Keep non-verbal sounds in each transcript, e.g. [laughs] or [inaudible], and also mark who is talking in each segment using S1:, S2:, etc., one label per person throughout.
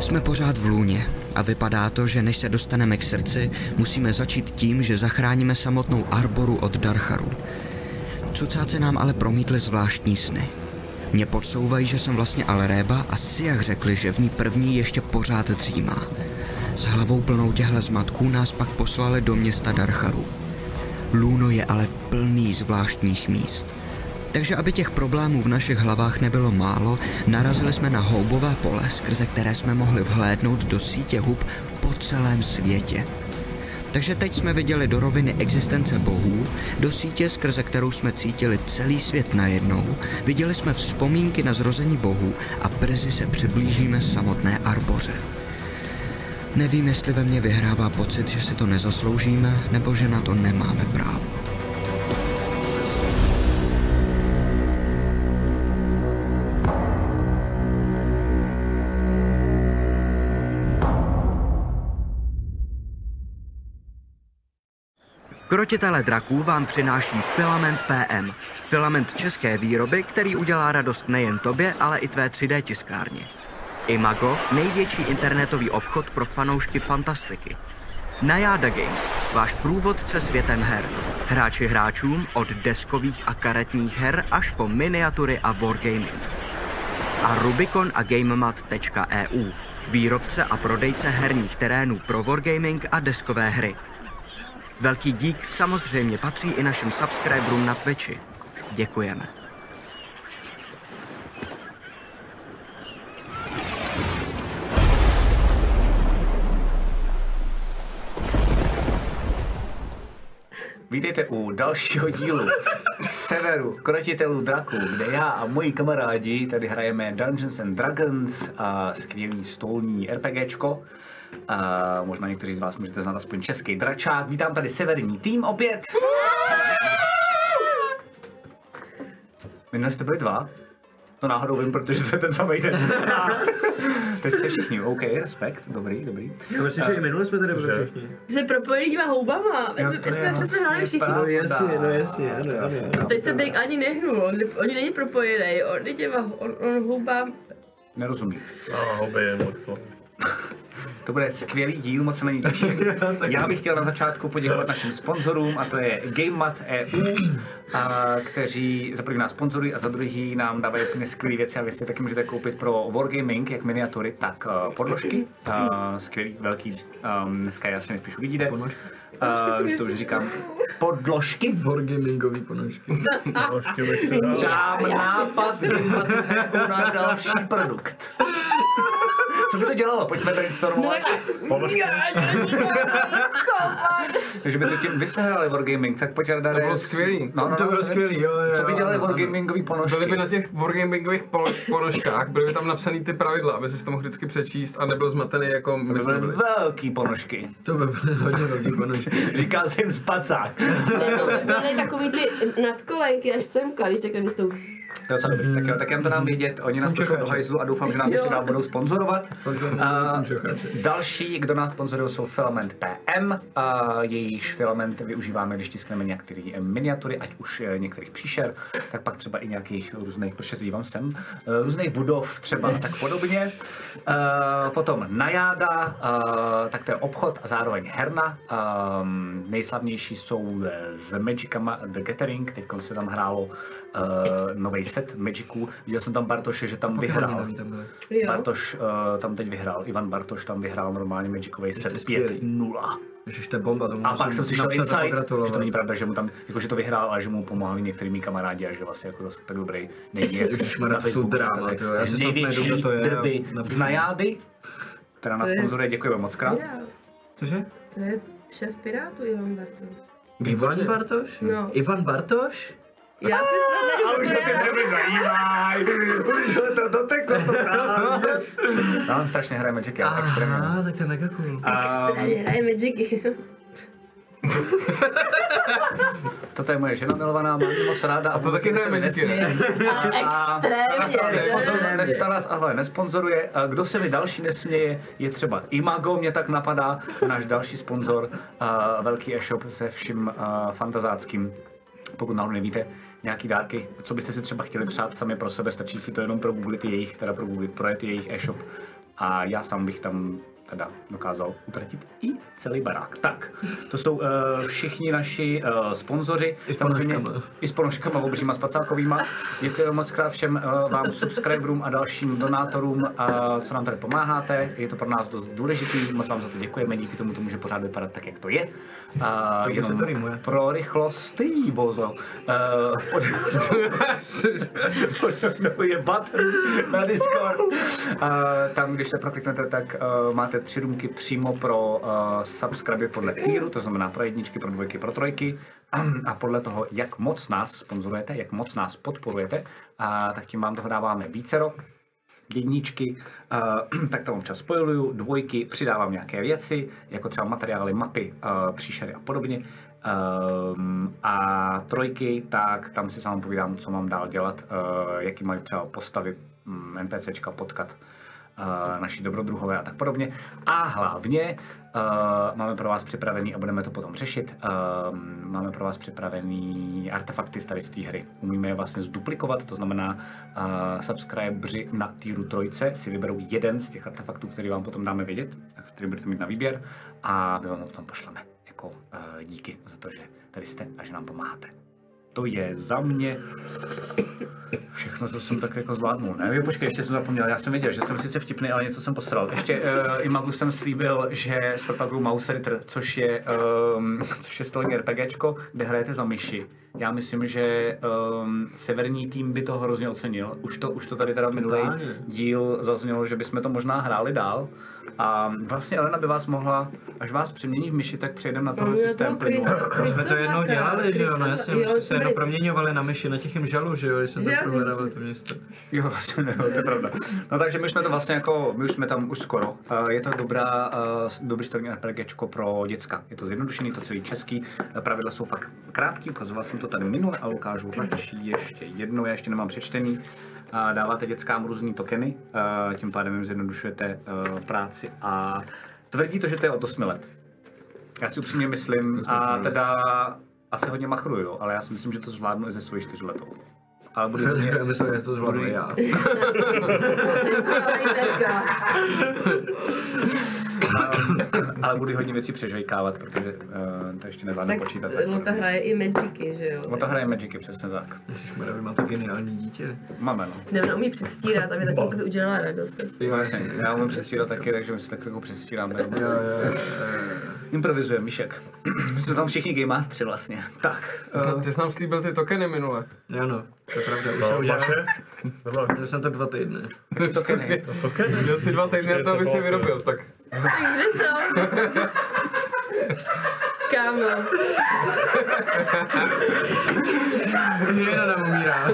S1: Jsme pořád v lůně a vypadá to, že než se dostaneme k srdci, musíme začít tím, že zachráníme samotnou Arboru od Darcharu. Cucáce nám ale promítly zvláštní sny. Mě podsouvají, že jsem vlastně Alréba a Siach řekli, že v ní první ještě pořád dřímá. S hlavou plnou těhle zmatků nás pak poslali do města Darcharu. Luno je ale plný zvláštních míst. Takže aby těch problémů v našich hlavách nebylo málo, narazili jsme na houbové pole, skrze které jsme mohli vhlédnout do sítě hub po celém světě. Takže teď jsme viděli do roviny existence bohů, do sítě, skrze kterou jsme cítili celý svět najednou, viděli jsme vzpomínky na zrození bohů a brzy se přiblížíme samotné arboře. Nevím, jestli ve mně vyhrává pocit, že si to nezasloužíme, nebo že na to nemáme právo. Krotitele draků vám přináší Filament PM. Filament české výroby, který udělá radost nejen tobě, ale i tvé 3D tiskárně. Imago, největší internetový obchod pro fanoušky fantastiky. Najáda Games, váš průvodce světem her. Hráči hráčům od deskových a karetních her až po miniatury a wargaming. A Rubicon a GameMat.eu, výrobce a prodejce herních terénů pro wargaming a deskové hry. Velký dík samozřejmě patří i našim subscriberům na Twitchi. Děkujeme.
S2: Vítejte u dalšího dílu Severu Krotitelů draků, kde já a moji kamarádi tady hrajeme Dungeons and Dragons a skvělý stolní RPGčko. A možná někteří z vás můžete znát aspoň český dračák. Vítám tady severní tým opět. Minule jste byli dva. To náhodou vím, protože to je ten samý den. A Teď jste všichni, OK, respekt, dobrý, dobrý.
S3: Já myslím, že i minule jsme tady byli všichni.
S4: Že propojený těma houbama. My jsme- jsme přece hráli všichni.
S3: No jasně, no jasně, ano, ano.
S4: Teď se Big ani nehnul, on, on není propojený, on je těma, on, on houba,
S2: Nerozumím.
S5: No, hobby je moc slavný.
S2: To bude skvělý díl, moc se na něj těším. Já bych chtěl na začátku poděkovat našim sponzorům, a to je GameMat EU, a kteří za prvý nás sponzorují a za druhý nám dávají úplně skvělé věci a věci taky můžete koupit pro Wargaming, jak miniatury, tak uh, podložky. Uh, skvělý, velký, um, dneska já si nespíš uvidíte. Podložky? Uh, už to už říkám. Podložky?
S3: Wargamingový ponožky.
S5: Trošku bych se dal.
S2: Dám nápad GameMat EU na další produkt. Co by to dělalo? Pojďme
S6: No
S2: brainstormovat.
S5: Podložky?
S2: Takže by to tím, vy jste hráli Wargaming, tak pojď dát. To
S7: bylo skvělý.
S2: No, no,
S3: To
S2: no,
S3: bylo
S2: no,
S3: skvělý, jo, jo.
S2: Co by dělali
S3: ano,
S2: Wargamingový ponožky?
S7: Byly by na těch wargamingových polo- ponožkách, byly by tam napsané ty pravidla, aby si to mohl vždycky přečíst a nebyl zmatený jako my
S2: by
S7: jsme
S2: byly
S7: byli.
S2: velký ponožky. [laughs]
S3: ano. To by byly hodně velký ponožky.
S2: Říká se jim
S3: [laughs]
S2: spacák.
S4: to by byly takový ty nadkolenky až semka, víš, takhle vystou.
S2: To je docela dobrý. No, Tak jo, tak jen to nám vědět. Oni nás pošlou do hajzlu a doufám, že nás
S4: Jo.
S2: ještě dál budou sponzorovat. A
S3: čucháče.
S2: další, kdo nás sponzoruje, jsou Filament PM. A jejichž filament využíváme, když tiskneme některé miniatury, ať už eh, některých příšer, tak pak třeba i nějakých různých, proč se dívám sem, eh, různých budov třeba a tak podobně. Eh, Potom Najáda, eh, tak to je obchod a zároveň herna. Ehm, Nejslavnější jsou eh, s Magicama The Gathering, teď se tam hrálo uh, nový set Magiců. Viděl jsem tam Bartoše, že tam vyhrál.
S7: Pokémony tam byly.
S4: Jo.
S2: Bartoš uh, tam teď vyhrál, Ivan Bartoš tam vyhrál normálně Magicový set
S3: je skvělý.
S2: 5-0.
S3: Ježiš, to je bomba, to
S2: A pak jsem slyšel insight, že to
S3: to
S2: není pravda, že mu tam, jako že to vyhrál, ale že mu pomohli některý mý kamarádi a že vlastně jako zase tak dobrý není. jak
S3: [laughs] Ježišmarja,
S2: na
S3: to jsou
S2: Facebooku,
S3: dráma,
S2: takže
S3: ty jo, já si snad
S2: Největší
S3: najdu, kdo to je,
S2: drby
S3: a napíšu.
S2: z Najády, která nás
S4: je?
S2: sponzoruje, děkujeme moc krát.
S4: Pirát.
S7: Cože?
S4: To je šéf Pirátů, Ivan Bartu.
S3: Ivan Bartoš?
S4: No.
S3: Ivan Bartoš?
S4: Já si snad
S2: Už to ty
S4: ne,
S2: drby zajímají, už to doteklo to Já on strašně hraje Magic, já extrémně. moc.
S3: Aha, tak to je mega cool.
S4: Straně hraje Magicy.
S2: Toto je moje žena milovaná, mám ji moc ráda. A
S7: to taky hraje Magicy, ne?
S4: Ale extrémně, že?
S2: Ta nás ale nesponzoruje. A Kdo se mi další nesměje, je třeba Imago, mě tak napadá, náš další sponzor, a velký e-shop se vším a, fantazáckým. Pokud náhodou nevíte, nějaký dárky, co byste si třeba chtěli přát sami pro sebe, stačí si to jenom pro Google jejich, teda pro Google, projet jejich e-shop a já sám bych tam teda dokázal utratit i celý barák. Tak, to jsou uh, všichni naši uh, sponzoři.
S3: I s
S2: Samozřejmě-
S3: ponožkama.
S2: [laughs] I s ponožkama obříma spacákovýma. Děkuji moc krát všem uh, vám subscriberům a dalším donátorům, uh, co nám tady pomáháte. Je to pro nás dost důležitý, moc vám za to děkujeme, díky tomu to může pořád vypadat tak, jak to je. Uh,
S3: se to rýmuje.
S2: pro rychlost, ty bozo. Uh, pod... [laughs] Pojďme jebat na Discord. A tam, když se prokliknete, tak uh, máte tři růmky přímo pro uh, subscribe podle týru, to znamená pro jedničky, pro dvojky, pro trojky. A podle toho, jak moc nás sponzorujete, jak moc nás podporujete, a tak tím vám toho dáváme vícero jedničky, uh, [clears throat] tak tam občas spojuju, dvojky, přidávám nějaké věci, jako třeba materiály, mapy, uh, příšery a podobně. Um, a trojky, tak tam si sám povídám, co mám dál dělat, uh, jaký mají třeba postavy um, NPCčka potkat uh, naši dobrodruhové a tak podobně. A hlavně uh, máme pro vás připravený, a budeme to potom řešit, uh, máme pro vás připravený artefakty z tady z té hry. Umíme je vlastně zduplikovat, to znamená uh, subscriberi na týru trojce si vyberou jeden z těch artefaktů, který vám potom dáme vědět, který budete mít na výběr a my vám ho potom pošleme jako uh, díky za to, že tady jste a že nám pomáháte. To je za mě Všechno, co jsem tak jako zvládnul. Ne, jo, počkej, ještě jsem zapomněl. Já jsem věděl, že jsem sice vtipný, ale něco jsem posral. Ještě uh, Imagu jsem slíbil, že zpropaguju Mouse Ritter, což je, um, což je stolní RPGčko, kde hrajete za myši. Já myslím, že um, severní tým by to hrozně ocenil. Už to, už to tady teda minulý
S3: Totálně.
S2: díl zaznělo, že bychom to možná hráli dál. A vlastně Elena by vás mohla, až vás přemění v myši, tak přejdeme na
S4: Mám
S6: No,
S2: tenhle systém. plynu.
S3: My jsme to jednou dělali, že jo, no, já jsem jsme se jednou proměňovali na myši, na těch jim žalu, že jo, když jsem
S4: Že
S3: to
S4: jo, ty jsi-
S3: prohledával to město. [laughs]
S2: Jo, [laughs] vlastně ne, to je pravda. No takže my už jsme to vlastně jako, my už jsme tam už skoro. Eh, Je to dobrá, eh, dobrý stolní RPGčko pro děcka. Je to zjednodušený, to celý český. Eh, Pravidla jsou fakt krátký, ukazoval jsem to tady minule a ukážu radši ještě jednou, já ještě nemám přečtený. A dáváte dětskám různý tokeny, eh, tím pádem jim zjednodušujete eh, práci a tvrdí to, že to je od 8 let. Já si upřímně myslím, a teda asi hodně machruju, jo, ale já si myslím, že to zvládnu i ze svojí čtyřletou. Ale
S3: [laughs]
S2: budu hodně,
S3: Já myslím, že to zvládnu
S2: Dobrý.
S3: já.
S2: Ale budu hodně věcí přežvejkávat, protože uh, to ještě nezvládnu
S4: Tak
S2: počítat.
S6: eh, no
S4: Lota hraje i Magicy, že jo?
S2: Lota hraje Magicy, přesně tak.
S3: Ježišmarja, vy máte geniální dítě.
S2: Máme, no.
S4: Ne, ona umí předstírat, aby tak jako by udělala radost. asi.
S3: Jo,
S2: Jasně, Já umím předstírat taky, takže my se tak jako předstíráme. Eh, Improvizujeme, Míšek. My jsme tam všichni game mastery vlastně. Tak.
S7: [laughs] Ty jsi nám- Ty jsi nám slíbil ty tokeny minule.
S3: Jo, no, to je pravda, už jsem
S5: No,
S3: udělal.
S5: vaše? Nebo
S3: Měl jsem to dva týdny.
S2: Tokeny.
S5: to kedy?
S7: Měl jsi dva týdny na to, aby si je vyrobil, tak
S4: Tak Kde
S2: [laughs]
S4: jsou? Kámo.
S3: Žena nám umírá.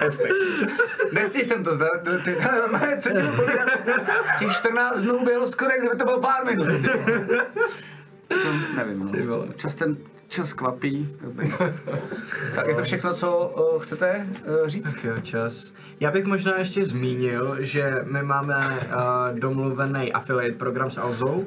S2: Respekt. Nestí jsem to zda, ty normálně co ti budu povídat. Těch 14 dnů bylo skoro, jak kdyby to bylo pár minut. No, nevím,
S3: Ty
S2: no.
S3: vole.
S2: Čas ten čas kvapí. Dobrý. Tak je to všechno, co uh, chcete uh, říct?
S3: Tak jo, čas. Já bych možná ještě zmínil, že my máme uh, domluvený affiliate program s Alzou.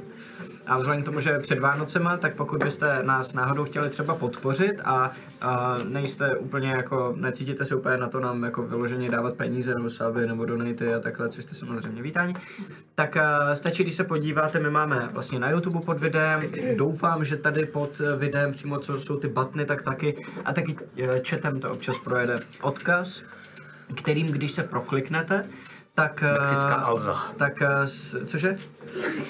S3: A vzhledem k tomu, že je před Vánocema, tak pokud byste nás náhodou chtěli třeba podpořit a uh, nejste úplně jako, necítíte se úplně na to nám jako vyloženě dávat peníze nebo sáby nebo donaty a takhle, což jste samozřejmě vítáni, tak uh, stačí, když se podíváte, my máme vlastně na YouTube pod videem, doufám, že tady pod eh, videem přímo, co jsou ty batny, tak taky a taky eh, chatem to občas projede odkaz, kterým, když se prokliknete, tak... eh,
S2: Mexická Alza.
S3: Tak, eh, s- cože?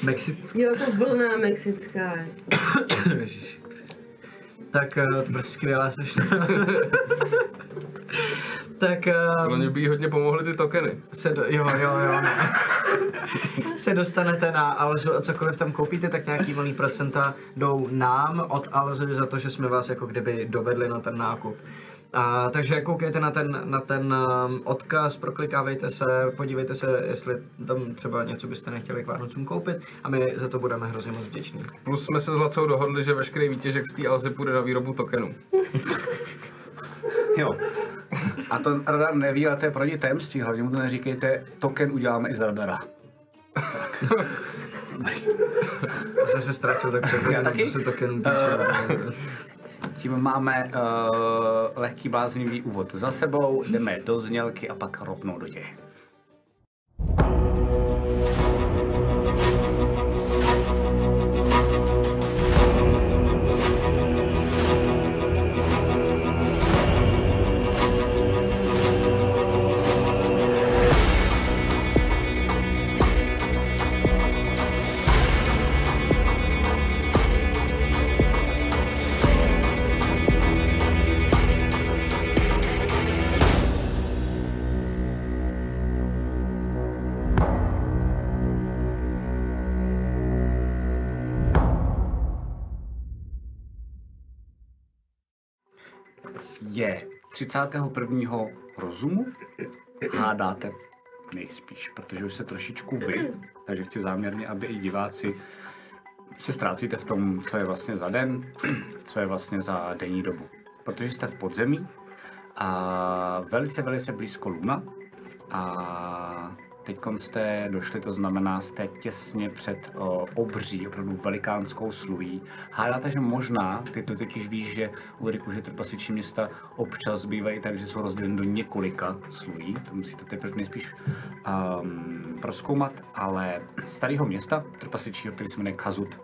S3: Mexická [laughs]
S4: Jo,
S6: jako
S4: to vlna mexická.
S3: Ježiši. Tak eh, to prostě skvělá sešna. [laughs] tak eh,
S7: podle mě by jí hodně pomohly ty tokeny.
S3: se do, jo, jo, jo, ne. [laughs] se dostanete na Alzu a cokoliv tam koupíte, tak nějaký malý procenta jdou nám od Alzy za to, že jsme vás jako kdyby dovedli na ten nákup. A, takže koukejte na ten, na ten um, odkaz, proklikávejte se, podívejte se, jestli tam třeba něco byste nechtěli k Vánocům koupit a my za to budeme hrozně moc vděční.
S7: Plus jsme se s Lacou dohodli, že veškerý výtěžek z té Alzy půjde na výrobu tokenů.
S2: Jo. A to radar neví, ale to je proti tajemství. Hlavně mu to neříkejte, token uděláme i z radara.
S3: Já jsem se ztratil tak před
S2: Já taky. Eh.
S3: co se tak jenom týče.
S2: Tím máme uh, lehký bláznivý úvod za sebou, jdeme do znělky a pak rovnou do děje. je 31. rozumu. Hádáte nejspíš, protože už se trošičku vy, takže chci záměrně, aby i diváci se ztrácíte v tom, co je vlastně za den, [clears throat] co je vlastně za denní dobu. Protože jste v podzemí a velice, velice blízko Luna a teď jste došli, to znamená, jste těsně před o, obří, opravdu velikánskou slují. Hádáte, že možná, ty to totiž víš, že u Riku, že trpasiči města občas bývají tak, že jsou rozděleny do několika slují, to musíte teprve nejspíš um, proskoumat, ale starého města, trpasičího, který se jmenuje Kazut,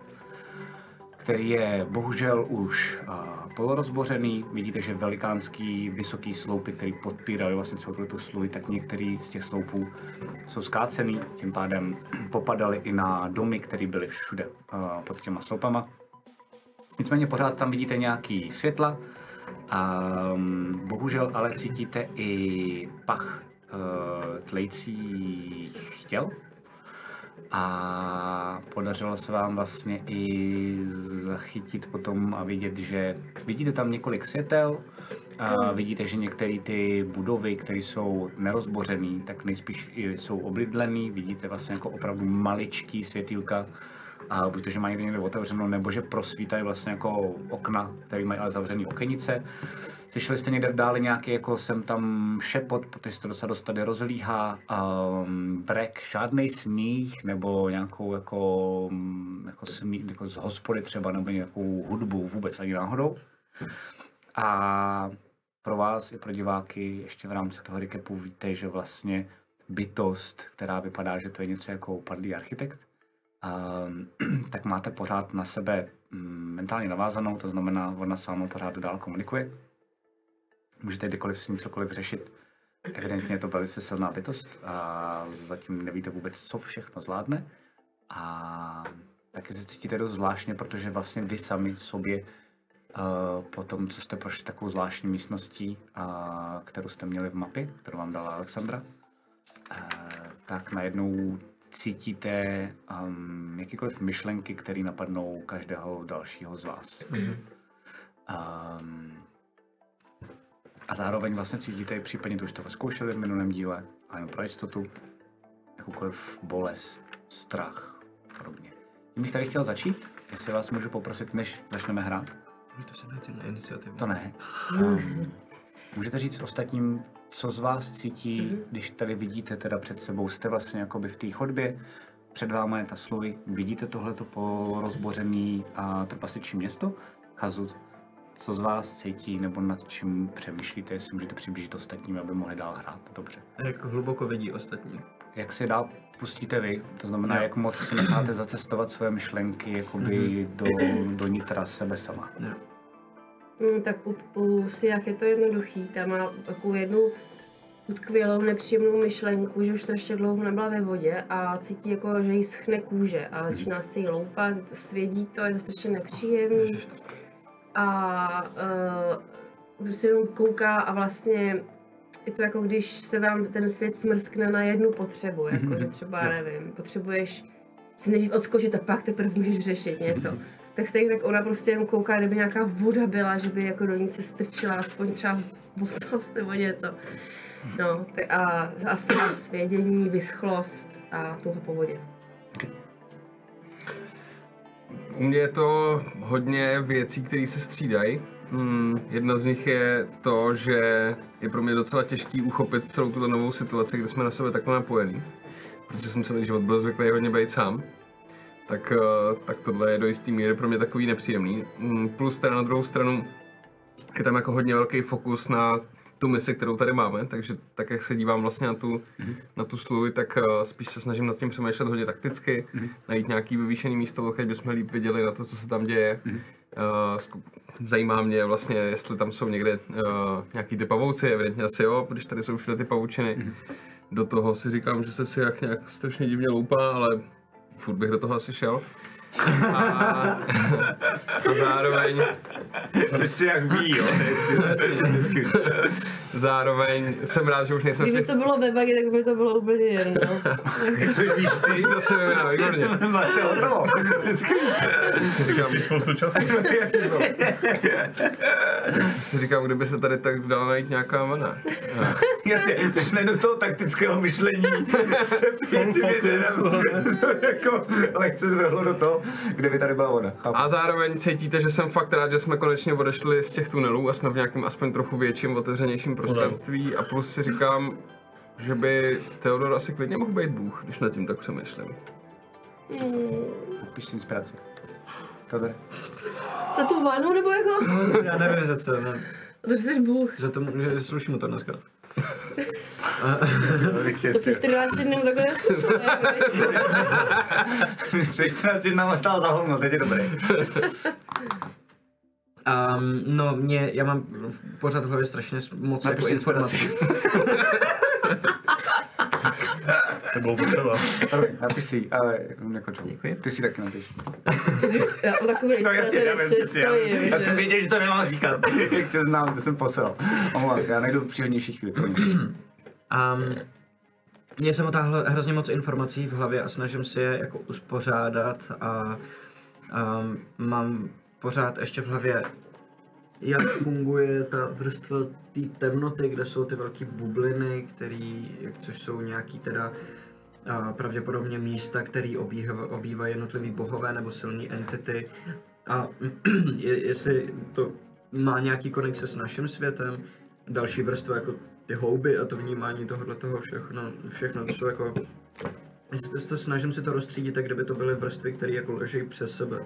S2: který je bohužel už a, polorozbořený. Vidíte, že velikánský vysoký sloupy, který podpírají vlastně celou tuto sluhy, tak některý z těch sloupů jsou skácený, tím pádem popadaly i na domy, které byly všude a, pod těma sloupama. Nicméně pořád tam vidíte nějaký světla. A mm, bohužel ale cítíte i pach uh, tlejících těl. A podařilo se vám vlastně i zachytit potom a vidět, že vidíte tam několik světel, a vidíte, že některé ty budovy, které jsou nerozbořené, tak nejspíš i jsou oblidlené, vidíte vlastně jako opravdu maličký světýlka, a buď to, že mají někde někde otevřeno, nebo že prosvítají vlastně jako okna, které mají ale zavřené okenice. Slyšeli jste někde dále nějaký, jako jsem tam šepot, protože se to docela dost tady rozlíhá, um, brek, žádný smích, nebo nějakou jako, mm, jako, smích, jako z hospody třeba, nebo nějakou hudbu vůbec ani náhodou. A pro vás i pro diváky ještě v rámci toho recapu víte, že vlastně bytost, která vypadá, že to je něco jako upadlý architekt, Ehm, [clears throat] tak máte pořád na sebe mm, mentálně navázanou, to znamená, ona s vámi pořád dál komunikuje. Můžete kdykoliv s ním cokoliv řešit. Evidentně je to velice silná bytost a zatím nevíte vůbec, co všechno zvládne. A taky se cítíte dost zvláštně, protože vlastně vy sami sobě eh, po tom, co jste prošli takovou zvláštní místností, a kterou jste měli v mapě, kterou vám dala Alexandra, eh, tak najednou cítíte um, jakýkoliv myšlenky, které napadnou každého dalšího z vás. Um, a zároveň vlastně cítíte i případně, to už to zkoušeli v minulém díle, ale jenom pro jistotu, jakoukoliv bolest, strach a podobně. Tím bych tady chtěl začít, jestli vás můžu poprosit, než začneme hrát.
S3: [laughs] To se dá na iniciativu.
S2: To ne. Um, můžete říct ostatním, co z vás cítí, když tady vidíte teda před sebou, jste vlastně jakoby v té chodbě, před vámi je ta sluj, vidíte tohleto po rozboření a trpasičí město, Chazut, co z vás cítí nebo nad čím přemýšlíte, jestli můžete přiblížit ostatním, aby mohli dál hrát, dobře.
S3: Jak hluboko vidí ostatní.
S2: Jak si dál pustíte vy, to znamená, jak moc si necháte zacestovat svoje myšlenky jakoby do, do nitra sebe sama.
S6: Mm, tak u, u Siach je to jednoduchý. Ta má takovou jednu utkvělou, nepříjemnou myšlenku, že už strašně dlouho nebyla ve vodě a cítí jako, že jí schne kůže
S2: Mhm.
S6: a začíná se jí loupat, je to svědí to, je to strašně nepříjemný. A uh, prostě jenom kouká a vlastně je to jako když se vám ten svět smrskne na jednu potřebu, jako že třeba, nevím, potřebuješ si nejdřív odskočit a pak teprve můžeš řešit něco. Tak stejně tak ona prostě jenom kouká, kdyby nějaká voda byla, že by jako do ní se strčila, aspoň třeba vocas nebo něco. No, ty a asi a svědění, vyschlost a tuhle po vodě.
S7: U mě je to hodně věcí, které se střídají. Mm, jedna z nich je to, že je pro mě docela těžký uchopit celou tuto novou situaci, kde jsme na sebe takhle napojení. Protože jsem celý život byl zvyklý hodně být sám. Tak, eh, tak tohle je do jistý míry pro mě takový nepříjemný. Mm, plus teda na druhou stranu je tam jako hodně velký fokus na tu misi, kterou tady máme, takže tak, jak se dívám vlastně na tu, na tu sluj, tak eh, spíš se snažím nad tím přemýšlet hodně takticky, najít nějaký vyvýšený místo, odkud bychom líp viděli na to, co se tam děje. Eh, zku- zajímá mě vlastně, jestli tam jsou někde eh, nějaký ty pavouci, evidentně asi jo, když tady jsou všude ty pavučiny. Do toho si říkám, že se si jak nějak strašně divně loupá, ale [laughs] furt bych do toho asi šel. A, a zároveň
S8: Což si jak ví,
S2: [laughs]
S8: jo.
S7: Zároveň jsem rád, že už nejsme
S6: Kdyby
S7: v
S6: to bylo ve bagě, tak by to bylo úplně jedno.
S8: Což víš, ty
S7: těch... Zase vyjmená, výborně.
S8: máte hotovo.
S7: Si říkám,
S5: Chci spoustu času.
S7: si říkám, kdyby se tady tak dala najít nějaká vana.
S8: Jasně, když najednou z toho taktického myšlení se pěti vědem, jako lehce zvrhlo do toho, kde by tady byla ona. Chápu.
S7: A zároveň cítíte, že jsem fakt rád, že jsme konečně odešli z těch tunelů a jsme v nějakém aspoň trochu větším, otevřenějším prostranství a plus si říkám, že by Teodor asi klidně mohl být Bůh, když nad tím tak přemýšlím.
S2: Píš inspiraci. Teodore.
S6: Za tu vanu nebo jako?
S3: Já nevím, za co, ne,
S6: To jsi Bůh.
S3: za to, že sluší mu to dneska.
S6: To přes 14 dnů takhle neslyšel. jako, veď.
S2: Před 14 dnama stál za hovno, teď je dobrý.
S3: Um, no, mě, já mám v- pořád v hlavě strašně s- moc jako
S2: Napiš
S3: informací.
S2: inspiraci.
S5: To bylo potřeba.
S2: Dobrý, napiš si, ale nekončil. Děkuji. Ty si taky napiš.
S6: Já eh, o takové
S2: No jasně, já vím,
S6: inspirace
S2: ty si, já,
S6: nestojím.
S2: vím. já jsem
S6: že?
S2: věděl, že to nemám říkat. [laughs] Jak tě znám, to jsem poslal. Omlouvám se, já najdu příhodnější chvíli pro ně.
S3: Um, mě jsem otáhlo hrozně moc informací v hlavě a snažím si je jako uspořádat a um, mám pořád ještě v hlavě, jak funguje ta vrstva té temnoty, kde jsou ty velké bubliny, který, jak- což jsou nějaký teda a pravděpodobně místa, které obývají jednotliví bohové nebo silní entity. A [clears throat] je, jestli to má nějaký konexe s naším světem, další vrstva jako ty houby a to vnímání tohohle toho všechno, všechno to jsou jako jestli to, to snažím si to rozstřídit, tak kdyby to byly vrstvy, které jako leží přes sebe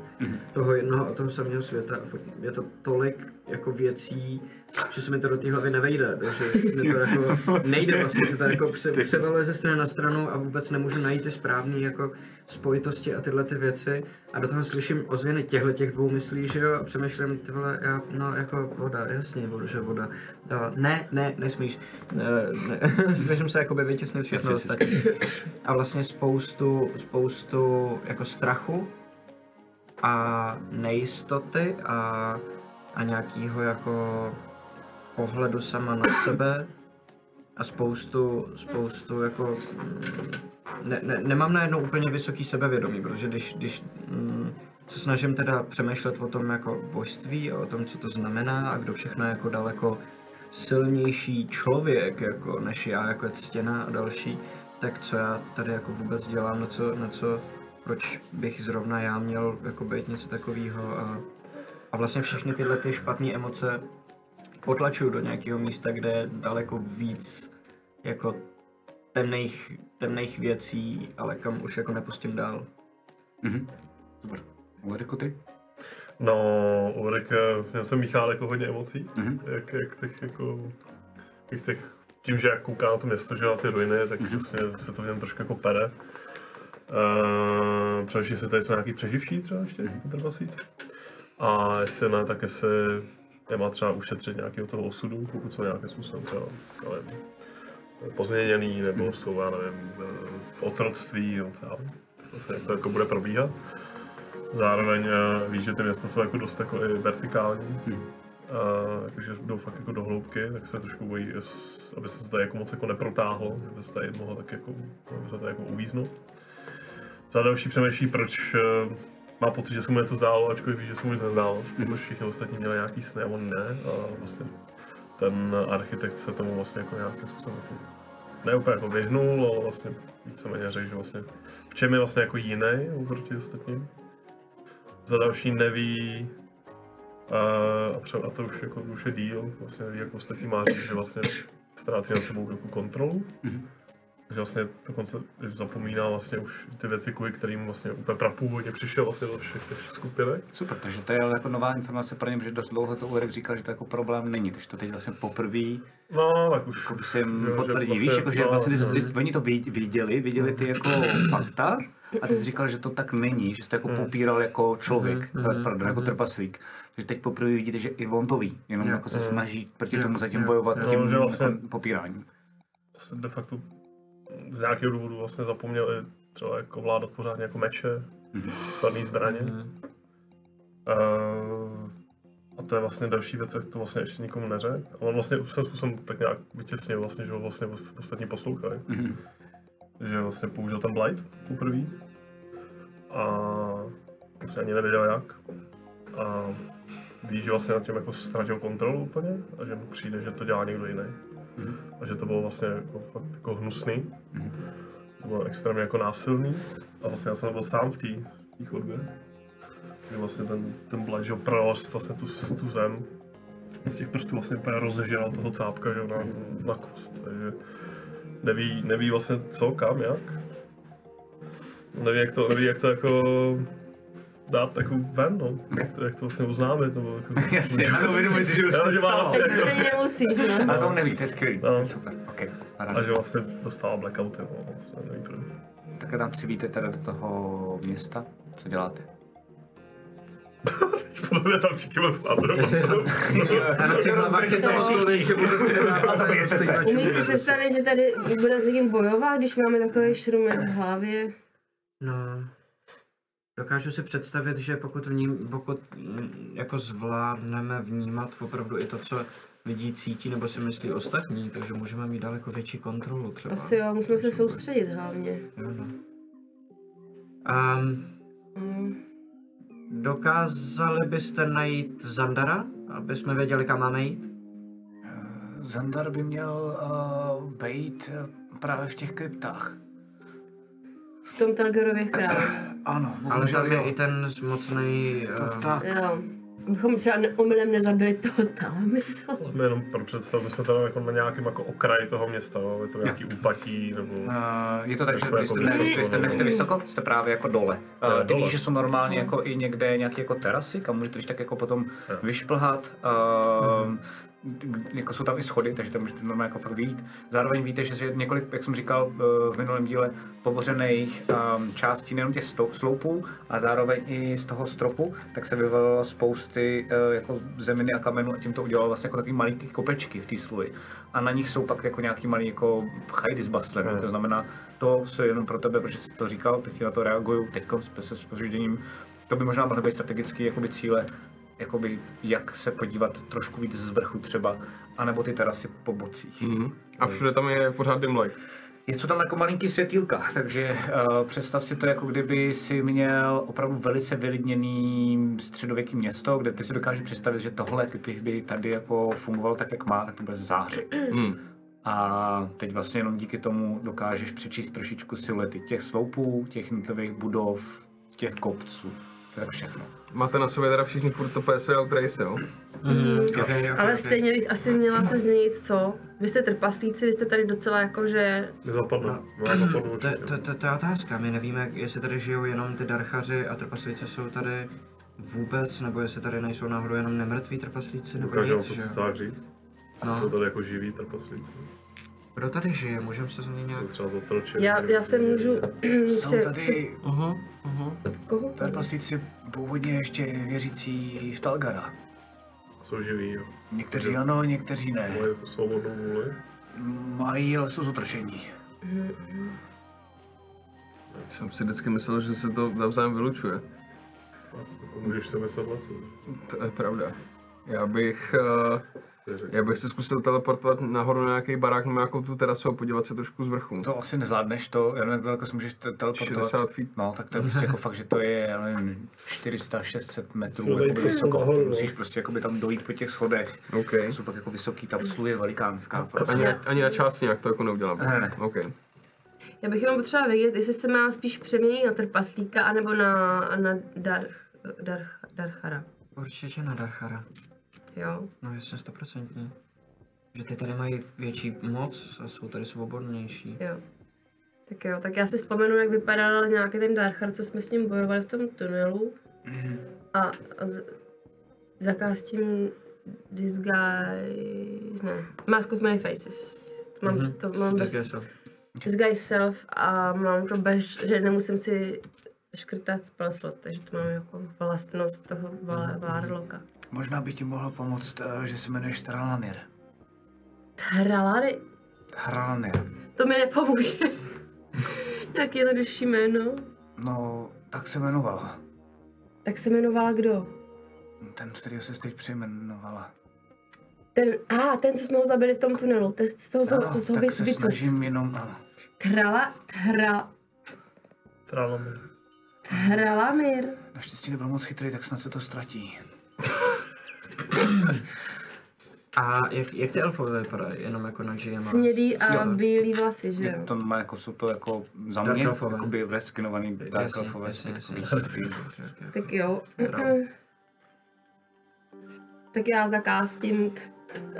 S3: toho jednoho a toho samého světa. A fakt je to tolik jako věcí, že se mi to do té hlavy nevejde, takže mi to jako nejde vlastně se to jako pře- převaluje ze strany na stranu a vůbec nemůžu najít ty správné jako spojitosti a tyhle ty věci. A do toho slyším ozvěny těchto těch dvou myslí, že jo, a přemýšlím, ty vole, já, no jako voda, jasně, voda, že voda. Jo, No, ne, ne, nesmíš. Ne, ne. [laughs] Snažím se jakoby vytěsnit všechno ostatní. A vlastně spoustu, spoustu jako strachu a nejistoty a, a nějakýho jako pohledu sama na sebe a spoustu, spoustu jako mm, ne, ne, nemám najednou úplně vysoký sebevědomí, protože když, když mm, se snažím teda přemýšlet o tom jako božství a o tom, co to znamená a kdo všechno je jako daleko silnější člověk jako než já, jako je ctěna a další, tak co já tady jako vůbec dělám, na co, na co proč bych zrovna já měl jako být něco takového a, a vlastně všechny tyhle ty špatné emoce potlačuju do nějakého místa, kde je daleko víc jako temných, temných věcí, ale kam už jako nepustím dál.
S2: Ulriku, ty?
S5: No, Ulrik, já jsem míchal jako hodně emocí, mm-hmm. jak, jak těch jako, jak těch, tím, že jak kouká na to město, že na ty ruiny, tak mm-hmm. vlastně se to v něm trošku jako pere. Uh, především jestli tady jsou nějaký přeživší třeba ještě, mm-hmm. trpasíc. A jestli ne, tak jestli nemá třeba ušetřit nějakého toho osudu, pokud jsou nějakým způsobem třeba, ale pozměněný, nebo jsou, já nevím, eh, v otroctví, nebo co já vím. Vlastně jak to jako bude probíhat. Zároveň uh, víš, že ty města jsou jako dost jako i vertikální. Hmm. Uh, takže jdou fakt jako do hloubky, tak se trošku bojí, es- aby se to tady jako moc jako neprotáhlo, aby se tady mohlo tak jako, aby se tady jako uvíznout. Za další přemýšlí, proč uh, má pocit, že se mu něco zdálo, ačkoliv ví, že se mu nic nezdálo. Proč všichni ostatní měli nějaký sny a on ne. A vlastně ten architekt se tomu vlastně jako nějakým způsobem jako ne úplně jako vyhnul, ale vlastně víceméně řekl, že vlastně v čem je vlastně jako jiný oproti ostatním za další neví, eh, a třeba a to už jako už je díl, vlastně neví, jak ostatní má říct, že vlastně ztrácí nad sebou jako kontrolu. Že vlastně dokonce zapomíná vlastně už ty věci, kvůli kterým vlastně úplně prapůvodně přišel vlastně do všech těch skupinek.
S2: Super, takže to je ale jako nová informace pro ně, protože dost dlouho to Ulrik říkal, že to jako problém není, takže to teď vlastně poprvé
S5: No, tak už...
S2: jako se jim
S5: jo, že
S2: potvrdí.
S5: vlastně-
S2: Víš, jako, že
S5: no,
S2: vlastně
S5: no.
S2: ty, ty, oni to vid- viděli, viděli ty jako fakta a ty jsi říkal, že to tak není, že jsi to
S5: Hmm.
S2: jako popíral jako člověk, mm, pardon, jako trpaslík. Takže teď poprvé vidíte, že i on to ví, jenom jako se snaží proti tomu zatím bojovat tím
S5: No, že vlastně-
S2: jako popíráním.
S5: vlastně de facto z nějakého důvodu vlastně zapomněli třeba jako vládat pořádně jako meče, žádný zbraně. Eh, A to je vlastně další věc, jak to vlastně ještě nikomu neřekl. A on vlastně svým způsobem tak nějak vytěsnil vlastně, že ho vlastně os- ostatní poslouchali. Že vlastně použil ten blight poprvé. A vlastně ani nevěděl jak. A ví, že vlastně nad tím jako ztratil kontrolu úplně a že mu přijde, že to dělá někdo jiný. A že to bylo vlastně jako, fakt jako hnusný.
S2: Mhm.
S5: To bylo extrémně jako násilný. A vlastně já jsem byl sám v té v té chodbě kdy vlastně ten, ten blight, že jo, pralast vlastně tu, s- tu zem z těch prstů vlastně úplně rozežral toho cápka, že jo, na, na kost, takže neví, neví vlastně co, kam, jak. Neví, jak to, neví, jak to jako dát jako ven, no. Jak to, jak to vlastně oznámit, nebo jako...
S2: [laughs] Jasně, ano, uvědomuji si, že už
S5: Já,
S2: se
S5: že má
S2: stalo.
S5: vlastně,
S6: Teď už ani nemusíš, no.
S2: A to neví, to je skvělý, to
S5: No.
S2: je super, ok.
S5: a že vlastně dostává blackouty, no, vlastně neví proč.
S2: Tak tam přivíte teda do toho města, co děláte?
S5: Podle mě tam všichni moc
S3: [laughs] A na těch hlavách je to tolik, že bude
S6: [laughs]
S3: si
S2: A zabijete se.
S6: Umíš si představit, že tady bude s někým bojovat, když máme takový šrumec v hlavě?
S3: No. Dokážu si představit, že pokud, vním, pokud mm, jako zvládneme vnímat opravdu i to, co vidí, cítí nebo si myslí ostatní, takže můžeme mít daleko větší kontrolu třeba.
S6: Asi jo, musíme se soustředit hlavně.
S3: Jo, no. um,
S6: Mm,
S3: dokázali byste najít Zandara, aby jsme věděli, kam máme jít?
S2: Zandar by měl uh, být eh, právě v těch kryptách.
S6: V tom Talgerově chrámu.
S2: Ano,
S3: Ale
S2: bohužel
S3: tam
S2: jo.
S3: je i ten zmocnej... Uh,
S2: Tak,
S6: Jo. Bychom třeba ne- omylem nezabili toho Talmy.
S5: My jenom pro představu, my jsme tady jako na nějakém jako okraji toho města, no, je to nějaký úpatí, nebo...
S2: eh, je to tak,
S5: Tak
S2: že
S5: jsme
S2: vy
S5: jako
S2: jste, ne,
S5: vysoko,
S2: vy jste,
S5: no.
S2: nejste vysoko, jste právě jako dole.
S5: Jo,
S2: Uh, ty
S5: dole.
S2: víš, že jsou normálně jako i někde nějaké jako terasy, kam můžete když tak jako potom vyšplhat. Uh, jako jsou tam i schody, takže tam můžete normálně jako fakt vyjít. Zároveň víte, že je několik, jak jsem říkal eh, v minulém díle, pobořených um, částí nejenom těch sto- sloupů, a zároveň i z toho stropu, tak se vyvalilo spousty eh, jako zeminy a kamenů a tím to udělalo vlastně jako takový malý kopečky v té sluji. A na nich jsou pak jako nějaký malý jako chajdy s baslem, to znamená, to se jenom pro tebe, protože jsi to říkal, teď ti na to reaguju, teď se s požděním, to by možná mohly být strategické jakoby cíle, jakoby jak se podívat trošku víc z vrchu třeba, anebo ty terasy po bocích.
S7: A všude tam je pořád dim light.
S2: Je to tam jako malinký světýlka, [laughs] takže uh, představ si to jako kdyby si měl opravdu velice vylidněný středověký město, kde ty si dokážeš představit, že tohle, kdyby tady jako fungoval tak, jak má, tak to bude zářit. A teď vlastně jenom díky tomu dokážeš přečíst trošičku siluety těch sloupů, těch jednotlivých budov, těch kopců. To je tak všechno.
S7: Máte na sobě teda všichni furt to PSV Outrace, jo?
S3: okay,
S6: Ale stejně bych asi měla se změnit co? Vy jste trpaslíci, vy jste tady docela jako, že...
S5: Nezapadlo. No, zapadlo
S3: Mhm, To,
S5: určitě.
S3: to, to, to je otázka. My nevíme, jak- jestli tady žijou jenom ty darchaři a trpaslíci jsou tady vůbec, nebo jestli tady nejsou náhodou jenom nemrtví trpaslíci, nebo
S5: Dokážeme
S3: nic,
S5: Jako,
S3: že?
S5: to
S3: jo?
S5: cizák říct. No.
S3: No.
S5: Jsou tady jako živí trpaslíci.
S3: Kdo tady žije? Můžeme se za ně nějak...
S5: Jsou třeba zotročení.
S6: Já, já se můžu... [clears throat]
S2: Jsou
S6: Pře, pře,
S2: tady
S3: Aha, aha.
S6: koho?
S2: trpaslíci původně ještě věřící v Talgara.
S5: Jsou živí, jo.
S2: Někteří ano, někteří ne.
S5: Mají jako svobodnou vůli.
S2: Mají, ale jsou zotročení.
S7: Jsem si vždycky myslel, že se to navzájem vylučuje.
S5: A jako můžeš se myslet na co.
S7: To je pravda. Já bych, eh, já bych se zkusil teleportovat nahoru na nějaký barák nebo nějakou tu terasu a podívat se trošku z vrchu.
S2: To asi nezvládneš, to jenom jak daleko se můžeš te- teleportovat.
S7: 60 feet.
S2: No, tak to je prostě jako fakt, že to je, já nevím, 400, 600 metrů
S5: Jsou
S2: jakoby
S5: nejci-
S2: vysoko.
S5: nahoru,
S2: To
S5: no.
S2: musíš prostě jakoby tam dojít po těch schodech.
S7: OK.
S2: To jsou fakt jako vysoký, ta sluje velikánská. Prostě.
S7: Ani, ani na část nějak to jako neudělám.
S2: Ne, ne.
S7: OK.
S6: Já bych jenom potřeba vědět, jestli se má spíš přeměnit na trpaslíka, anebo na, na dar, dar, darchara.
S3: Určitě na darchara.
S6: Jo.
S3: No jasně, stoprocentní. Že ty tady mají větší moc a jsou tady svobodnější.
S6: Jo. Tak jo, tak já si vzpomenu, jak vypadal nějaký ten Darchar, co jsme s ním bojovali v tom tunelu. A, a z, zakástím disguise, ne, Mask of Many Faces. To mám,
S3: Mhm.
S6: to mám bez,
S3: Disguise.
S6: disguise self a mám to bez, že nemusím si škrtat spell slot, takže to mám jako vlastnost toho vale- Warlocka.
S2: Možná by ti mohlo pomoct, eh, že se jmenuješ Tralanir.
S6: Hralary,
S2: Tralanir.
S6: to mi nepomůže. Nějaký jednodušší jméno.
S2: No, tak se jmenoval.
S6: Tak se jmenovala kdo?
S8: Ten, který se teď přejmenovala.
S6: Ten, a ah, ten, co jsme ho zabili v tom tunelu, ten, co, co, co, co ho vy,
S8: tak se
S6: vycuc.
S8: snažím jenom, ano.
S6: Trala, tra,
S5: Tralomir.
S6: tralamir.
S8: Naštěstí nebyl moc chytrý, tak snad se to ztratí.
S3: A jak, jak ty elfové vypadají? Jenom jako na GM.
S6: Snědý a bílý vlasy, že
S2: Je
S6: jo?
S2: to má jako, jsou to jako za
S3: Dark
S2: mě,
S3: elfové.
S2: jakoby reskinovaný Dark
S3: Jasně,
S2: Elfové.
S3: jasně, jasně.
S6: Tak jo. Tak já zakástím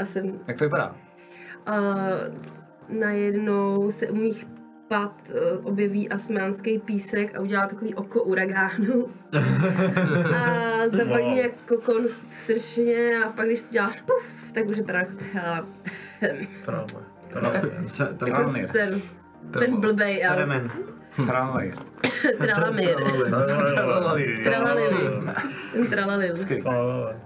S6: a jsem
S2: Jak to vypadá?
S6: a najednou se u mých pat eh, objeví asmánský písek a udělá takový oko uragánu.
S8: [laughs]
S6: a zapadne jako kokon sršeně a pak když to dělá puf, tak už vypadá jako tela.
S5: Tralomir. Tralomir.
S3: To- to-
S2: Tralomir.
S6: Ten, ten blbej
S3: Tremen.
S6: elf.
S3: Hm.
S2: Tralomir.
S6: Tralamir. Tralalil. Ten tralalil.
S5: Tralomir.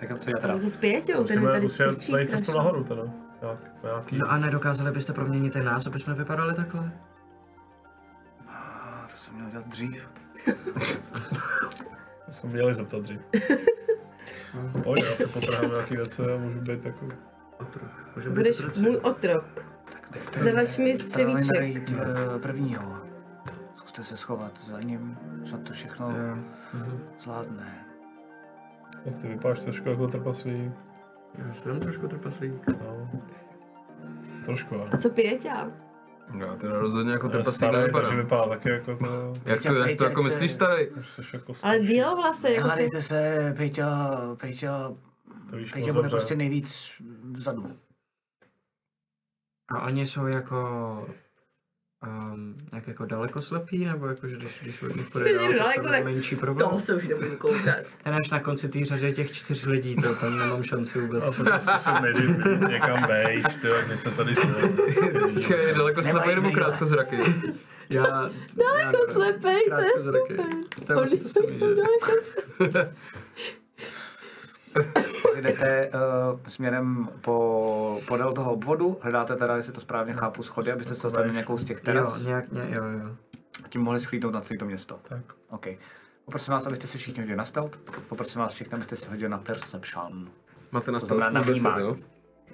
S2: Tak co já teda?
S6: Ale co s Pěťou? Ten je
S5: Musíme,
S6: tady
S5: musíme
S6: pičí
S5: najít cestu
S6: strašně.
S5: nahoru teda. Nějak, nějaký.
S3: No a nedokázali byste proměnit i nás, aby jsme vypadali takhle?
S2: To jsem měl dělat dřív.
S5: To jsem měl zeptat
S7: [laughs]
S5: dřív. Pojď, já se potrhám nějaký věci a můžu být jako...
S3: Můžeme být
S6: Budeš
S3: otroci?
S6: můj otrok. Zavaš mi střevíček.
S8: najít eh, prvního. Zkuste se schovat za ním, snad to všechno
S3: Mhm.
S8: zvládne.
S5: Jak ty vypadáš trošku jako trpaslík.
S3: Já jsem trošku trpaslík.
S5: No. Trošku, ale.
S6: A co Pěťa?
S7: Já teda rozhodně jako
S5: Já
S7: trpaslík
S5: starý, takže
S7: nevypadám.
S5: vypadá taky jako to...
S7: Jak to, jak to jako myslíš starý?
S5: Už jsi jako
S6: Ale
S5: starší,
S6: bílovlasy, jako ty.
S8: Hádejte se, Pejťa, Pejťa,
S5: to víš
S8: Pejťa
S5: moc
S8: bude
S5: dobře.
S8: prostě nejvíc vzadu.
S3: A oni jsou jako... Um, jak jako daleko slepí, nebo jako, že když, když od nich půjde
S6: Jste někdo
S3: dál, tak
S6: daleko,
S3: to bude
S6: tak
S3: menší problém.
S4: Toho se už nebudu koukat.
S3: Ten až na konci té řady těch čtyř lidí, to tam nemám šanci
S5: A [laughs]
S3: vůbec.
S5: to prostě se nedivím, někam vejš, ty jo, my jsme tady...
S7: Počkej, je daleko slepý nebo
S8: nejde.
S7: krátkozraky?
S3: Já... Daleko
S6: Slepej, [laughs] to je
S3: Krátkozraky.
S6: super.
S3: To je
S6: Oni
S3: vlastně to samý,
S6: jsou
S3: že?
S6: daleko
S2: Takže jdete uh, směrem po, podél toho obvodu, hledáte teda, jestli to správně chápu, schody, abyste se dostali na nějakou z těch
S3: Jo,
S2: teras
S3: nějak, nějak, jo, jo.
S2: a tím mohli schlídnout na celé to město.
S5: Tak.
S2: OK. Poprosím vás, abyste si všichni hodili na stealth. Poprosím vás všichni, abyste si hodili na perception.
S7: Máte na
S2: To znamená
S7: stavu plus 10,
S2: navnímání.
S7: jo?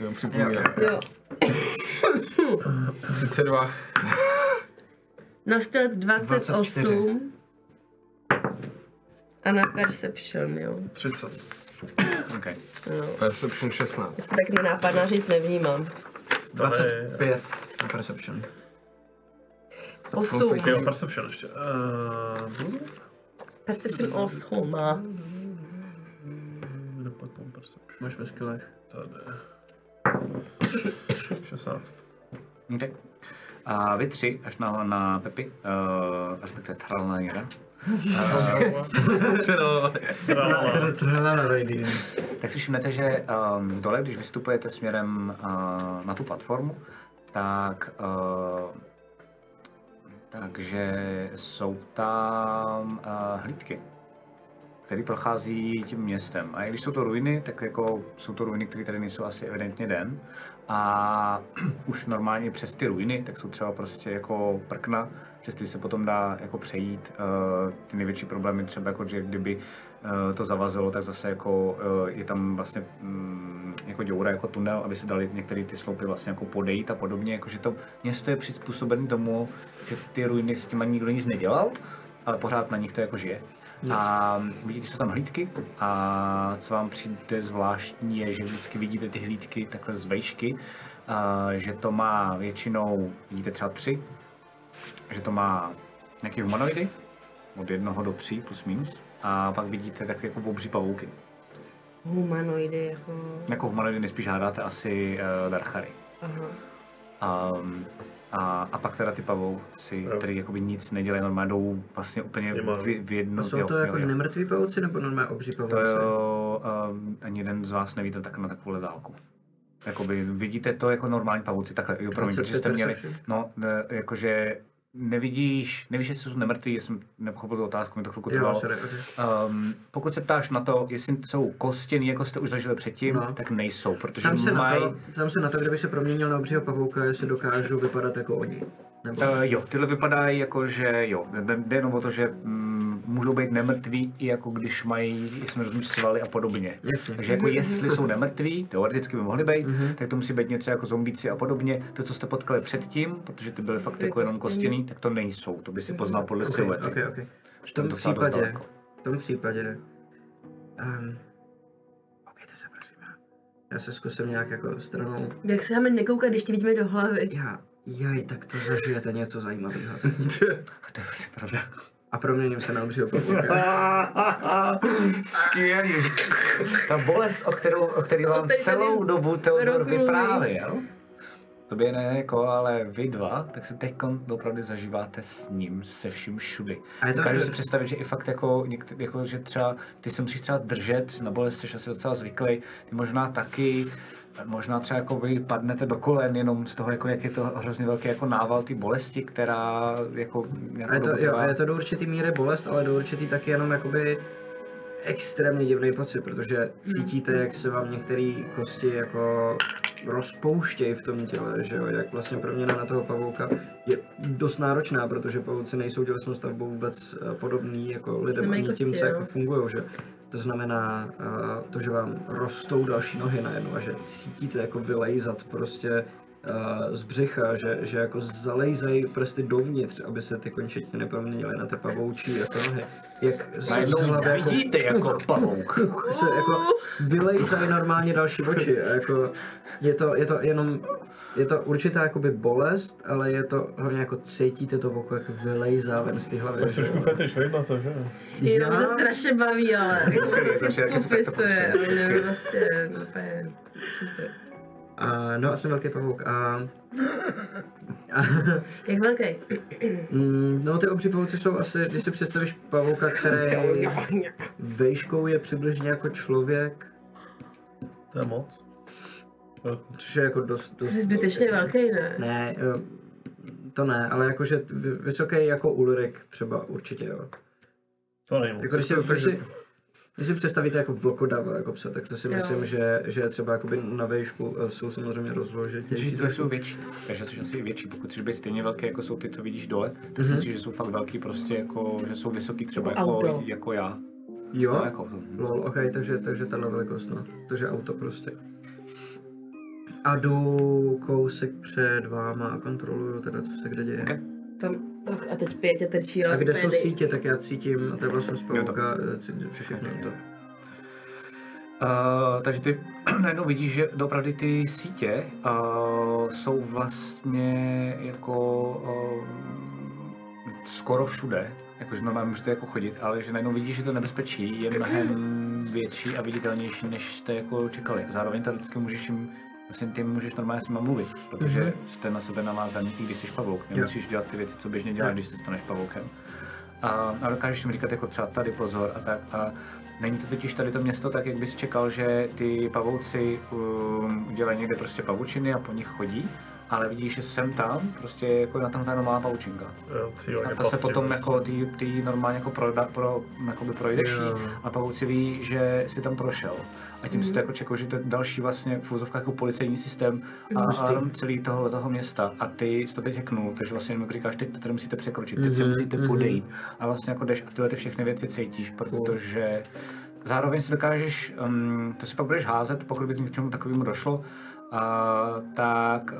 S7: Jo, připomínám.
S6: Jo.
S7: 32.
S6: Na stealth 28.
S3: 24.
S6: A na perception, jo.
S5: 30.
S2: OK.
S7: Perception 16.
S6: Já se tak nenápadná říct nevnímám.
S3: 25 na perception.
S6: 8.
S5: Jo, perception ještě. Uh,
S6: Perception 8 má.
S5: kde pak mám perception?
S3: Máš ve skillech.
S5: Tady. 16.
S2: okay. A vy tři, až na, na Pepi, uh, respektive Tralnajera,
S5: Tralala.
S3: Trhala na rady.
S2: tak si všimnete, že um, dole, když vystupujete směrem uh, na tu platformu, tak uh, takže jsou tam uh, hlídky, které prochází tím městem. A i když jsou to ruiny, tak jako jsou to ruiny, které tady nejsou asi evidentně den. A [clears throat] už normálně přes ty ruiny, tak jsou třeba prostě jako prkna, přes ty se potom dá jako přejít. Uh, ty největší problémy třeba jako, že kdyby uh, to zavazilo, tak zase jako uh, je tam vlastně um, jako děura, jako tunel, aby se dali některé ty sloupy vlastně jako podejít a podobně. Jakože to město je přizpůsobené tomu, že ty ruiny s těma nikdo nic nedělal, ale pořád na nich to jako žije. A vidíte, jsou tam hlídky a co vám přijde zvláštní je, že vždycky vidíte ty hlídky takhle z vejšky, a že to má většinou, vidíte třeba tři, že to má nějaký humanoidy, od jednoho do tří plus minus, a pak vidíte tak jako obří pavouky.
S6: Humanoidy, jako...
S2: Jako humanoidy nejspíš hádáte asi uh, Darchary.
S3: Mhm.
S6: Aha.
S2: Um, a, a, pak teda ty pavouci,
S5: Jo.
S2: který jakoby nic nedělají, normálně jdou vlastně úplně
S5: S nima.
S2: v, v jedno.
S3: A jsou to
S2: jo,
S3: jako
S2: jo, jo.
S3: nemrtví pavouci nebo normálně obří
S2: To
S3: pavouci?
S2: jo, um, ani jeden z vás nevíte tak na takovou dálku. Jakoby vidíte to jako normální pavouci, takhle, jo, promiň,
S3: 25
S2: protože jste měli,
S3: perception.
S2: no, ne, jakože nevidíš, nevíš, jestli jsou nemrtví, já jsem nepochopil tu otázku, mi to chvilku
S3: Jo,
S2: trvalo.
S3: sorry, okay.
S2: Um, pokud se ptáš na to, jestli jsou kostěný, jako jste už zažili předtím,
S3: No.
S2: tak nejsou, protože
S3: Tam se, na
S2: mají...
S3: to, tam se na to, kdyby se proměnil na obřího pavouka, jestli dokážu vypadat jako oni. Nebo...
S2: Eh, Uh, jo, tyhle vypadají jako, že jo, jde- jde jenom o to, že mm, můžou být nemrtví, i jako když mají, jsme rozumíš, svaly a podobně.
S3: Jasně.
S2: Takže jako jestli jsou nemrtví, teoreticky by mohli být, tak to musí být něco jako zombíci a podobně. To, co jste potkali předtím, protože ty byly fakt
S6: Byly
S2: jako jenom
S6: kostěný.
S2: kostěný, tak to nejsou. To by si poznal podle okay,
S3: Okay,
S2: siluety.
S3: okay, okay. V
S2: Tam
S3: tom
S2: to docela dost
S3: případě,
S2: daleko.
S3: v tom případě, um, okejte se prosím, já, já se zkusím nějak jako stranou,
S6: Jak se máme nekoukat, když ti vidíme do hlavy?
S3: já, jaj, tak to zažijete něco zajímavého.
S2: [laughs] To je asi pravda.
S3: A proměním se na obřího [laughs] pavouka.
S2: [laughs] Skvělý. Ta bolest, o, kterou, o který vám
S6: tady-
S2: celou
S6: tady
S2: dobu Teodor
S6: rok mluví.
S2: vyprávěl, to by ne jako, ale vy dva, tak se teď opravdu zažíváte s ním, se vším všudy.
S3: A je to-
S2: Dokážu si představit, že i fakt jako, někde, jako, že třeba ty se musíš třeba držet, na bolest jsi asi docela zvyklý, ty možná taky, možná třeba jako vy padnete do kolen jenom z toho, jako, jak je to hrozně velký jako nával ty bolesti, která jako nějakou
S3: A je to,
S2: dobu
S3: jo,
S2: trvá.
S3: a je to do určitý míry bolest, ale do určitý taky jenom jakoby extrémně divný pocit,
S6: Hmm.
S3: protože cítíte, jak se vám některé kosti jako rozpouštějí v tom těle, že jo, jak vlastně proměna na toho pavouka je dost náročná, protože pavouci nejsou tělesnou stavbou vůbec eh, podobný jako lidem
S6: Nemají
S3: ani tím,
S6: kosti,
S3: co
S6: jo.
S3: jako fungují, že to znamená eh, to, že vám rostou další nohy najednou a že cítíte jako vylejzat prostě eh, z břicha, že, že jako zalejzají prsty dovnitř, aby se ty končetiny proměnily na ty pavoučí jako nohy. Jak se z
S2: Najednou
S3: hlavy jako
S2: vidíte jako
S3: [laughs]
S2: pavouk.
S3: se jako vylejzají normálně další oči. A jako je, to, je to jenom je to určitá jakoby bolest, ale je to hlavně jako cítíte to oko, jak vylejzá ven z té hlavy.
S5: Máš
S3: že jo.
S5: trošku fetiš, vej na to, že?
S6: Jenom to strašně baví, ale jako to si
S2: Počkej, jak se to
S6: popisuje,
S2: popisuje.
S6: ale nevím, vlastně, úplně super.
S3: A, no, a jsem velký pavouk. A,
S6: Jak velký?
S3: mm, no, ty obří pavouci jsou asi, když si představíš pavouka, který vejškou je přibližně jako člověk,
S5: To je moc.
S3: což je jako dost...
S6: [laughs]
S3: dost
S6: Jsi zbytečně velký, ne?
S3: Ne, jo, to ne, ale jakože t- vy- vysoký jako Ulrik třeba určitě, jo.
S5: To není moc.
S3: Jako když si,
S7: To-
S3: když
S7: takže
S3: si, když si představíte jako vlkodava jako psa, tak to si
S6: Jo.
S3: myslím, že, že je třeba jakoby na vejšku eh, jsou samozřejmě rozložitější.
S2: Žítele jsou větší, takže jsi asi větší. Pokud chceš být stejně velký, jako jsou ty, co vidíš dole, tak si myslím, že jsou fakt velký, prostě jako, že jsou vysoký třeba
S6: Jako
S2: jako,
S6: auto.
S2: jako, já. No,
S3: Jo?
S2: jako, to,
S3: Lol, ok, takže, takže tahle velikost, no. Takže auto prostě. A jdu kousek před váma a kontroluju teda, co se kde děje.
S2: Ok.
S6: Tam, tak a teď pětě trčí, ale
S3: A kde
S6: úplně
S3: jsou
S6: nej-
S3: sítě, tak já cítím, a to je vlastně z
S2: Jo, to-
S3: pavouka, eh, cítím všechno to.
S2: Uh, takže ty [clears throat] najednou vidíš, že opravdu ty sítě uh, jsou vlastně jako uh, skoro všude, jakože normálně můžete jako chodit, ale že najednou vidíš, že to nebezpečí je mnohem větší a viditelnější, než jste jako čekali. Zároveň tady vždycky můžeš jim Vlastně ty můžeš normálně s nima mluvit, protože mm-hmm. jste na sebe navázaný, i když jsi pavouk. Nemusíš dělat ty věci, co běžně děláš, když se staneš pavoukem. a, a dokážeš jim říkat jako třeba tady pozor a tak. A není to totiž tady to město tak, jak bys čekal, že ty pavouci um, udělají někde prostě pavučiny a po nich chodí, ale vidíš, že jsem tam, prostě jako na tam ta malá pavučinka.
S5: Jo, cíleně
S2: A ta se
S5: pasti,
S2: potom
S5: vlastně.
S2: jako ty, ty normálně jako proda, pro, jakoby projdeš jí a pavouci ví, že jsi tam prošel. A tím mm. si to jako čekou, že to je další vlastně v úzovkách jako policejní systém a alarm celý tohohle toho města. A ty jsi to teď hacknul, takže vlastně jenom jak říkáš, teď to tady musíte překročit, teď se musíte podejít. A vlastně jako jdeš a tyhle ty všechny věci cítíš, protože zároveň si dokážeš, um, to si pak budeš házet, pokud by k něčemu takovému došlo, a tak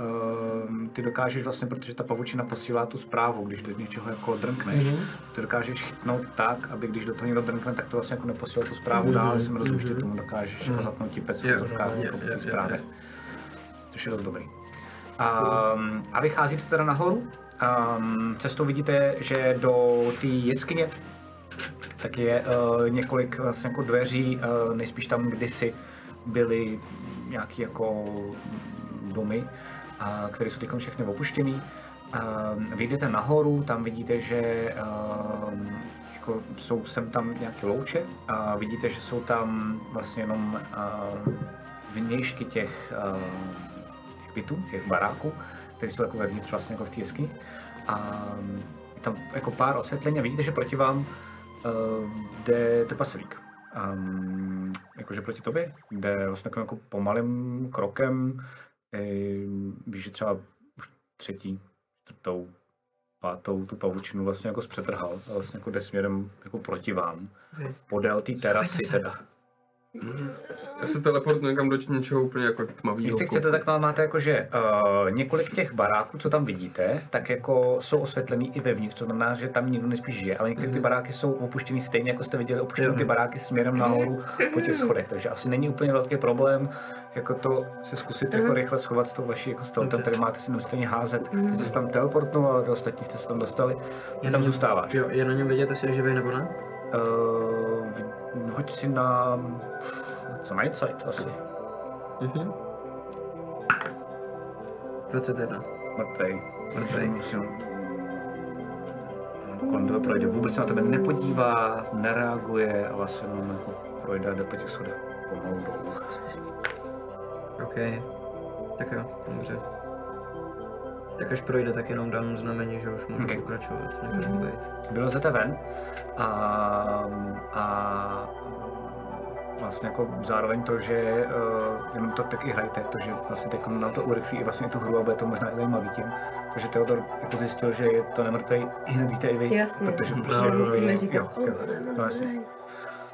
S2: um, ty dokážeš vlastně, protože ta pavučina posílá tu zprávu, když do něčeho jako drnkneš, mm-hmm. ty dokážeš chytnout tak, aby když do toho někdo drnkne, tak to vlastně jako neposílá tu zprávu mm-hmm. dál, jestli mi rozumíš, ty tomu dokážeš mm-hmm. jako zapnout ti pec v
S3: Jo,
S2: úzovkách
S3: rozumím,
S2: jako po
S3: jo,
S2: té
S3: jo,
S2: zprávě. Což je dost dobrý. Um, a vycházíte teda nahoru, um, cestou vidíte, že do té jeskyně tak je uh, několik vlastně jako dveří, uh, nejspíš tam kdysi byly nějaký jako domy, uh, které jsou teď všechny opuštěný. Uh, vyjdete nahoru, tam vidíte, že uh, jako jsou sem tam nějaké louče a vidíte, že jsou tam vlastně jenom uh, vnějšky těch uh, těch bytů, těch baráků, které jsou jako vevnitř vlastně jako v té jeskyni. A je tam jako pár osvětlení a vidíte, že proti vám uh, jde trpaslík. Um, jakože proti tobě jde vlastně takovým jako pomalým krokem, eh, víš, že třeba už třetí, čtvrtou pátou tu pavučinu vlastně jako zpřetrhal a vlastně jako jde směrem jako proti vám. Podél té terasy teda.
S7: [laughs] Já se teleportnu někam do něčeho úplně jako tmavého.
S2: Jestli chcete, tak tam máte jako, že uh, několik těch baráků, co tam vidíte, tak jako jsou osvětlený i vevnitř, to znamená, že tam nikdo nespíš žije, ale některé ty baráky jsou opuštěný stejně, jako jste viděli, opuštěný ty baráky směrem nahoru po těch schodech, takže asi není úplně velký problém, jako to se zkusit jako rychle schovat s tou vaší jako steltem, který máte si stejně házet, jste se tam teleportnul, ale do ostatní jste se tam dostali, ty tam zůstáváš.
S3: Jo, je na něm vidět, jestli je živý nebo ne?
S2: Uh, hoď si na... co na insight asi.
S3: 21.
S2: Mrtvej.
S3: Mrtvej.
S2: Musím... Kolem tebe projde, vůbec se na tebe nepodívá, nereaguje a vlastně jenom jako projde a jde po těch schodech pomalu dolů.
S3: OK. Tak jo, dobře. Tak až projde, tak jenom dám znamení, že už můžu
S2: Ok.
S3: okay. pokračovat. Nemůžu být.
S2: Vylezete ven a, a vlastně jako zároveň to, že uh, jenom to taky hrajte, to, že vlastně teď na to urychlí i vlastně tu hru a bude to možná i zajímavý tím, to, že Teodor jako zjistil, že je to nemrtvej, [clears throat] hned víte i vy,
S6: Jasně.
S2: protože
S6: No,
S2: prostě
S6: musíme říkat, "Oh,
S2: jo, jo, no, jasně.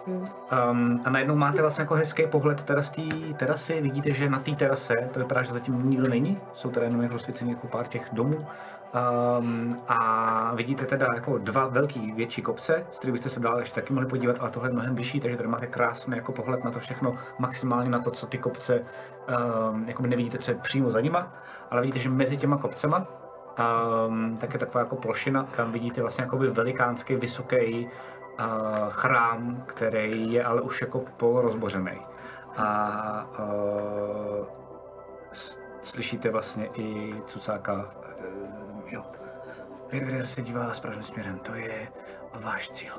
S2: Um, a najednou máte vlastně jako hezký pohled teda z té terasy, vidíte, že na té terase, to vypadá, že zatím nikdo není, jsou teda jenom jako svěcení jako pár těch domů, um, a vidíte teda jako dva velký větší kopce, z kterých byste se dál ještě taky mohli podívat, ale tohle je mnohem vyšší, takže tady máte krásný jako pohled na to všechno, maximálně na to, co ty kopce, um, jako nevidíte, co je přímo za nima, ale vidíte, že mezi těma kopcema um, tak je taková jako plošina, tam vidíte vlastně jakoby velikánský, vysoký uh, chrám, který je ale už jako polorozbořený. A uh, s- slyšíte vlastně i cucáka, uh, jo, Vidvider se dívá správným směrem, to je váš cíl.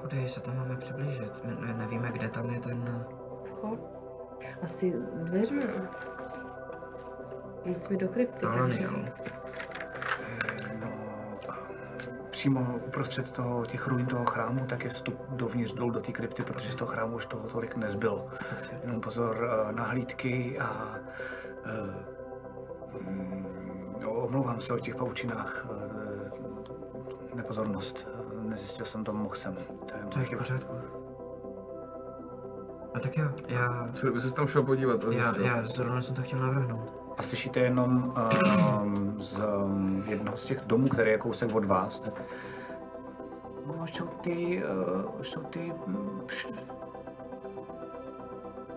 S3: Kudy se tam máme přiblížit? My ne- nevíme, kde tam je ten...
S6: Vchod. Asi dveřma. Musíme do krypty, takže...
S3: Alaniel.
S2: No, ehm, přímo uprostřed toho, těch ruin toho chrámu, tak je vstup dovnitř dolů do té krypty, protože z toho chrámu už toho tolik nezbylo. Jenom pozor eh, na hlídky a... eh, mm, no, omlouvám se o těch pavučinách. eh, nepozornost. Eh, Nezjistil jsem to, mohl jsem. To je
S3: To je
S2: moje
S3: v
S2: chyba.
S3: pořádku. A tak jo, já...
S7: Co kdyby se tam šel podívat a
S3: Já,
S7: zjistil?
S3: já zrovna jsem to chtěl navrhnout.
S2: A slyšíte jenom ehm, z um, jednoho z těch domů, který je kousek od vás, tak no, už jsou ty, uh, jsou ty, mm, pš,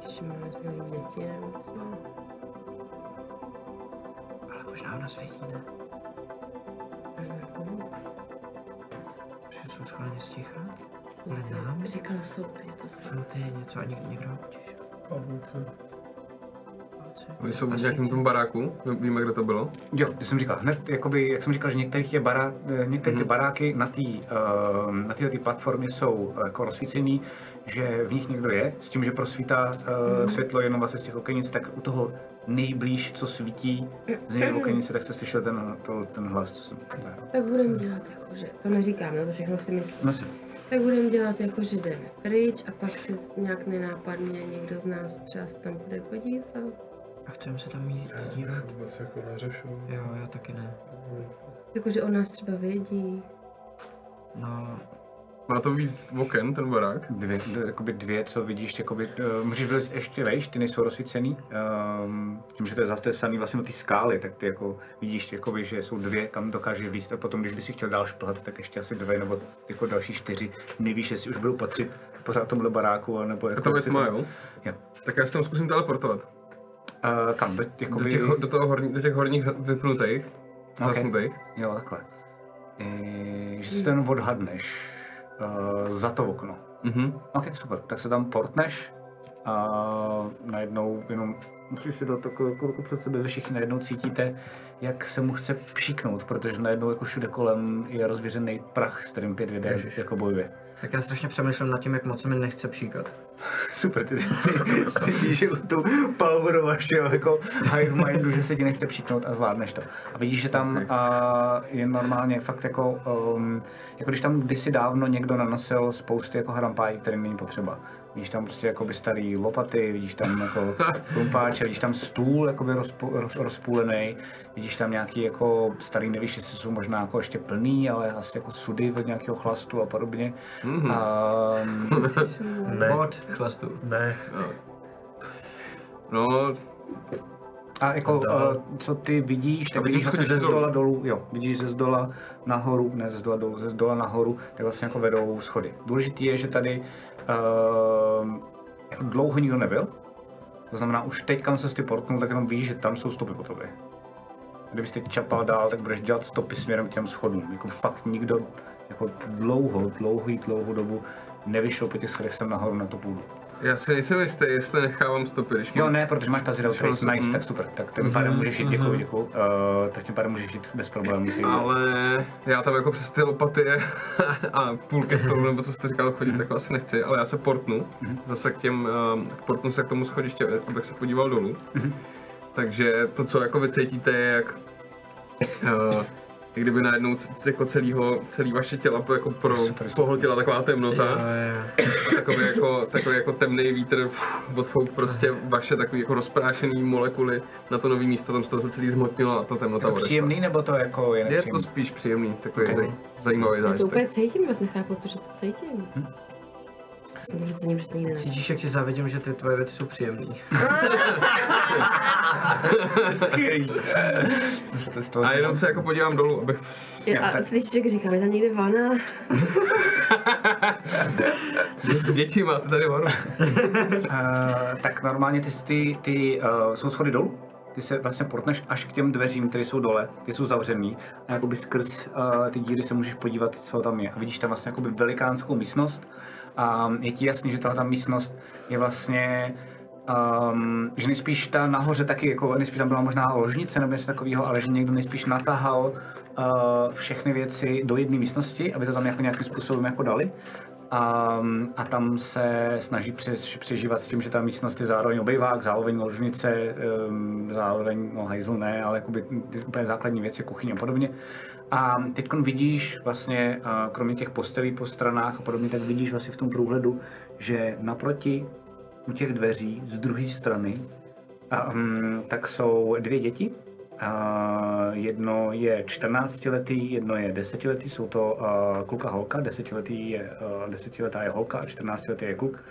S6: Když máme ty děti nebo co?
S3: Ale možná ona světí, ne? Že jsou schválně sticha? Kvůli
S2: No.
S3: nám?
S6: Říkala jsou ty, to jsou.
S3: Jsou ty něco a někdo, někdo ho potěšil.
S5: Pavouci.
S7: Oni jsou v nějakém tom baráku, no, víme, kde to bylo.
S2: Jo, jak jsem říkal, hned, jakoby, jak jsem říkal, že některých je bará, eh, některé ty baráky na té uh, na tyhle ty platformy jsou eh, jako rozsvícený, že v nich někdo je, s tím, že prosvítá uh, světlo jenom vlastně z těch okenic, tak u toho nejblíž, co svítí z něj okenice, tak jste slyšel ten, to, ten hlas, co jsem zahrál.
S6: Tak budeme dělat jako, že... To neříkáme, to všechno si myslím.
S2: No, se-
S6: Tak budeme dělat jako, že jdeme pryč a pak se nějak nenápadně někdo z nás třeba se tam bude podívat.
S3: A chceme se tam jít dívat?
S5: Vůbec jako neřešil.
S3: Jo, já taky ne.
S6: Jakože Jako, o nás třeba vědí.
S3: No,
S7: Má to víc oken, ten barák.
S2: Dvě, d- jakoby dvě, co vidíš, jakoby, uh, můžeš vylez ještě vejš, ty nejsou rozsvícený, um, tím, že to je zase to je samý vlastně na ty skály, tak ty jako vidíš, jakoby, že jsou dvě, kam dokážeš vlíst a potom, když bys si chtěl dál šplhat, tak ještě asi dvě nebo jako další čtyři, nevíš, jestli už budou patřit pořád tomhle baráku, nebo jako...
S7: A to je
S2: jestli
S7: tma,
S2: tam-
S7: jo?
S2: Jo.
S7: Tak já se tam zkusím teleportovat.
S2: Uh, kam? Do, jakoby,
S7: Do těch, do, toho horní, do těch horních za- vypnutých, zasnutých.
S2: Jo, takhle. E, že si to jenom odhadneš uh, za to okno.
S7: Mhm.
S2: Ok, super. Tak se tam portneš a najednou jenom musíš si dát takovou jako ruku před sebe, vy všichni najednou cítíte, jak se mu chce pšiknout, protože najednou jako všude kolem je rozvěřený prach, s kterým pět lidé jako bojuje.
S3: tak já strašně přemýšlím nad tím, jak moc se mi nechce pšíkat.
S2: [laughs] Super, ty, ty, ty víš, že tu power vašeho jako high mindu, že se ti nechce přiknout a zvládneš to. A vidíš, že tam a, je normálně fakt jako, um, jako když tam kdysi dávno někdo nanosil spousty jako harampájí, které není potřeba. Vidíš tam prostě jakoby starý lopaty, vidíš tam jako klumpáče, vidíš tam stůl jakoby rozpo, roz, rozpůlený, vidíš tam nějaký jako starý, nevíš, jestli jsou možná jako ještě plný, ale asi jako sudy od nějakého chlastu a podobně. Mm-hmm. A,
S5: Ne,
S3: Od chlastu.
S5: ne,
S7: No,
S2: A jako,
S5: Dál.
S2: uh, co ty vidíš, tak
S7: vidím
S2: vidíš vlastně
S7: schody
S2: ze
S7: dolů.
S2: zdola dolů, jo, vidíš ze zdola nahoru, ne ze zdola dolů, ze zdola nahoru, tak vlastně jako vedou schody. Důležitý je, že tady uh, jako dlouho nikdo nebyl, to znamená už teď, kam se ty portnul, tak jenom víš, že tam jsou stopy po tobě. Kdybys teď čapal dál, tak budeš dělat stopy směrem k těm schodům. Jako fakt nikdo jako dlouho, dlouhý, dlouhou dobu nevyšel po těch schodech sem nahoru na tu půdu.
S7: já si nejsem jistý, jestli nechávám stopy, když
S2: Jo,
S7: mám-
S2: ne, protože máš Paziral Trace,
S7: jsem-
S2: nice, tak super, tak tím
S7: Mhm,
S2: pádem můžeš jít, děkuji, děkuji, uh, tak tím pádem můžeš jít bez problémů. se jít.
S7: Ale já tam jako přes ty lopaty [laughs] a půl ke stolu, nebo co jste říkal, chodit,
S2: Mhm.
S7: tak asi nechci, ale já se portnu, zase k těm, ehm, portnu se k tomu schodiště, abych se podíval dolů.
S2: Mhm.
S7: Takže to, co jako vycítíte, je jak, eh, jak kdyby najednou c- c- jako celýho, celý vaše těla po- jako pro, pohltila taková temnota. Takový jako, takový jako temný vítr fuf, odfouk prostě vaše takový jako rozprášený molekuly na to nový místo, tam z toho se celý zhmotnilo a ta temnota
S2: Je to
S7: odešla.
S2: příjemný, nebo to jako je
S7: [laughs] Je to
S2: nepříjemný?
S7: spíš příjemný, takový okay. zajímavý
S6: Já to
S7: zážitek.
S6: úplně cítím, vás nechápu, protože to cítím. Já jsem to vlastně prostě nikdy nevěděla.
S3: Cítíš, jak ti závidím, že ty tvoje věci jsou příjemné.
S2: [laughs] Skvělý. Co jste z toho
S7: A jenom se jako podívám dolů, abych... [laughs]
S6: Jo, A slyšíš, jak říkám, je tam někde vana?
S7: Děti, máte tady varu.
S2: Eh, tak normálně ty, ty, ty uh, jsou schody dolů, ty se vlastně portneš až k těm dveřím, které jsou dole, ty jsou zavřený a jakoby skrz uh, ty díry se můžeš podívat, co tam je. A vidíš tam vlastně jakoby velikánskou místnost a je ti jasný, že tahle ta místnost je vlastně Um, že nejspíš ta nahoře taky, jako nejspíš tam byla možná ložnice nebo něco takového, ale že někdo nejspíš natahal uh, všechny věci do jedné místnosti, aby to tam jako nějakým způsobem jako dali a, a tam se snaží přes, přežívat s tím, že ta místnost je zároveň obejvák, zároveň ložnice, um, zároveň no, hajzl ne, ale jakoby ty úplně základní věci, kuchyně a podobně. A teď vidíš vlastně, a kromě těch postelí po stranách a podobně, tak vidíš vlastně v tom průhledu, že naproti u těch dveří z druhé strany a, um, tak jsou dvě děti. A jedno je 14-letý, jedno je 10-letý, jsou to uh, kluk a holka, 10-letý je, uh, 10-letá je holka a 14-letý je kluk.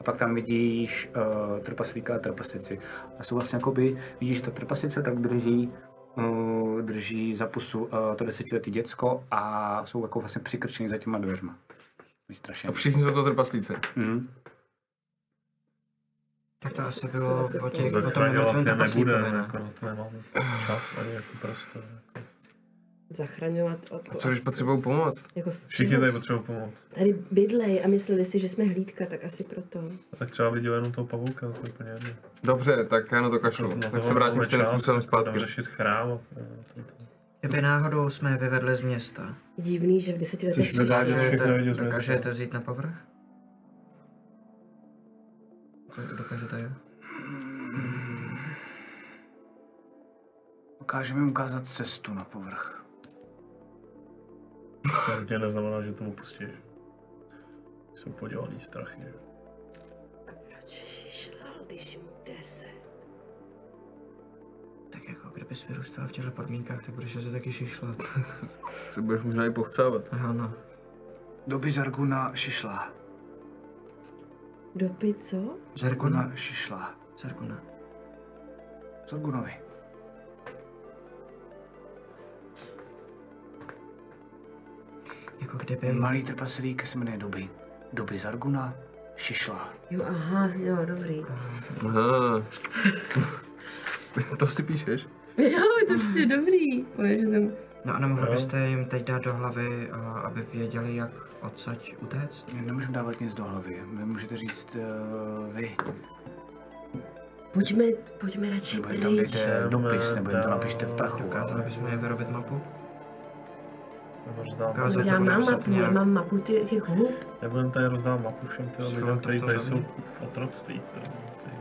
S2: A pak tam vidíš uh, trpaslíka a trpaslici. A jsou vlastně jakoby, vidíš, že ta trpaslice tak drží uh, drží za pusu uh, to desetiletý děcko a jsou jako vlastně přikrčený za těma dveřma. Vystrašený.
S7: A všichni jsou to trpaslíci.
S2: Mhm.
S3: Tak to asi bylo o těch,
S6: Jako
S3: o tom
S5: zachraňovat
S3: mrtvém
S5: je nebude,
S3: trpaslíkovi, ne?
S5: jako na to nemám čas ani jako prostě.
S6: Zachraňovat od...
S7: A co když potřebují pomoc?
S6: Jako
S5: Všichni tady potřebují pomoct.
S6: tady bydlej a mysleli si, že jsme hlídka, tak asi proto.
S5: A tak třeba viděl jenom toho pavouka, to je úplně jedno. Jako
S7: Dobře, tak já na to kašlu.
S5: Na to
S7: Tak se
S5: máme
S7: vrátím
S5: čas,
S7: stejným způsobem
S5: jako tam
S7: zpátky.
S5: řešit chrám. a- a to- to-
S3: Kdyby náhodou jsme je vyvedli z města,
S6: Je Divný, že v deseti letech
S5: Což nedá, že
S6: přišel.
S5: všechno vidět z města.
S3: dokážete vzít na povrch? To dokážete, jo?
S2: Dokážeme jim ukázat cestu na povrch.
S5: To určitě neznamená, že to opustíš. Jsou podělaný strachy. že?
S6: Proč šišlal, když mu deset?
S3: Tak jako, kdybys vyrůstal v těchto podmínkách, tak budeš asi taky šišlat.
S7: Se budeš možná i pochcávat.
S3: Aha, no.
S2: Do Bizarguna šišla.
S6: Dopy, co?
S3: Zerguna,
S2: Guna šišla.
S3: Zerguna.
S2: Sargunovi.
S3: Jako
S2: Je
S3: kdyby...
S2: malý trpaslík se jmenuje Doby. Doby Zarguna šišla.
S6: Jo, aha, jo, dobrý. [laughs]
S7: Aha. [laughs] to si píšeš?
S4: Jo, to je prostě dobrý. Víš, že tam-
S3: No a nemohli byste jim teď dát do hlavy, a aby věděli, jak odsaď utéct?
S2: Nemůžu dávat nic do hlavy. Vy můžete říct uh, vy.
S6: Pojďme, pojďme radši
S2: Nebo jim tam
S6: pryč.
S2: dejte
S5: Jdeme
S2: dopis, nebo jim to
S5: dál.
S2: napište v prachu.
S3: Dokázali bychom je vyrobit mapu?
S5: Nebo rozdám,
S3: Ukážu.
S6: No, Já mám
S3: Můžeme
S6: mapu,
S3: psát
S6: já mám mapu tě- těch hub.
S5: nebudem tady rozdám mapu všem těm
S3: Schovat
S5: lidem, kteří
S3: to
S5: tady
S3: za
S5: jsou
S3: mě.
S5: v otroctví. Tady, tady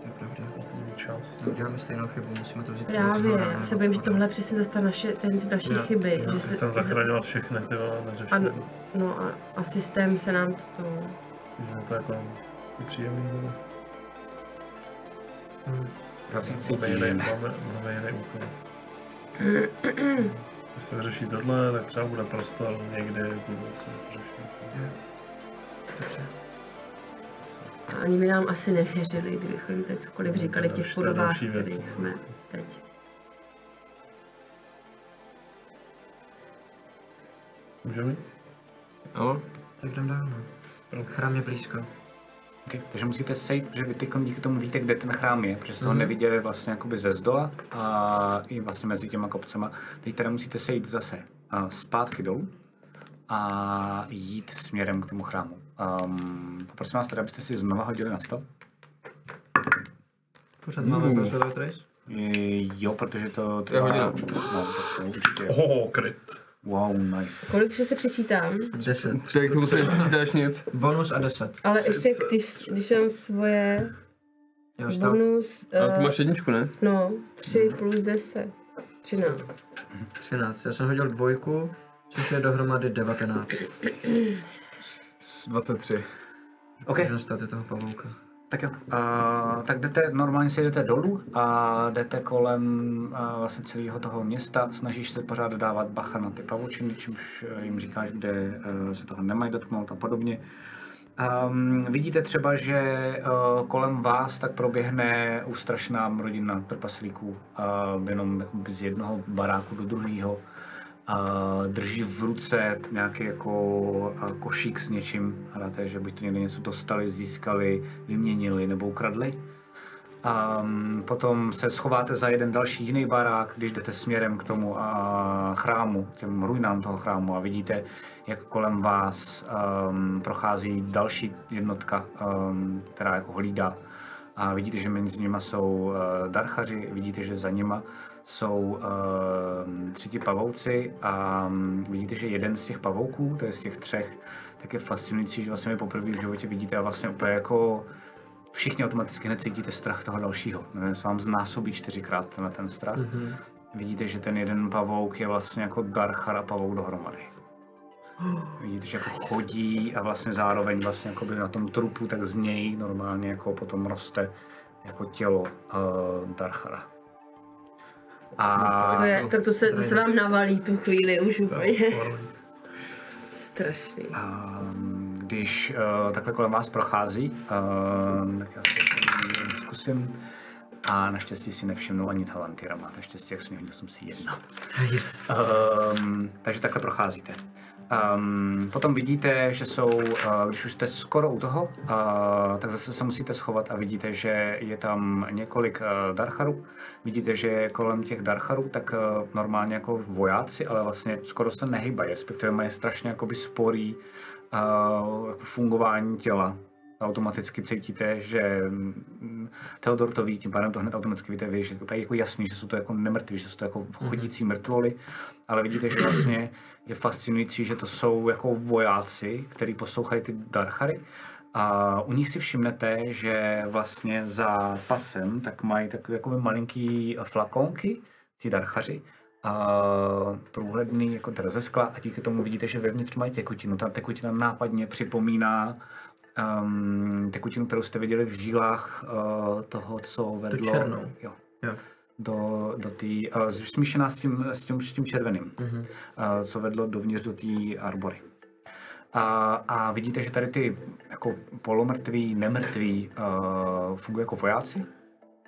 S3: To je pravda.
S5: platný část.
S3: Děláme stejnou chybu, musíme to vzít.
S6: Právě, já se bojím, že tohle přesně zase ta naše, ten typ naší
S5: Já-
S6: chyby.
S5: Já
S6: že
S5: si
S6: se-
S5: chcem zachraňovat všechny, ty vole, neřeším.
S6: Ano. No a, a systém se nám to... to...
S5: Že je to jako i příjemný, ale
S2: Prosím,
S5: máme
S2: cítíš,
S5: jiný,
S2: že
S5: máme, máme jiný úkol. Když se vyřeší tohle, tak třeba bude prostor někdy, bude se to řešit.
S6: A ani by nám asi nevěřili, kdybychom jim teď cokoliv
S5: No, to
S6: říkali v
S5: je
S6: těch
S5: další- to je
S6: podobách,
S5: další věc,
S6: kterých
S5: no.
S6: jsme teď.
S5: Můžeme?
S7: Ano?
S3: Tak jdem dál, no. Chrám je blízko.
S2: Okay, takže musíte sejít, protože vy teď díky tomu víte, kde ten chrám je, protože jste ho neviděli vlastně jakoby ze zdola a i vlastně mezi těma kopcema. Teď teda musíte sejít zase a zpátky dolů a jít směrem k tomu chrámu. Um, poprosím vás teda, abyste si znova hodili na stav.
S3: Pořád máme Brazilio Trace?
S2: E, jo, protože to... to
S7: Je hodina.
S2: No, tak to určitě je.
S5: Oho, kryt.
S2: Wow, nice.
S6: Kolik že se přečítám?
S3: 10.
S7: Třeba k tomu se nepřičítáš nic.
S3: Bonus a 10.
S6: Ale ještě, když, když mám svoje
S3: Jo, stav.
S6: bonus,
S7: Ale ty
S6: uh,
S7: máš jedničku, ne?
S6: no, 3 plus 10, 13.
S3: 13. Já jsem hodil dvojku, což je dohromady 19.
S7: 23.
S2: OK,
S7: Mhm.
S3: Můžeme stát toho pavouka.
S2: Tak jo, a, tak jdete, normálně si jdete dolů a jdete kolem a, vlastně celého toho města, snažíš se pořád dávat bacha na ty pavučiny, čímž eh, jim říkáš, kde eh, se toho nemají dotknout a podobně. Um, vidíte třeba, že uh, kolem vás tak proběhne ústrašná rodina trpaslíků, uh, jenom jakoby z jednoho baráku do druhého. Uh, drží v ruce nějaký jako uh, košík s něčím, hráte, že buď to někde něco dostali, získali, vyměnili nebo ukradli. Um, potom se schováte za jeden další jiný barák, když jdete směrem k tomu uh, chrámu, k těm ruinám toho chrámu a vidíte, jak kolem vás um, prochází další jednotka, um, která jako hlídá. A vidíte, že mezi nimi jsou uh, darchaři, vidíte, že za nima jsou uh, tři ti pavouci a um, vidíte, že jeden z těch pavouků, to je z těch třech, tak je fascinující, že vlastně vy poprvé v životě vidíte a vlastně úplně jako všichni automaticky hned cítíte strach toho dalšího. Nevím, jestli vám znásobí čtyřikrát na ten strach.
S6: Mhm.
S2: Mm-hmm. Vidíte, že ten jeden pavouk je vlastně jako Darchar a pavouk dohromady. Vidíte, že jako chodí a vlastně zároveň vlastně jakoby na tom trupu, tak z něj normálně jako potom roste jako tělo uh, Darchara. A
S6: To, je, to, to, se, to se vám navalí tu chvíli už úplně. [laughs] Strašný.
S2: A když uh, takhle kolem vás prochází, uh, tak já si to zkusím. A naštěstí si nevšimnu ani Talantyra, máte štěstí, jak jsem ji hodil, jsem si jedna.
S3: Yes.
S2: Um, takže takhle procházíte. Um, potom vidíte, že jsou, uh, když už jste skoro u toho, uh, tak zase se musíte schovat a vidíte, že je tam několik uh, darcharů. Vidíte, že kolem těch darcharů tak uh, normálně jako vojáci, ale vlastně skoro se nehybají, respektive mají strašně jakoby sporý uh, jako fungování těla. Automaticky cítíte, že mm, Theodor to ví, tím pádem to hned automaticky víte vy, že to je jako jasný, že jsou to jako nemrtví, že jsou to jako chodící mrtvoly, ale vidíte, že vlastně je fascinující, že to jsou jako vojáci, který poslouchají ty darchary a u nich si všimnete, že vlastně za pasem tak mají takové jako malinký flakonky, ti darchaři, a průhledný jako dr ze skla a díky tomu vidíte, že vevnitř mají tekutinu. Ta tekutina nápadně připomíná um, tekutinu, kterou jste viděli v žílách uh, toho, co vedlo...
S3: černou.
S2: Jo,
S3: Jo.
S2: do, do tý, uh, smíšená s tím, s tím, s tím červeným,
S3: Mhm.
S2: mm-hmm. uh, co vedlo dovnitř do té arbory. A, a vidíte, že tady ty jako polomrtví, nemrtví uh, fungují jako vojáci.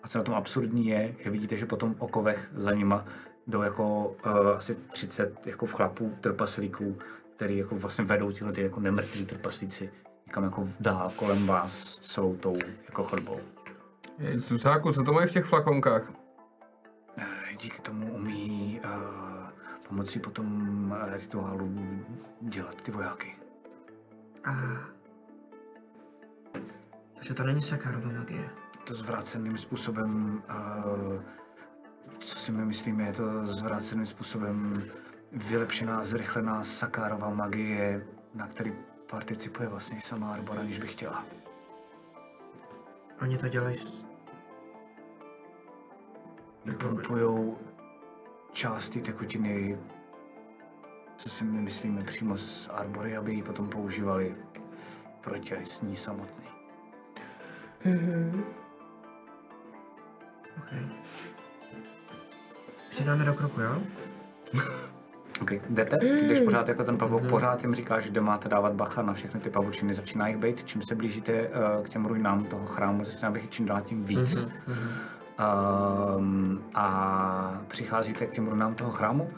S2: A co na tom absurdní je, že vidíte, že po tom okovech za nima jdou jako uh, asi 30 jako chlapů, trpaslíků, který jako vlastně vedou tyhle ty jako nemrtví trpaslíci někam jako dál kolem vás celou tou jako chodbou.
S7: Jej, Susáku, co to mají v těch flakonkách?
S2: Eh, Díky tomu umí uh, pomocí potom eh, rituálu dělat ty vojáky.
S3: A... Takže to není Sakarova magie.
S2: To zvráceným způsobem, uh, co si my myslíme, je to zvráceným způsobem vylepšená, zrychlená Sakárova magie, na který participuje vlastně i sama Arbora, když by chtěla.
S3: Oni to dělají s...
S2: Pumpujou část té tekutiny, co si my myslíme, přímo z Arbory, aby ji potom používali proti s ní samotný.
S3: Přidáme do kroku, jo?
S2: Ok, jdete, ty jdeš pořád jako ten pavouk, pořád jim říkáš, kde máte dávat bacha na všechny ty pavučiny, začíná jich být, čím se blížíte eh, k těm ruinám toho chrámu, začíná bych čím dál tím víc. Um, a přicházíte k těm runám toho chrámu.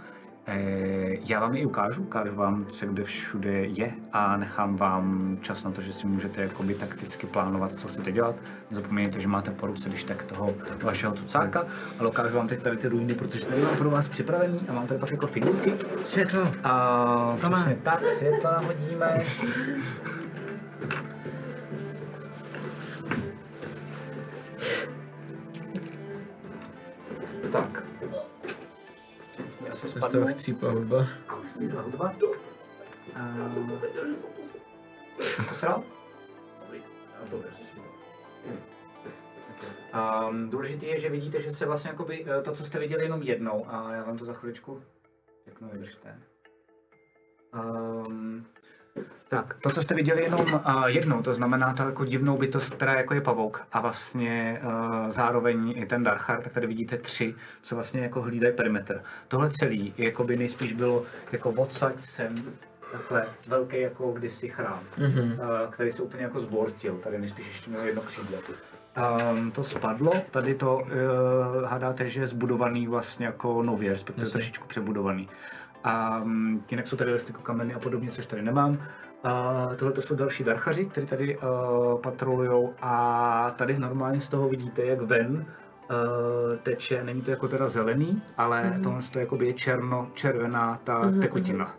S2: Eh, já vám je i ukážu, ukážu vám, co kde všude je a nechám vám čas na to, že si můžete jakoby takticky plánovat, co chcete dělat. Nezapomeňte, že máte po ruce když tak toho vašeho cucáka, ale ukážu vám teď tady ty ruiny, protože tady mám pro vás připravený a mám tady pak jako figurky.
S3: Světlo.
S2: A
S3: Tome.
S2: přesně tak, světla nahodíme. tak. Já se spadnu.
S3: chcípla hudba.
S2: Dva, dva. A... Posral? Um, důležité je, že vidíte, že se vlastně jakoby, eh, to, co jste viděli jenom jednou, a já vám to za chviličku řeknu, vydržte. Um, tak, to, co jste viděli jenom uh, jednou, to znamená ta jako divnou bytost, která jako je pavouk a vlastně uh, zároveň i ten Darchar, tak tady vidíte tři, co vlastně jako hlídají perimetr. Tohle celý, jako by nejspíš bylo jako odsaď sem, takhle velký jako kdysi chrám, mm-hmm. uh, který se úplně jako zbortil, tady nejspíš ještě měl jedno křídlo. Um, to spadlo, tady to uh, hádáte, že je zbudovaný vlastně jako nově, respektive trošičku přebudovaný. A um, jinak jsou tady listy kameny a podobně, což tady nemám. A tohle to jsou další darchaři, kteří tady uh, patrolují a tady normálně z toho vidíte, jak ven uh, teče, není to jako teda zelený, ale mm-hmm. tohle to jakoby je černo-červená ta mm-hmm. tekutina.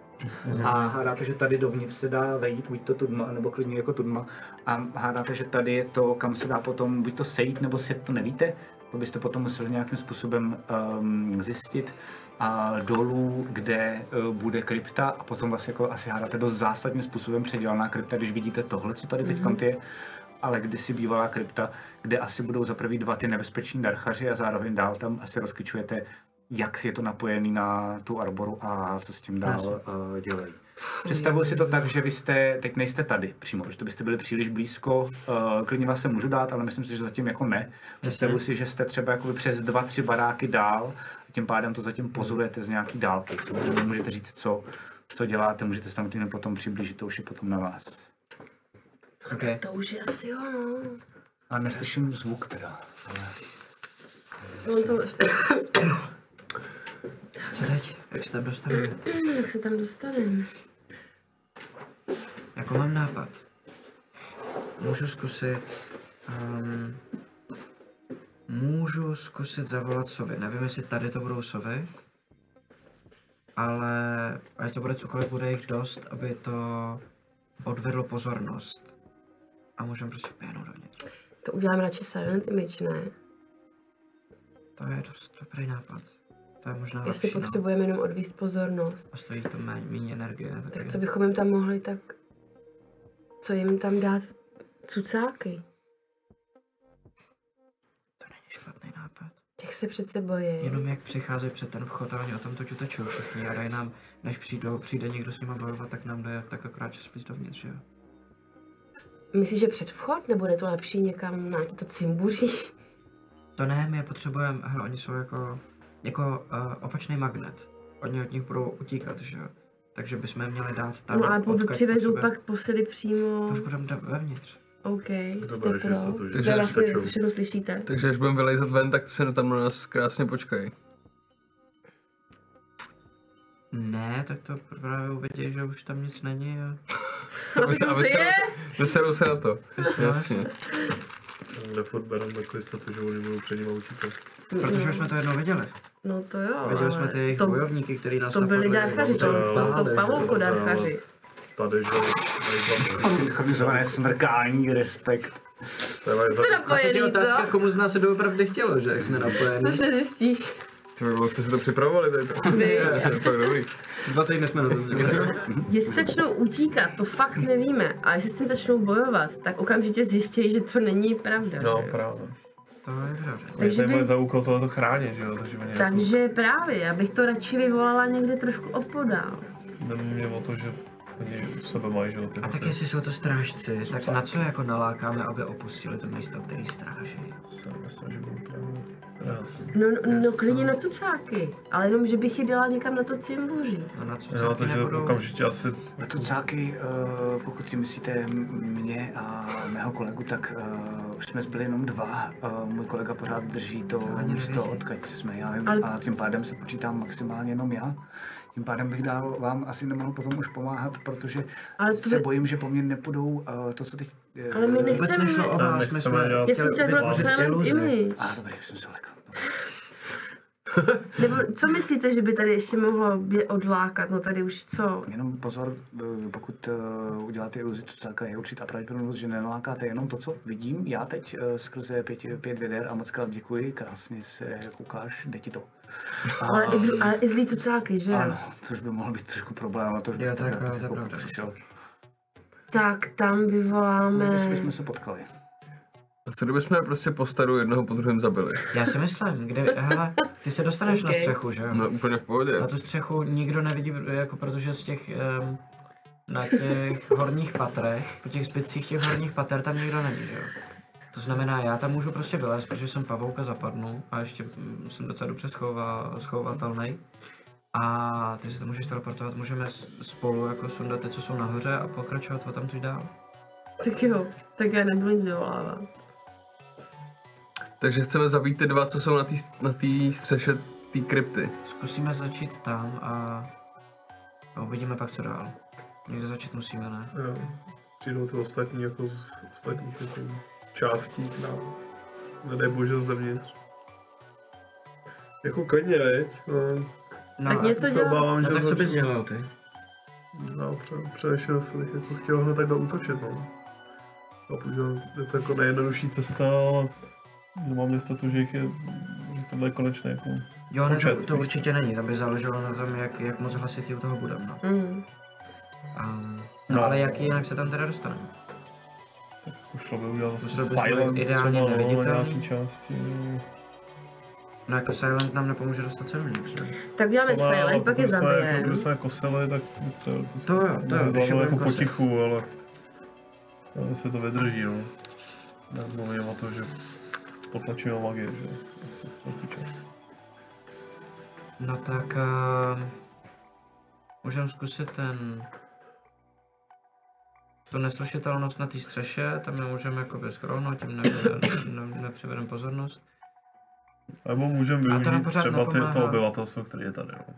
S2: A hádáte, že tady dovnitř se dá vejít, buď to tudma, nebo klidně jako tudma. A hádáte, že tady je to, kam se dá potom buď to sejít, nebo se to nevíte. To byste potom museli nějakým způsobem um, zjistit. A dolů, kde uh, bude krypta a potom vlastně jako asi hádáte dost zásadním způsobem předělaná krypta, když vidíte tohle, co tady teď mm-hmm. je ale kdysi bývalá krypta, kde asi budou za prvý dva ty nebezpeční darchaři a zároveň dál tam asi rozkyčujete, jak je to napojený na tu arboru a co s tím dál uh, dělají. Představuji si to tak, že vy jste, teď nejste tady přímo, že to byste byli příliš blízko, uh, klidně vás se můžu dát, ale myslím si, že zatím jako ne. Představuji si, že jste třeba jakoby přes dva, tři baráky dál, tím pádem to zatím pozorujete z nějaký dálky. Samozřejmě Můžete říct, co, co děláte, můžete se tam tím potom přiblížit, to už je potom na vás.
S3: Okay.
S6: To už je asi no. ono.
S2: A neslyším zvuk teda.
S6: On No, to ještě...
S3: Co teď? Jak se tam dostaneme?
S6: [coughs] Jak se tam dostaneme?
S3: Jako mám nápad. Můžu zkusit... Um, můžu zkusit zavolat sovy. Nevím, jestli tady to budou sovy. Ale ať to bude cokoliv, bude jich dost, aby to odvedlo pozornost. A můžeme prostě vpěhnout dovnitř.
S6: To udělám radši silent image, ne?
S3: To je dost dobrý nápad. To je možná
S6: Jestli
S3: lepší, no.
S6: potřebujeme jenom odvíst pozornost.
S3: A stojí to méně, méně energie.
S6: Tak co bychom jim tam mohli tak... Co jim tam dát? Cucáky.
S3: To není špatný nápad.
S6: Těch se přece bojí.
S3: Jenom jak přicházejí před ten vchod a oni o tom to utečou všichni a dají nám, než přijdou, přijde někdo s nima bojovat, tak nám jde tak akorát čas plíst dovnitř, že jo?
S6: Myslíš, že před vchod? Nebo je to lepší někam na to cimbuří?
S3: To ne, my je potřebujeme, hele, oni jsou jako, jako uh, opačný magnet. Oni od nich budou utíkat, že jo? Takže bychom je měli dát tam.
S6: No ale po,
S3: odkud
S6: přivezou
S3: potřebujeme-
S6: pak posedy přímo.
S3: To už budeme dát vevnitř.
S6: OK,
S5: Dobré,
S6: jste
S5: že
S6: pro.
S5: jste to
S6: To je
S5: že
S6: vlastně
S5: stačil.
S6: to všechno slyšíte.
S7: Takže až budeme vylejzat ven, tak se tam na nás krásně počkají.
S3: Ne, tak to právě uvidí, že už tam nic není a...
S6: [laughs]
S7: Aby se-
S6: tam
S7: aby
S6: se Prostě
S7: se-
S6: je?
S7: Vyserou se na to. Jasně.
S5: Já furt berem jako jistotu, že oni budou před nimi utíkat.
S3: Protože už jsme to jednou viděli.
S6: No to jo,
S3: Viděli jsme
S6: ale
S3: ty jejich vlastně
S6: to,
S3: bojovníky, který nás
S6: to byli
S3: napadli.
S6: dárchaři, to
S5: Dobře,
S6: to
S3: ale-
S6: jsou pavouko dárchaři.
S5: Tady, že
S2: Synchronizované smrkání, respekt.
S6: Jste
S3: A teď
S6: napojený,
S3: je otázka, jako-
S6: co?
S3: komu z nás se doopravdy chtělo, že jak jsme napojeni.
S6: Což nezjistíš.
S7: Ty vole, jste si to připravovali tady.
S6: Viď?
S7: To je fakt dobrý.
S3: Dva týdny jsme na tom [laughs] měli.
S6: Jestli začnou utíkat, to fakt nevíme, ale jestli s tím začnou bojovat, tak okamžitě zjistí, že to není pravda. že
S5: No,
S6: jo?
S5: právě.
S3: To je pravda.
S5: Takže
S6: Takže,
S5: by... mají
S6: by,
S5: za úkol tohle chránit, že jo? Takže oni jako,
S6: takže právě, já bych to radši vyvolala někde trošku opodál.
S5: jde mě o to, že Oni u sebe mají, že jo, ty
S3: A tak
S5: boty.
S3: jestli jsou to strážci, tak na co jako nalákáme, aby opustili to místo, který stráží?
S5: Se myslím, že budou trénovat. Rád.
S6: No, no, no klidně na cucáky, ale jenom, že bych je dala někam na to cimbuří.
S3: No na co
S5: Jo,
S3: no,
S5: takže
S3: nebudou?
S5: okamžitě asi
S2: Na tucáky, eh, pokud tím myslíte m- mě a mého kolegu, tak eh, už jsme zbyli jenom dva. Eh, Můj kolega pořád drží to
S3: ani
S2: místo,
S3: nevědí.
S2: odkud jsme já
S6: Ale-
S2: a tím pádem se počítám maximálně jenom já. Tím pádem bych dál vám asi nemohl potom už pomáhat, protože
S6: Ale to
S2: se
S6: by-
S2: bojím, že po mně nepůjdou eh, to, co teď... eh,
S6: Ale my
S3: Vůbec nešlo o
S6: nechceme...
S5: Ne,
S3: vás, my
S5: nechceme
S3: jsme
S5: dělat-
S6: Já jsem
S3: chtěli
S6: chtěla dělat
S3: vytvořit
S6: silent
S3: iluzi.
S6: image.
S2: A dobrý, už jsem se no. lekal.
S6: Nebo co myslíte, že by tady ještě mohlo být odlákat? No tady už co?
S2: Jenom pozor, eh, pokud eh, uděláte iluzi tucáka, je určitá pravděpodobnost, že nenalákáte jenom to, co vidím já teď eh, skrze pět, pět věder a moc krát děkuji, krásně se koukáš, jde ti to.
S6: Ale, i, dru- ale i zlí cucáky, že?
S2: Ano, což by mohl být trošku problém, na to, že
S3: Jo,
S2: bych
S3: tak,
S2: taky
S3: jo, to je
S2: jako
S3: pravda.
S2: přišel.
S6: Tak tam vyvoláme...
S2: Kdyby No, jsme- jsme se potkali.
S7: A co kdyby jsme prostě po staru jednoho po druhém zabili?
S3: Já si myslím, kde, hele, ty se dostaneš na
S6: Ok.
S3: střechu, že jo?
S7: No úplně v pohodě.
S3: Na tu střechu nikdo nevidí, jako protože z těch, um, na těch horních patrech, po těch zbytcích těch horních pater tam nikdo není, že jo? To znamená, já tam můžu prostě vylézt, protože jsem pavouka zapadnu a ještě mm, jsem docela dobře schová, schovatelný. A ty se tam můžeš teleportovat, můžeme s- spolu jako sundat ty, co jsou nahoře a pokračovat o tam tu dál.
S6: Tak jo, tak já nebudu nic vyvolávat.
S7: Takže chceme zabít ty dva, co jsou na té na tý střeše té krypty.
S3: Zkusíme začít tam a, a uvidíme pak, co dál. Někde začít musíme, ne?
S5: jo, přijdou ty ostatní jako z ostatních jako částí k nám. Nedej bože zevnitř. Jako klidně, veď. No,
S3: No,
S6: Tak
S3: a-
S6: něco
S5: já se
S6: dělá.
S5: obávám,
S3: no
S5: že
S3: tak co bys
S5: začne-
S3: dělal ty?
S5: No, pře- předešel se bych, jako chtěl hned takhle útočit, no. A podíval, je to jako nejjednodušší cesta, ale nemám jistotu, že jich je, že tohle je konečné, jako.
S3: Jo, ne,
S5: Počet,
S3: to,
S5: víš
S3: to
S5: co.
S3: určitě není, tam by záleželo na tom, jak, jak moc hlasitý u toho budeme. No.
S6: Mm.
S3: Um, no. ale jaký jinak se tam teda dostaneme?
S5: Už šlo by udělat zase
S3: Musel bys být
S5: silence
S3: ideálně
S5: třeba, no,
S3: neviditelný.
S5: nějaký části, no.
S3: No jako Silent nám nepomůže dostat se dovnitř, ne?
S6: Tak uděláme
S5: Ale
S6: silent, pak je
S5: kdyby jsme-
S6: zabijeme.
S5: Kdyby jsme kosili, tak by to, to,
S3: To jo, to jo, když je
S5: zvládlo jako
S3: budeme kosit.
S5: potichu, ale, ale se to vydrží, no. Nemluvím o to, že potlačíme magii, že asi velký čas.
S3: No tak... Uh, můžeme zkusit ten... Tu neslušitelnost na té střeše, tam je můžeme jakoby skrovnout, tím ne, ne, ne, nepřivedeme pozornost.
S5: Nebo můžeme
S3: to nám
S5: využít
S3: pořád
S5: třeba ty, to
S3: nepomáhá.
S5: obyvatelstvo, které je tady, no.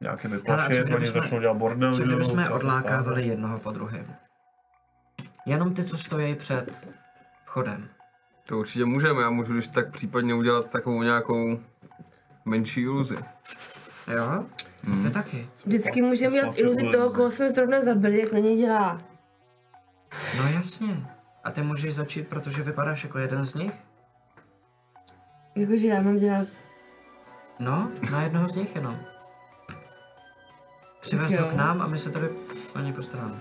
S5: Nějaké
S3: Ale a co
S5: vyplašit,
S3: kdyby
S5: oni
S3: jsme-
S5: začnou dělat bordel,
S3: Co
S5: že
S3: kdyby
S5: jo,
S3: jsme
S5: No, se stává.
S3: odlákávali jednoho po druhém? Jenom ty, co stojí před vchodem.
S7: To určitě můžeme, já můžu když tak případně udělat takovou nějakou menší iluzi.
S3: Jo?
S5: Hmm.
S3: Mm. Ty taky.
S6: Vždycky můžeme dělat
S5: Zpátky
S6: iluzi
S5: do
S6: toho,
S5: iluze.
S6: koho jsme zrovna zabili, jak na něj dělá.
S3: No jasně. A ty můžeš začít, protože vypadáš jako jeden z nich?
S6: Jakože já mám dělat...
S3: No, na jednoho z nich jenom. Přivez
S6: Tak
S3: to
S6: jo.
S3: k nám a my se tady o něj postaráme.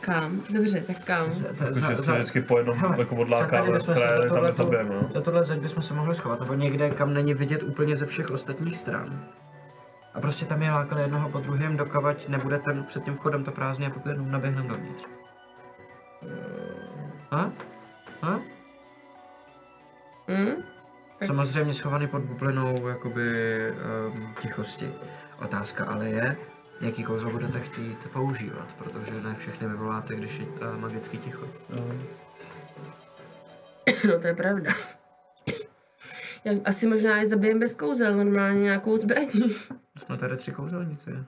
S6: Kam? Dobře, tak kam?
S3: Za- za- za-
S5: Takže
S3: za-
S5: Jako, se vždycky po jednom
S3: Hele,
S5: jako
S3: za tady
S5: odlákáme,
S3: bychom se za
S5: které tam
S3: tohleto-
S5: zabijeme, no.
S3: Za tohle zeď bychom se mohli schovat, nebo někde, kam není vidět úplně ze všech ostatních stran. A prostě tam je lákali jednoho po druhém, dokavať nebude ten před tím vchodem to prázdný a pokud jenom naběhneme dovnitř. Eh, A? A?
S6: Hm?
S3: Samozřejmě schovaný pod bublinou jakoby um, tichosti. Otázka ale je, jaký kouzlo budete chtít používat, protože ne všechny vyvoláte, když je uh, magický ticho.
S6: [coughs] No to je pravda. [coughs] Já asi možná i zabijem bez kouzel, normálně nějakou zbraní.
S3: Jsme tady tři kouzelnice.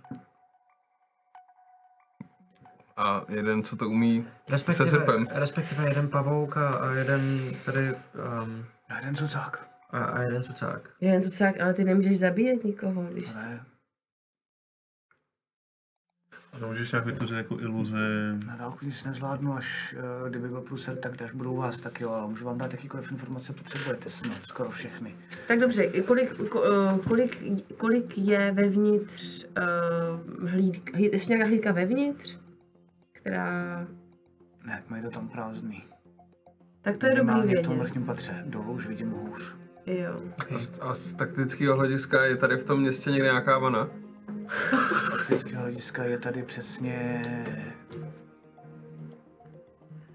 S7: A jeden, co to umí, Se
S3: Respektive,
S7: srpem.
S3: respektive jeden pavouk a- a jeden tady um,
S2: Na jeden tucák.
S3: a, a jeden cucák.
S6: Jeden cucák, ale ty nemůžeš zabíjet nikoho, když...
S2: Ne,
S5: A můžeš nějak vytvořit jako iluzi,
S2: na dálku nic nezvládnu, až eh, kdyby byl průser, tak až budou vás, tak jo, ale můžu vám dát jakýkoliv informace potřebujete, snad skoro všechny.
S6: Tak dobře, i kolik, ko, eh, kolik, kolik je vevnitř uh, hlídka, hlí- ještě nějaká hlídka vevnitř? Která...
S2: Ne, mají to tam prázdný.
S6: Tak to je dobrý
S2: Minimálně v tom
S6: vědět.
S2: vrchním patře, dolů už vidím hůř.
S6: Jo.
S7: a z, a z taktického hlediska je tady v tom městě někde nějaká vana? [laughs]
S8: Z optického hlediska je tady přesně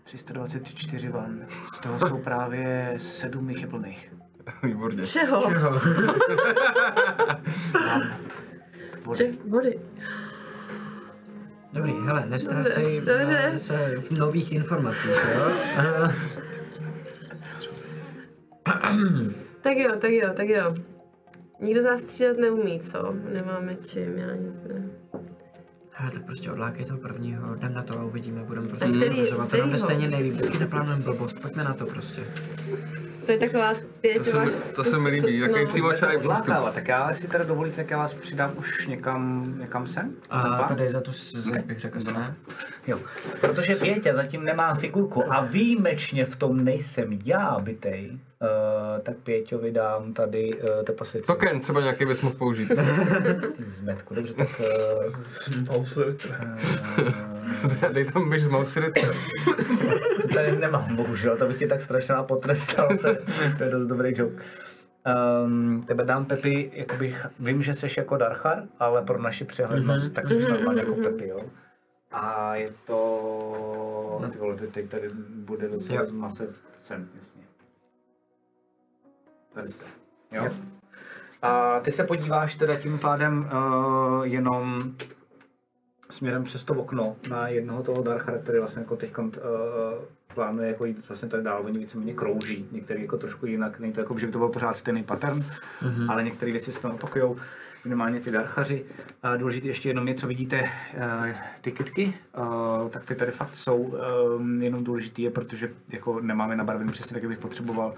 S8: 324 van. Z toho jsou právě sedm jich je plných.
S7: Výborně.
S4: Čeho?
S6: [laughs]
S8: Vody.
S4: Če- vody.
S3: Dobrý, hele, nestrácej
S4: Dobře, dobře.
S1: No.
S3: eh, se v nových informacích, jo?
S4: Tak jo, tak jo, tak jo. Nikdo z nás střídat neumí, co? Nemáme čím, já nic ne.
S3: Ale tak prostě odlákej toho prvního, jdem na to a uvidíme, budeme prostě
S4: Který-
S3: improvizovat. To nám jde
S4: kterýho?
S3: stejně nejlíp, vždycky neplánujeme blbost, pojďme na to prostě.
S4: To je taková
S7: To se,
S4: pěťová...
S7: mi, to se mi líbí,
S6: no.
S7: takový přímočarý přístup.
S8: Lákává, tak já si teda dovolím, tak já vás přidám už někam, někam sem.
S3: A tady za tu, s- jak bych řekl, ne?
S2: Jo, protože Pěťa zatím nemá figurku a výjimečně v tom nejsem já bytej, uh, tak Pěťovi dám tady uh, to poslední
S7: Token třeba nějaký bys mohl
S2: [laughs]
S7: použít.
S2: zmetku. Dobře, tak uh,
S5: Mouser.
S7: Dej tam myš z mouse return.
S2: tady nemám, bohužel, to bych tě tak strašně rád potrestal, to je, to je dost dobrý joke. Um, tebe dám Pepi, jakoby, ch- vím, že jsi jako Darchar, ale pro naši přehlednost, tak jsi normálně jako Pepi, jo. A je to... Ty vole, teď- teď tady bude docela
S3: Jo.
S2: mase cen, jasně. Tady jste. Jo. A ty se podíváš teda tím pádem uh, jenom směrem přes to okno na jednoho toho Darchara, který vlastně jako teďka uh, plánuje jako jít vlastně tady dál, oni víceméně krouží, některý jako trošku jinak, není to jako, že by to byl pořád stejný pattern, mm-hmm. ale některé věci se tam opakujou, minimálně ty Darchaři. A důležité ještě jenom je, co vidíte, uh, ty kytky, uh, tak ty tady fakt jsou, um, jenom důležitý je, protože jako nemáme nabarvený přesně tak, jak bych potřeboval,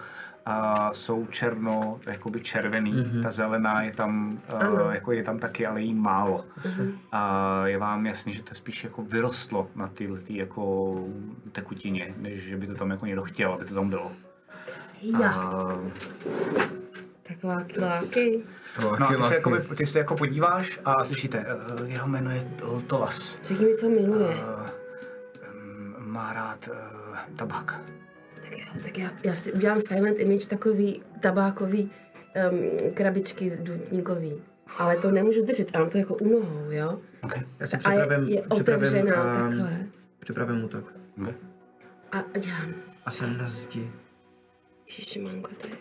S2: a jsou černo, jakoby červený, mm-hmm. ta zelená je tam, uh, jako je tam taky, ale jí málo. A je vám jasný, že to spíš jako vyrostlo na tyhle ty jako tekutině, než že by to tam jako někdo chtěl, aby to tam bylo.
S6: Já.
S2: A,
S6: Tak láky, láky.
S2: no a
S7: Láky,
S2: ty se, jakoby,
S7: láky.
S2: ty se jako podíváš a slyšíte, eh, jeho jméno je T- Tolas.
S6: Řekni mi, co miluje.
S2: Eh, em, Má rád eh, tabák.
S6: Tak jo, tak já, já si udělám silent image takový tabákový um, krabičky dutníkový. Ale to nemůžu držet, já mám to jako u nohou, jo?
S3: Já si
S6: A je,
S3: připravím,
S6: je
S3: připravím,
S6: otevřená
S3: ehm,
S6: takhle.
S3: připravím útok.
S6: A, a dělám.
S3: A jsem na zdi.
S6: Ježišimanko, to je...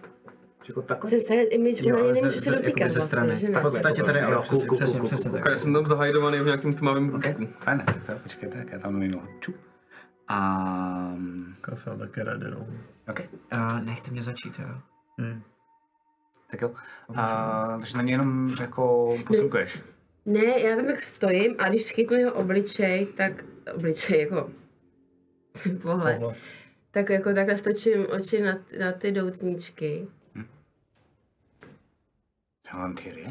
S2: Jako takhle?
S6: Jsem silent image, ona
S3: ale
S6: ani
S3: ze-
S6: nemůžu
S3: ze-
S6: se
S3: jakoby
S6: dotýkat
S3: ze strany.
S6: vlastně, že
S3: V
S6: ne?
S3: podstatě tady,
S2: Jo,
S3: ale
S2: ku-
S3: přesně,
S2: ku-
S3: přesně,
S2: ku-
S3: přesně
S2: ku-
S3: tak.
S7: Jako Já jsem tam zahajdovaný v nějakém tmavém ručku.
S2: Fajn, tak počkejte, tak já tam minul. Čup. A... mm,
S5: Kasa také rade, no.
S2: Okay.
S3: A nechte mě začít, jo.
S5: Hmm.
S2: Tak jo. A, takže na ně jenom jako posukuješ.
S6: Ne, já tam tak stojím a když chytnu jeho obličej, tak... Obličej, jako... [laughs] Ten pohled.
S5: Pohled.
S6: Tak jako takhle stočím oči na, na ty doutníčky.
S2: Talantýry?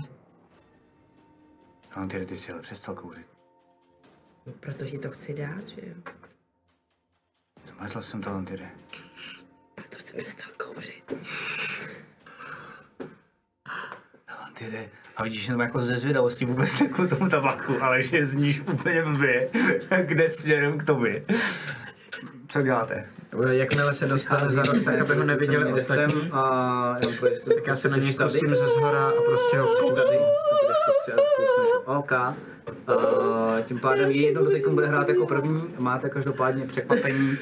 S2: Talantýry, ty si ale přestal kouřit.
S6: Protože ti to chci dát, že jo?
S2: Zmazl jsem talantýry.
S6: Proto jsem přestal kouřit.
S2: Talantýry. A vidíš, že tam jako ze zvědavosti vůbec ne k tomu tabaku, ale že zníš úplně blbě, [laughs] kde směrem k tobě. Co děláte?
S3: Jakmile se dostane za rok, tak aby ho neviděli ostatní,
S2: Jsem, a, jenom pojď,
S3: tak já se na něj pustím ze zhora a prostě ho kousnu.
S2: budeš prostě OK. Uh, tím pádem je jedno, kdo teď bude hrát jako první. Máte každopádně překvapení.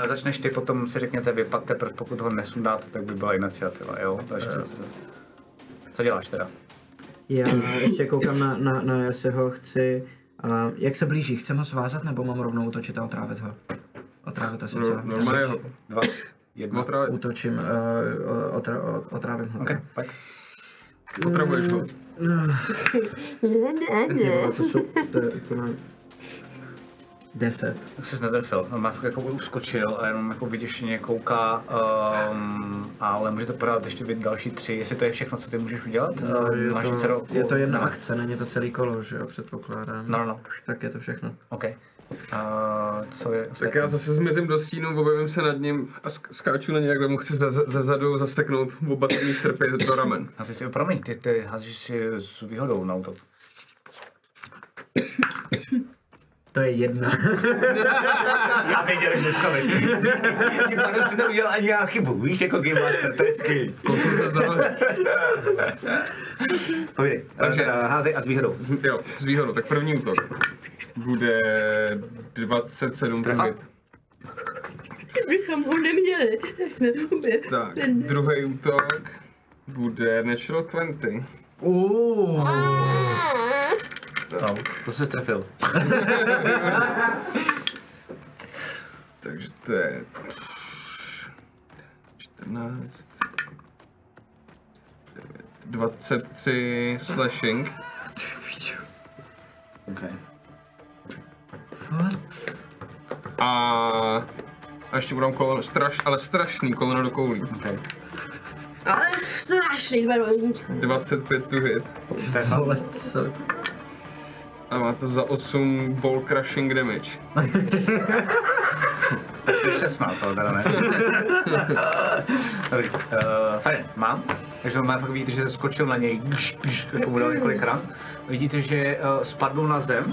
S2: Uh, začneš ty, potom si řekněte vy, pak teprve pokud ho nesundáte, tak by byla iniciativa, jo? Takže,
S3: Eh.
S2: co děláš teda?
S3: Já ještě koukám na, na, na Jaseho, chci... A jak se blíží? Chcem ho svázat nebo mám rovnou utočit a otrávit ho? Otrávit
S7: No.
S3: asi co?
S7: Normálně ho
S2: Dva, jedna.
S7: otrávě-
S3: Útočím, uh, otra, o- otrávím ho.
S2: Okay, pak.
S7: otravuješ ho.
S3: Nebo to jsou... To je úplně... Deset.
S2: Tak se netrefil, on má fakt jako uskočil a jenom jako vidíš, že mě kouká, um, ale můžete podat ještě být další tři, jestli to je všechno, co ty můžeš udělat? No,
S3: Je
S2: Máš více
S3: to,
S2: roku?
S3: je to jedna akce, není to celý kolo, že jo, předpokládám.
S2: No, no, no,
S3: Tak je to všechno.
S2: OK. Uh, co je
S7: Tak
S2: ostatní?
S7: já zase zmizím do stínu, objevím se nad ním a sk- skáču na něj, kde mu chci ze, ze zadu zaseknout oba ty mý srpy do ramen.
S2: Házíš si, promiň, ty, [coughs] ty házíš si s výhodou na útok.
S3: To je jedna.
S2: [laughs] Já věděl, že dneska vím. Tím pádem si neudělal ani já chybu, víš, jako Game Master, to je skvělý.
S7: Konzul se zdal,
S2: Povídej,
S7: Takže-
S2: takže házej a s výhodou.
S7: z, jo, s výhodou, tak první útok. Bude 27 promit.
S6: Bychom ho neměli. Ne, ne.
S7: Tak, druhý útok bude natural 20.
S3: Uuu.
S2: To se strefil.
S7: Takže to je... 14... 23 slashing.
S2: Okay.
S7: A... A ještě budám kolon, straš, ale strašný koleno do koulí.
S2: Okay.
S6: Ale strašný barevníčko.
S7: 25 to hit.
S3: Vole, co?
S7: A má to za 8 ball crushing damage.
S2: 16, ale
S3: [laughs]
S2: teda ne. Dobrý, uh, fajn, mám. Takže on má fakt vidíte, že skočil na něj, kš, kš, jako udělal několik ran. Vidíte, že uh, spadl na zem,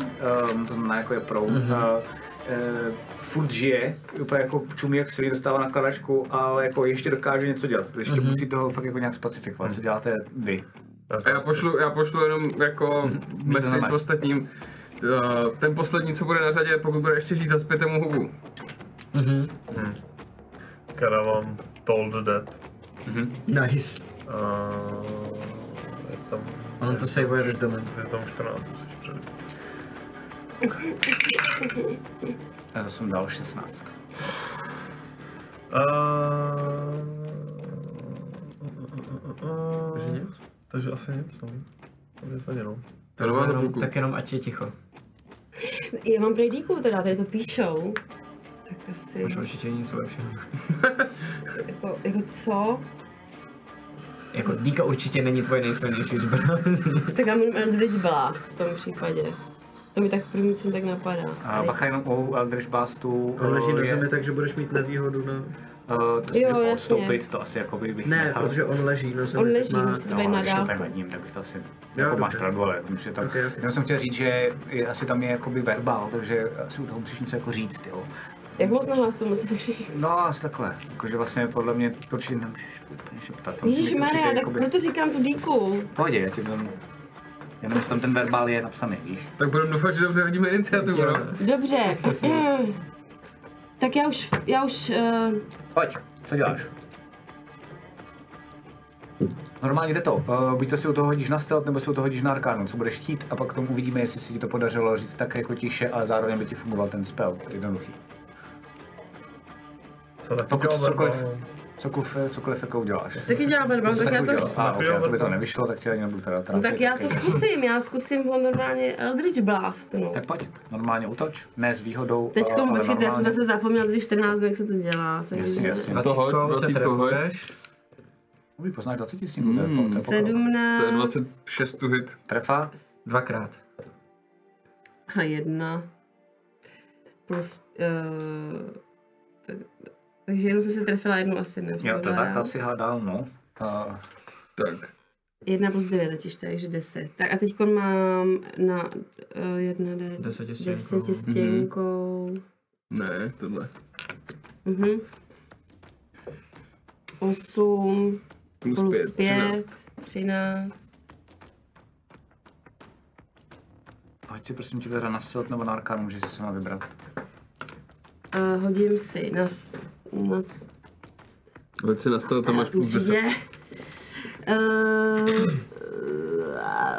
S2: um, to znamená jako je prout.
S3: Mhm.
S2: Mm-hmm. Uh, Uh, furt žije, úplně jako čumí, jak se dostává na kladačku, ale jako ještě dokáže něco dělat. Ještě
S3: Mhm.
S2: mm-hmm. musí toho fakt jako nějak spacifikovat, co děláte vy.
S7: A já pošlu, já pošlu jenom
S3: Mhm.
S7: jako message
S2: normálně.
S7: ostatním. Eh, Ten poslední, co bude na řadě, pokud bude ještě žít, zaspěte mu hubu.
S5: Caravan, Told the Dead.
S3: Nice.
S5: A je tam...
S3: Ono to saveuje wisdomem.
S5: Je tam 14, musíš před.
S2: Já to jsem dal 16.
S5: A... Takže
S3: Mhm.
S5: nic? Takže asi nic, no. Takže se ani no.
S7: To nová tabulku.
S3: tak jenom ať je ticho.
S6: Já mám prejdíku teda, tady to píšou. Tak asi,
S3: Už určitě něco lepšího.
S6: [laughs] jako, jako co?
S3: Jako díka určitě není tvoje nejsilnější zbraň.
S6: [laughs] Tak já mám Eldritch Blast v tom případě. To mi tak první, co mi tak napadá.
S2: A bacha jenom u Eldritch Blastu.
S3: On leží
S2: eh,
S3: na
S2: je-
S3: zemi, takže budeš mít nevýhodu no. na...
S2: Uh, to si
S6: Jo,
S2: jo,
S6: jasně.
S2: odstoupit, to asi jako by bych
S3: Ne,
S2: nechal.
S3: protože on leží na zemi.
S6: On
S3: tak
S6: leží,
S3: má-
S6: musí to být
S2: No,
S6: na
S2: když to tady
S6: dálku.
S2: nad ním, tak bych to asi...
S3: Jo,
S2: jako máš
S3: dobře.
S2: pravdu, ale myslím, tam...
S3: Ok, ok.
S2: Jenom jsem chtěl říct, že je, asi tam je jakoby verbál, takže asi u toho musíš něco jako říct, jo.
S6: Jak moc nahlas to musím říct?
S2: No, asi takhle. Jakože vlastně podle mě to určitě nemůžeš úplně šeptat. To musí
S6: Ježíš
S2: být
S6: Maria,
S2: určitě
S6: tak proto říkám tu díku.
S2: V pohodě, já ti dám... Jenom jestli tam ten verbál je napsaný, víš?
S7: Tak budeme doufat, že dobře hodíme iniciativu, no?
S6: Hmm. Dobře. Mm. Tak já už, já už, uh,
S2: Pojď, co děláš? Normálně jde to. Uh, buď to si u toho hodíš na stealth, nebo si u toho hodíš na arkánu, co budeš chtít, a pak k tomu uvidíme, jestli si ti to podařilo říct tak jako tiše, ale zároveň by ti fungoval ten spell. Jednoduchý.
S5: Co tak
S2: Pokud
S5: udělal
S2: cokoliv,
S5: verbál?
S2: cokoliv, cokoliv jako uděláš.
S6: taky dělám verbal, tak já to,
S2: A, okay, to by
S5: Udělal
S2: to
S5: verbal.
S2: nevyšlo, tak tě ani nebudu teda
S6: no,
S2: trápit.
S6: tak já to
S2: Ok.
S6: zkusím, já zkusím ho normálně Eldritch Blast, no.
S2: Tak pojď, normálně utoč, ne s výhodou,
S6: Teď
S2: a- ale
S6: počkejte, já jsem
S2: normálně.
S6: zase zapomněl, že 14, jak se to dělá, takže
S2: Jasně,
S3: Hmm.
S2: jasně.
S7: No To hoď,
S3: Dvacítkou se
S7: 20 hoď.
S3: trefuješ.
S2: Uj, poznáš 20 s tím, to je- to je pokrok.
S6: 17
S7: To je 26 to hit.
S2: Trefa,
S3: Dvakrát.
S6: a 1 plus, uh, tak, takže jenom jsem se trefila jednu asi ne.
S2: jo, to
S6: byla
S2: tak
S6: rána.
S2: asi hádal, no. A
S7: Tak.
S6: 1 plus 9 totiž, takže 10. Tak a teď mám na eh, 1 d
S3: Desetistěnkou.
S6: 10 stěnkou.
S7: Ne, tohle.
S6: Mhm. 8
S7: Plus,
S6: plus 5,
S7: 13.
S6: 13.
S2: hoď si prosím tě teda na silt nebo na arkánu, můžeš si sama vybrat.
S6: A Eh, hodím si na, s- na s-
S7: Hoď si na stel, tam máš plus 10.
S6: určitě. Eh, a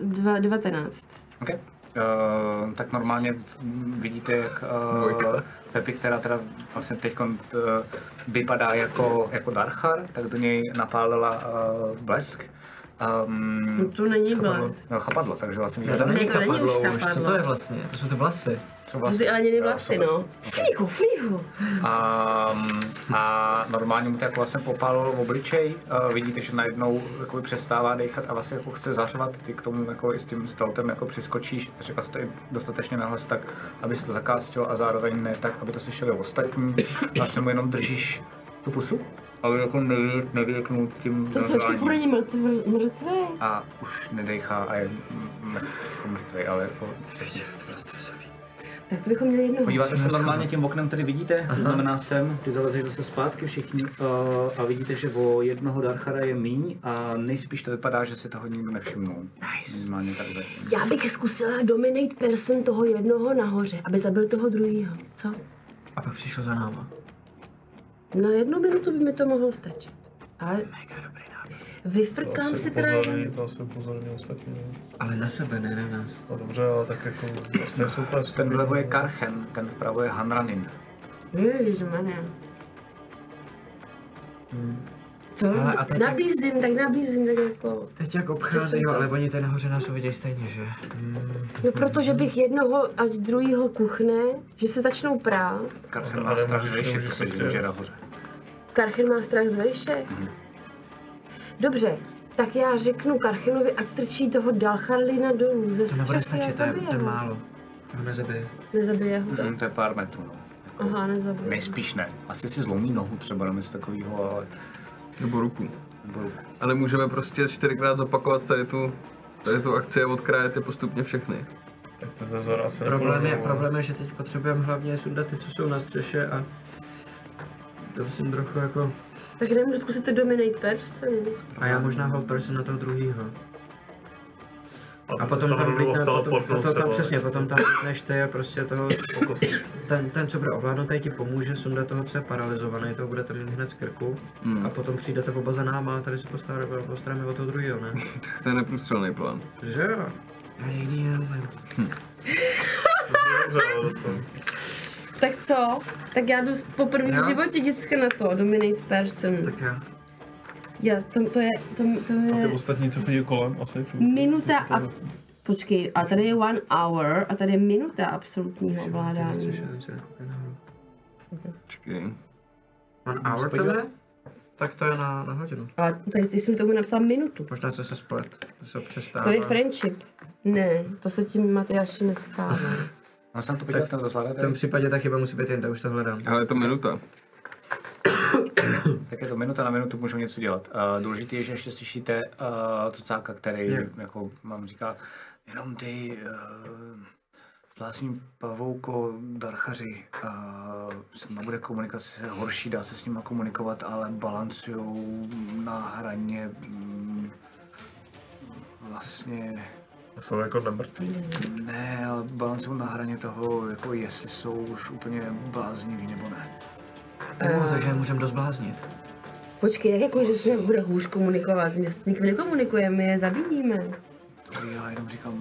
S6: dva- 19.
S2: OK. Uh, tak normálně mm, vidíte, jak uh,
S7: Dvojka.
S2: Pepi, která teda vlastně teď uh, vypadá jako, jako Darchar, tak do něj napálila uh, blesk.
S7: Hm.
S2: Um,
S6: To není blé.
S2: no, chapadlo, takže vlastně
S3: To není
S6: Ne, to není už
S3: chapadlo už, co
S6: chapadlo.
S3: to je vlastně? To jsou ty vlasy.
S2: co
S6: To
S2: vlastně.
S6: ty ale měly vlasy, no. Fíku, fíku.
S2: A, a normálně mu to jako vlastně popálilo v obličej. A vidíte, že najednou jako přestává dechat a vlastně jako chce zařvat. Ty k tomu jako i s tím stealthem jako přiskočíš. Řekla jsi to i dostatečně nahlas tak, aby se to zakástilo a zároveň ne tak, aby to slyšeli ostatní. Vlastně mu jenom držíš tu pusu. Ale jako nevě- nevěknu tím
S6: To se ještě
S2: nazváním.
S6: furt není mrtvý. mrtvé.
S2: A už nedechá a je m- m- jako mrtvý, ale jako...
S3: To bylo stresový.
S6: Tak to bychom měli jednoho.
S2: Podíváte se normálně tím oknem, který vidíte, to znamená sem, ty zalezeš zase zpátky všichni eh, a vidíte, že o jednoho Darchara je míň a nejspíš to vypadá, že si toho nikdo nevšimnul. Nice. Minimálně tady zatím.
S6: Já bych zkusila dominate person toho jednoho nahoře, aby zabil toho druhého. Co?
S3: A pak přišel za náma.
S6: Na jednu minutu by mi to mohlo stačit. Ale
S3: Mega dobrý nápad.
S6: vyfrkám si teda
S5: upozorní,
S6: jenom.
S5: to asi upozorní ostatní.
S3: Ale na sebe, ne na nás.
S5: No dobře, ale tak jako asi jsou úplně
S2: Ten
S5: stupidní. no.
S2: vlevo je Karchen, ten vpravo je Hanranin.
S6: Ježišmarja. To,
S3: Ale a teď-
S6: nabízím, tak nabízím, tak jako...
S3: Teď jak obcházejí,
S6: Přesně to.
S3: ale oni tady nahoře nás uvidějí stejně, že? Hmm.
S6: No protože bych jednoho ať druhýho kuchne, že se začnou prát.
S2: Karchen
S5: Ale
S2: má strach
S5: můžeš-
S2: vejšek,
S5: můžeš
S2: protože
S5: si
S2: vím, že je
S5: stěhovat.
S2: nahoře.
S6: Karchen má strach z vejšek. Dobře, tak já řeknu Karchenovi, ať strčí toho Dalcharlina dolů ze
S3: To nebude
S6: střechy a
S3: stačit, to je,
S6: zabije
S3: to je
S6: ho.
S3: málo. Mhm. To ho nezabije.
S6: Nezabije ho to?
S2: Mm, to je pár metrů. no.
S6: Aha, nezabije.
S2: Nejspíš ne. Asi si zlomí nohu třeba nebo něco takového, ale...
S7: Nebo ruku.
S2: nebo ruku.
S7: A nemůžeme prostě čtyřikrát zopakovat tady tu, tady tu akci a odkrájet je postupně všechny.
S5: Tak to ze zora asi
S3: Problém je,
S5: nepůjdou, no.
S3: problém je, že teď potřebujeme hlavně sundat ty, co jsou na střeše a to musím trochu jako...
S6: Tak nemůžu zkusit to dominate person.
S3: A já možná hold person na toho druhýho. A
S5: ty se
S3: potom tam
S5: rovnou
S3: vlítne, potom,
S5: teleportnou
S3: potom tam
S5: třeba.
S3: přesně, potom tam vlítneš ty a prostě toho, ten, ten co bude ovládnutý ti pomůže sundat toho, co je paralizovaný, to budete mít hned z krku a potom přijdete oba za náma a tady se postaráme, postaráme o toho druhého, ne?
S7: Tak to je neprůstřelný plán.
S3: Že jo? Já jiný neumím.
S5: Dobře, ale docela.
S6: Tak co? Tak já jdu poprvé
S3: Jo.
S6: v životě vždycky na to, dominate person.
S3: Tak já.
S6: Já, to, to je, to, to
S5: A ty
S6: je
S5: ostatní, co chodí kolem, asi všude.
S6: minuta
S5: To se
S6: a...
S5: to-
S6: Počkej, a tady je one hour a tady je minuta absolutního
S3: Ty
S6: ovládání.
S3: střeše, teď se nekoukej nahoru.
S7: Čekej.
S3: One hour to je? Tak to je na, na hodinu.
S6: Ale tady ty jsi mi tomu napsala minutu.
S3: Možná se se splet, to se přestává.
S6: To je friendship. Ne, to se tím Matyáši nestává.
S2: No, jsem to podívat, na to
S3: v
S2: zvládáte?
S3: tom případě ta chyba musí být jinde, už to hledám.
S7: Ale je to minuta.
S2: Tak je to minuta na minutu, můžou něco dělat. Uh, důležité je, že ještě slyšíte uh, cucáka, který
S3: Je.
S2: jako vám říká, jenom ty uh, vlastní pavouko darchaři, uh, se mnou bude komunikace horší, dá se s nima komunikovat, ale balancujou na hraně mm, vlastně
S5: Jsou jako nemrtví.
S2: ne, ale balancují na hraně toho, jako jestli jsou už úplně blázniví nebo ne.
S6: Eh,
S3: Uh, takže je můžeme dost bláznit.
S6: Počkej, jak jako, že se bude hůř komunikovat? My s nikým nekomunikujeme, my je zabíjíme.
S2: Já jenom říkám,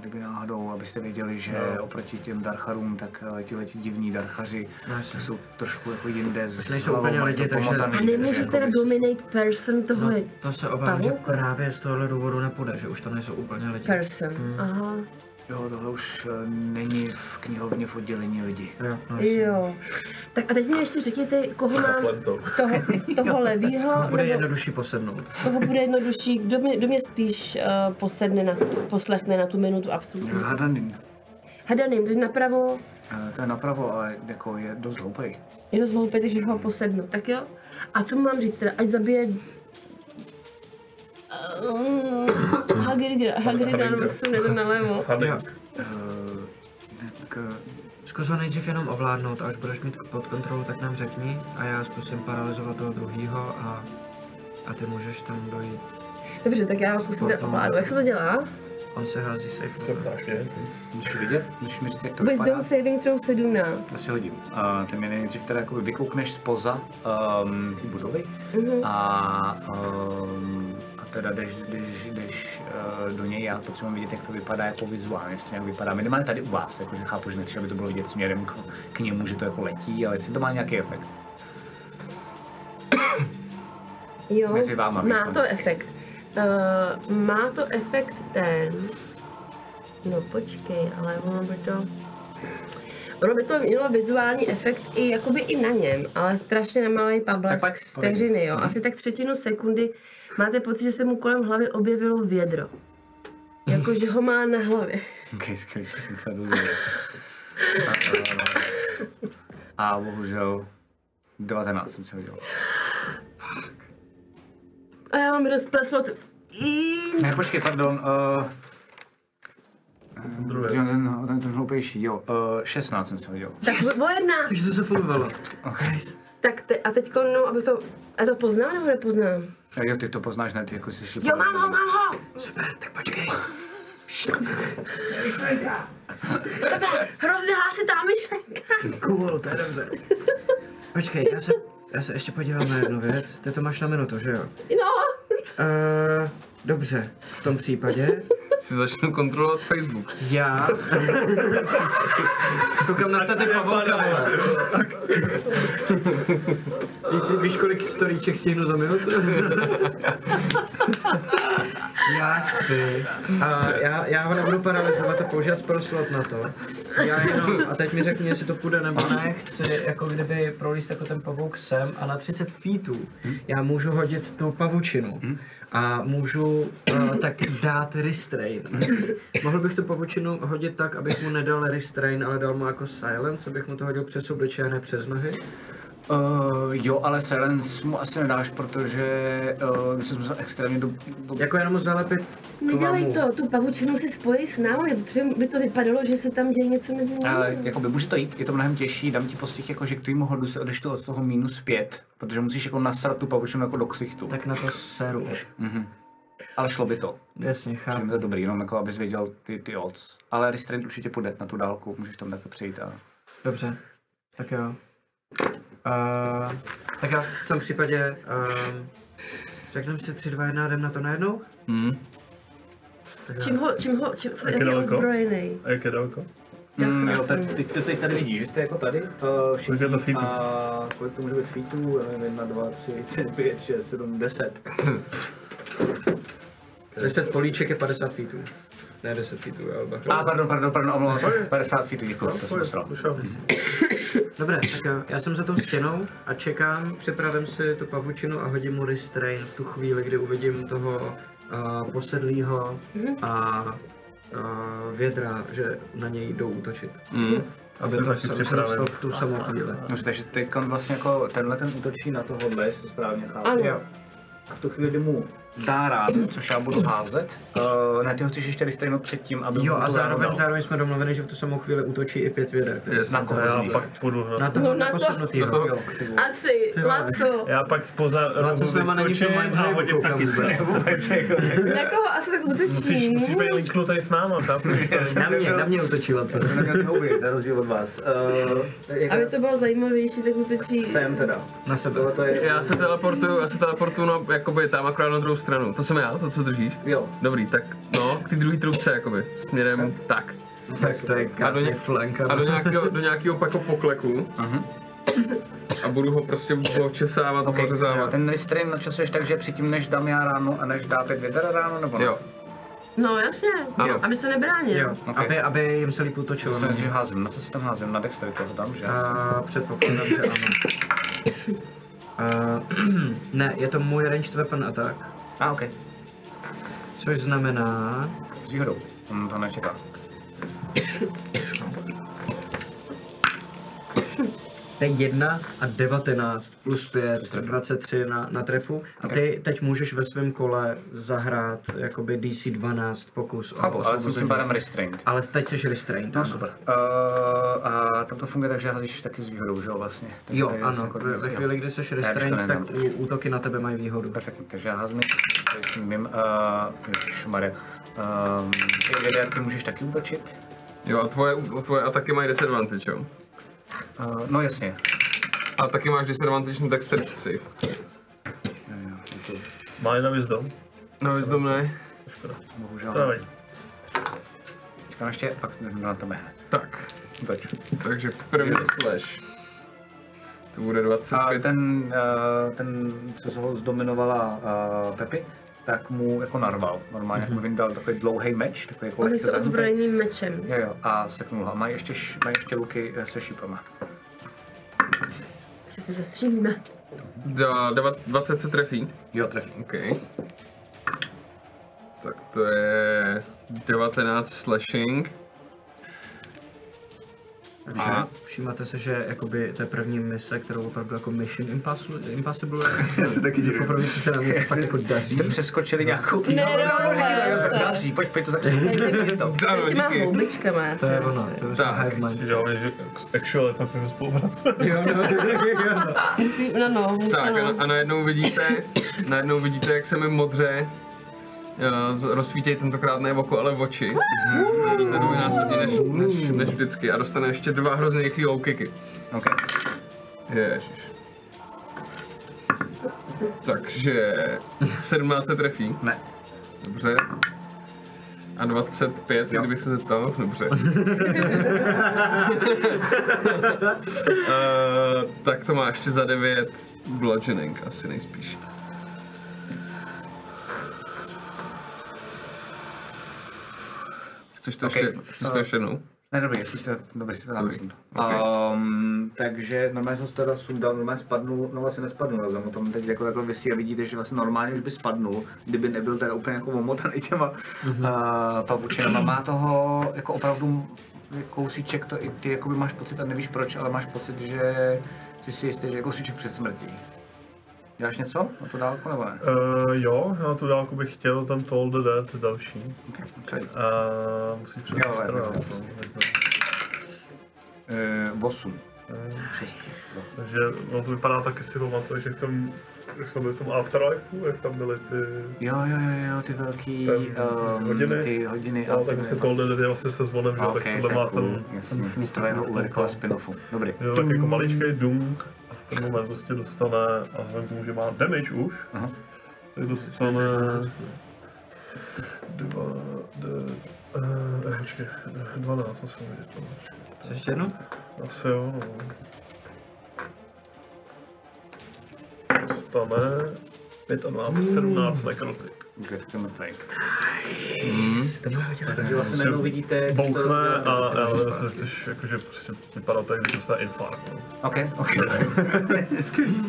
S2: kdyby náhodou, abyste věděli, že no. oproti těm darcharům, tak eh, tihleti divní darchaři
S3: No,
S2: no,
S3: jasně.
S2: jsou trošku jako jinde. S
S3: nejsou
S2: hlavou,
S3: úplně
S2: mají to
S3: lidi, takže-
S2: pomotaný,
S6: A
S2: takže
S6: nemůže teda
S2: jakoby-
S6: dominate person
S3: No,
S6: toho no.
S3: to se obávám, že
S6: pavouka.
S3: právě z tohohle důvodu nepůjde, že už to nejsou úplně lidi.
S6: person. Aha.
S2: Jo, tohle už eh, není v knihovně v oddělení lidi.
S3: Jo, no, jasně.
S6: Jo. Tak a teď mi ještě řekněte, koho mám
S5: Plentou.
S6: toho, toho levýho,
S3: No, Bude
S6: nebo
S3: jednodušší posednout.
S6: koho bude jednodušší, kdo mě, kdo mě spíš uh, posedne na, poslechne na tu minutu absolutní.
S2: Hadanin,
S6: Hadaným, teď napravo,
S2: eh, to je napravo a jako je dost hloupej.
S6: je to zvolupě, takže ho posednu, tak jo? A co mu mám říct teda, ať zabije... Ehm, Hagriga, Hagriga, nebo jak se jmenuje ten nalevo.
S5: Hany.
S3: Jo.
S2: Eh, ne, tak, eh,
S3: Zkus ho nejdřív jenom ovládnout a až budeš mít pod kontrolou, tak nám řekni a já zkusím paralizovat toho druhýho a, a ty můžeš tam dojít.
S6: Dobře, tak já ho zkusím teda ovládnout. Jak se to dělá?
S3: On se hází safe.
S5: Se ptáš mě?
S2: Můžeš vidět? Můžeš mi říct, jak to vypadá?
S6: Wisdom saving throw 17.
S2: Já si hodím. Uh, ty mě nejdřív teda jakoby vykoukneš spoza um, té budovy a, um, a teda jdeš, jdeš, jdeš uh, do něj, já potřebuji vidět, jak to vypadá jako vizuálně, jestli to nějak vypadá. Minimálně tady u vás, jakože chápu, že nechci, aby to bylo vidět směrem k, k němu, že to jako letí, ale jestli to má nějaký efekt.
S6: Jo,
S2: Mezi váma, víš,
S6: má
S2: tam
S6: to
S2: vždycky.
S6: efekt. Uh, má to efekt ten... No počkej, ale ono by to... Ono by to mělo vizuální efekt i jakoby i na něm, ale strašně nemalý
S2: Tak Mhm.
S6: pablesk
S2: pojď,
S6: vteřiny, jo. Asi tak třetinu sekundy máte pocit, že se mu kolem hlavy objevilo vědro. Jakože ho má na hlavě.
S2: Okay, skvělý, jsem se dozvěděl. A, a, a bohužel 19 jsem si hodil.
S6: A já mám rozpleslo... t- I...
S2: eh, Ne, no, počkej, pardon. Uh,
S5: Druhé.
S8: Že Ten, ten, ten hloupější, jo.
S2: eh,
S8: Uh, 16 jsem se viděl.
S4: Tak yes. o jedna.
S3: Takže to se fungovalo.
S8: Okay.
S4: Tak te, a teď no, abych to... A to poznám nebo nepoznám?
S2: Eh,
S8: Jo, ty to poznáš, ne? Ty jako jsi šli
S4: Jo, mám ho, mám ho!
S3: Super, tak počkej.
S4: To byla hrozně hlasitá myšlenka.
S3: Cool, to je dobře. Počkej, já se, já se ještě podívám na jednu věc. Ty to máš na minutu, že jo?
S4: No,
S3: Uh, dobře, v tom případě
S7: Si začnu kontrolovat Facebook.
S3: já... [laughs] Koukám na staty Pavouka, vole. Víš- ty Víš, kolik storíček stihnu za [laughs] minutu? já chci. A já, já ho nebudu paralizovat a používat sproslot na to. Já jenom, a teď mi řekni, jestli to půjde nebo ne, chci jako kdyby prolíst jako ten pavouk sem a na 30 feetů
S2: Hmm?
S3: já můžu hodit tu pavučinu a můžu uh, tak dát restrain.
S2: Hmm?
S3: Mohl bych tu pavučinu hodit tak, abych mu nedal restrain, ale dal mu jako silence, abych mu to hodil přes obličeje, ne přes nohy.
S2: Uh, jo, ale Silence mu asi nedáš, protože uh, myslím, že jsem extrémně do, do...
S3: Jako jenom zalepit
S6: Nedělej
S3: klamu.
S6: to, tu pavučinu si spojí s námi, protože by to vypadalo, že se tam děje něco mezi nimi.
S2: Ale jako by může to jít, je to mnohem těžší, dám ti postih, jako, že k tvýmu hodu se odeštu od toho minus pět, protože musíš jako nasrat tu pavučinu jako do ksichtu, tak.
S3: Tak na to seru.
S2: ale šlo by to.
S3: Jasně,
S2: Že
S3: chápu.
S2: to je dobrý, jenom jako abys věděl ty, ty odds. Ale restraint určitě půjde na tu dálku, můžeš tam takhle přejít a...
S3: Dobře. Tak jo. Uh, tak já v tom případě uh, řekneme si 3, 2, 1 a jdem na to najednou?
S4: čím ho, čím ho, čím, co, jak je
S5: daleko?
S4: ozbrojený?
S5: A jak je daleko?
S4: Já jsem
S2: jo,
S4: mm,
S2: teď, teď, teď tady vidíš, že jste jako tady, to
S5: Tak je to
S2: všichni
S5: feetů.
S2: a kolik to může být feetů, já nevím, jedna, dva, tři, čtyři, pět, šest, sedm, deset.
S3: 10 políček je 50 feetů. Ne 10 feetů, jo, ale
S2: A ah, pardon, pardon, pardon, omlouvám se, 50 feetů, děkuji, to jsem Mm. posral.
S3: Dobré, tak jo. Já jsem za tou stěnou a čekám, připravím si tu pavučinu a hodím mu restrain v tu chvíli, kdy uvidím toho uh, posedlýho a uh, vědra, že na něj jdou útočit. Aby
S5: jsem
S3: to
S5: taky
S3: se-
S5: připraven.
S3: se dostal v tu samou chvíli.
S2: No, takže teď vlastně jako tenhle ten útočí na tohohle, jestli to správně chápu.
S4: ano.
S2: A v tu chvíli kdy mu dá rád, což já budu házet. Uh, ne, ty ho chceš ještě restrainovat předtím, aby
S3: Jo,
S2: mu
S3: a
S2: tu
S3: zároveň,
S2: ránu dal.
S3: zároveň jsme domluveni, že v tu samou chvíli útočí i pět věder.
S7: Yes.
S2: Na koho z
S5: Já
S2: nich?
S5: pak půjdu na...
S3: Na to,
S4: No,
S3: na
S4: na
S3: to,
S4: to-
S3: posednutýho,
S7: na to-
S3: jo.
S4: Asi,
S3: vole.
S4: Laco.
S5: Já pak spoza
S3: Laco s náma není v tom
S5: a hodím
S3: mindhrive,
S5: taky
S3: koukám
S5: stres.
S2: Vůbec, [laughs] jako,
S4: Na koho asi tak
S5: Musíš,
S6: Hmm.
S4: útočím?
S5: musíš být linknutý s náma, chápeš?
S3: Na mě, na mě útočila co.
S2: [laughs] jsem neměl ty houby, na rozdíl od vás. Uh,
S4: Aby to bylo zajímavější, tak útočí.
S2: teda.
S3: Na sebe.
S2: to je...
S7: Já se teleportuju, já se teleportuju, no, jakoby tam akorát na druhou stranu. To jsem já, to co držíš?
S2: Jo.
S7: Dobrý, tak no, k ty druhý trubce, jakoby, směrem tak.
S3: Tak to je krásný flanka.
S7: A do nějakého, do nějakého pak pokleku. A budu ho prostě očesávat, okay,
S2: Okay, jo,
S7: pořezávat.
S2: ten restrain načasuješ tak, že předtím, než dám já ránu a než dá pět věder ránu, nebo ne?
S7: Jo.
S4: No jasně,
S7: Ano.
S4: aby se nebránil.
S3: Jo,
S2: Ok.
S3: aby, aby jim se líp útočilo.
S2: Myslím, že házím. Na co si tam házím? Na dexteritu ho dám, že?
S3: A předpokládám, že ano. A, [clears throat] ne, je to můj ranged weapon attack,
S2: A, ah, ok.
S3: což znamená...
S2: S výhodou. On to nečeká.
S3: To je 1 a 19 plus 5, 23 na, na trefu. A ty teď můžeš ve svém kole zahrát jakoby DC 12 pokus o
S2: Chápu, ale jsem s tím
S3: osvobození.
S2: pádem restrained.
S3: Ale teď jsi restrained.
S2: No
S3: ano.
S2: super. Uh, a tam to funguje tak, že házíš taky s výhodou, že jo vlastně? Takže
S3: Jo,
S2: tady je
S3: ano,
S2: jako-
S3: ve- ve
S2: jo.
S3: chvíli, kdy jsi
S2: když to
S3: restrained, tak
S2: nedám.
S3: ú- útoky na tebe mají výhodu.
S2: Perfektní, takže já házím tady s tím mým, uh, šmare. Um, ty lidé, ty můžeš taky útočit?
S7: Jo, a tvoje, tvoje ataky mají disadvantage, jo?
S2: Uh, no jasně.
S7: A taky máš disadvantage na dexterity save.
S5: Má jedna wisdom.
S7: No, wisdom ne.
S2: Bohužel.
S5: To nevadí.
S2: Tam ještě, pak jdeme na to hned.
S7: Tak,
S2: Útoč.
S7: takže první slash. To bude
S2: A
S7: 25.
S2: ten, uh, ten, co se ho zdominovala uh, Pepi, tak mu jako narval. Normálně mm-hmm. jako vyndal takový dlouhý meč, takový jako
S4: Oni
S2: lehce
S4: jsou
S2: zahnutý.
S4: ozbrojeným mečem.
S2: Jo, jo, a seknul ho. Mají ještě, š- mají ještě luky eh, se šípama.
S4: Že si zastřílíme.
S7: Da, deva- 20 se trefí.
S2: Jo, trefí.
S7: OK. Tak to je 19 slashing.
S3: A všimáte se, že jakoby to je první mise, kterou opravdu jako Mission Impossible, impossible [laughs] Já se taky divím. Poprvé, co se nám něco fakt jako [laughs] daří.
S2: Jste přeskočili nějakou
S4: Nerovná se.
S2: Další, pojď, pojď
S4: [laughs]
S2: to začne.
S7: Ano,
S4: Těma
S7: díky.
S4: houbičkama, já
S3: To
S4: si
S3: je
S4: myslím.
S3: ono, to je tak. hive mind.
S5: Děláme, že actually fakt jako spolupracujeme.
S3: Jo, no, jo, no.
S4: Musím, no no,
S7: Tak a,
S4: musím.
S7: a najednou vidíte, najednou vidíte, jak se mi modře eh, z- rozsvítějí tentokrát ne oko, ale oči. Vidíte dvojnásobně než, než, než vždycky a dostane ještě dva hrozně rychlý low kicky.
S2: Okay.
S7: Ježiš. Takže 17 se trefí.
S2: Ne.
S7: Dobře. A 25, kdybych se zeptal.
S2: [laughs]
S7: Dobře. [laughs] uh, tak to má ještě za 9 bludgeoning asi nejspíš. Chceš to,
S2: Ok.
S7: ještě, chceš to ještě jednou?
S2: Ne, dobrý, jestli to, dobrý, si to tam
S7: Dobrý,
S2: myslím.
S7: ok.
S2: Um, takže normálně jsem se teda sundal, normálně spadnul, no vlastně nespadnul, já jsem tam teď jako takhle vysí a vidíte, že vlastně normálně už by spadnul, kdyby nebyl teda úplně jako omotaný těma
S7: Mhm.
S2: mm-hmm. uh, pavučinama. Má toho jako opravdu kousíček, to i ty jakoby máš pocit a nevíš proč, ale máš pocit, že jsi si jistý, že je kousíček před smrtí. Děláš něco na to dálku nebo ne?
S5: Uh, jo, já tu dálku bych chtěl, tam Toll the Dead, další.
S2: Okay.
S5: Uh, musíš přijít
S2: Jo,
S5: 14,
S2: jo,
S5: no,
S2: jo.
S5: neznám.
S2: Uh, 8.
S7: Eh,
S5: Takže no, to vypadá tak, jestli pamatuju, že jsem, jak jsme byli v tom Afterlifeu, jak tam byly ty...
S2: Jo, jo, jo, jo, ty velký
S5: Ten
S2: ehm,
S5: hodiny?
S2: ty hodiny
S5: No,
S2: a
S5: tak
S2: ty-
S5: se tohle jde vlastně se zvonem, že jo, tak tohle má ten, ten
S2: Jasně,
S5: fluch.
S2: to je jeho ulikla spin-offu. Dobrý.
S5: Je to tak jako maličkej dung a v ten moment prostě dostane, a vzhledem k tomu, že má damage už,
S2: Aha.
S5: tak dostane... Dva, d, eh, počkej, 12 musím vidět, no, počkej.
S3: Co ještě jednou?
S5: Asi jo, no. Dostane 25, 17 nekrotik.
S2: Okay, to je mrtvej.
S5: Takže
S2: vlastně najednou vidíte, jak to-
S5: Bouchne a
S2: to- to-
S5: ale
S2: to- to-
S5: zase chceš, jakože prostě vypadá tak, když dostane infarkt. no.
S2: OK,
S5: [laughs]
S2: OK. Skvělý.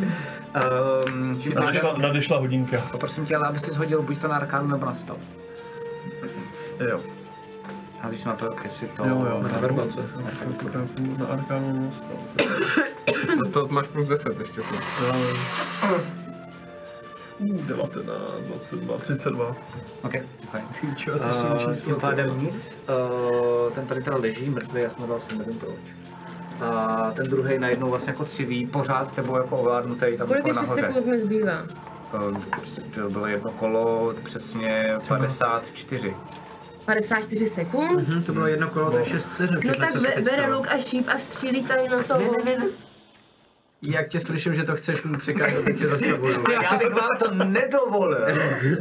S2: Ehm, čím máš-
S5: Nadešla, nadešla hodinka.
S2: Poprosím tě, ale abys si shodil buď to na arkánu nebo na stop.
S5: Jo.
S2: Házíš se na to, jestli to...
S5: Jo, jo. Na verbace. Na arkánu stav.
S2: Eh.
S7: Dostat máš plus 10 ještě. tu. Uh,
S5: 19, 22, 32.
S2: OK, fajn. Eh, Tím pádem nic. Eh, Ten tady teda leží mrtvý, já jsem dal si nevím proč. A ten druhý najednou vlastně jako civí, pořád tebou jako ovládnutý tam
S4: Kolik
S2: jako
S4: ještě
S2: nahoře.
S4: sekund mi zbývá?
S2: Eh, To bylo jedno kolo, přesně 54.
S4: 54 sekund?
S3: Hm, To bylo jedno kolo, to je 6 vteřin.
S4: No
S3: všechno,
S4: tak
S3: co se
S4: be,
S3: teď
S4: bere
S3: stalo.
S4: luk a šíp a střílí tady na to.
S3: Jak tě slyším, že to chceš mu překázat, tak tě zastavuju.
S2: Já bych vám to nedovolil.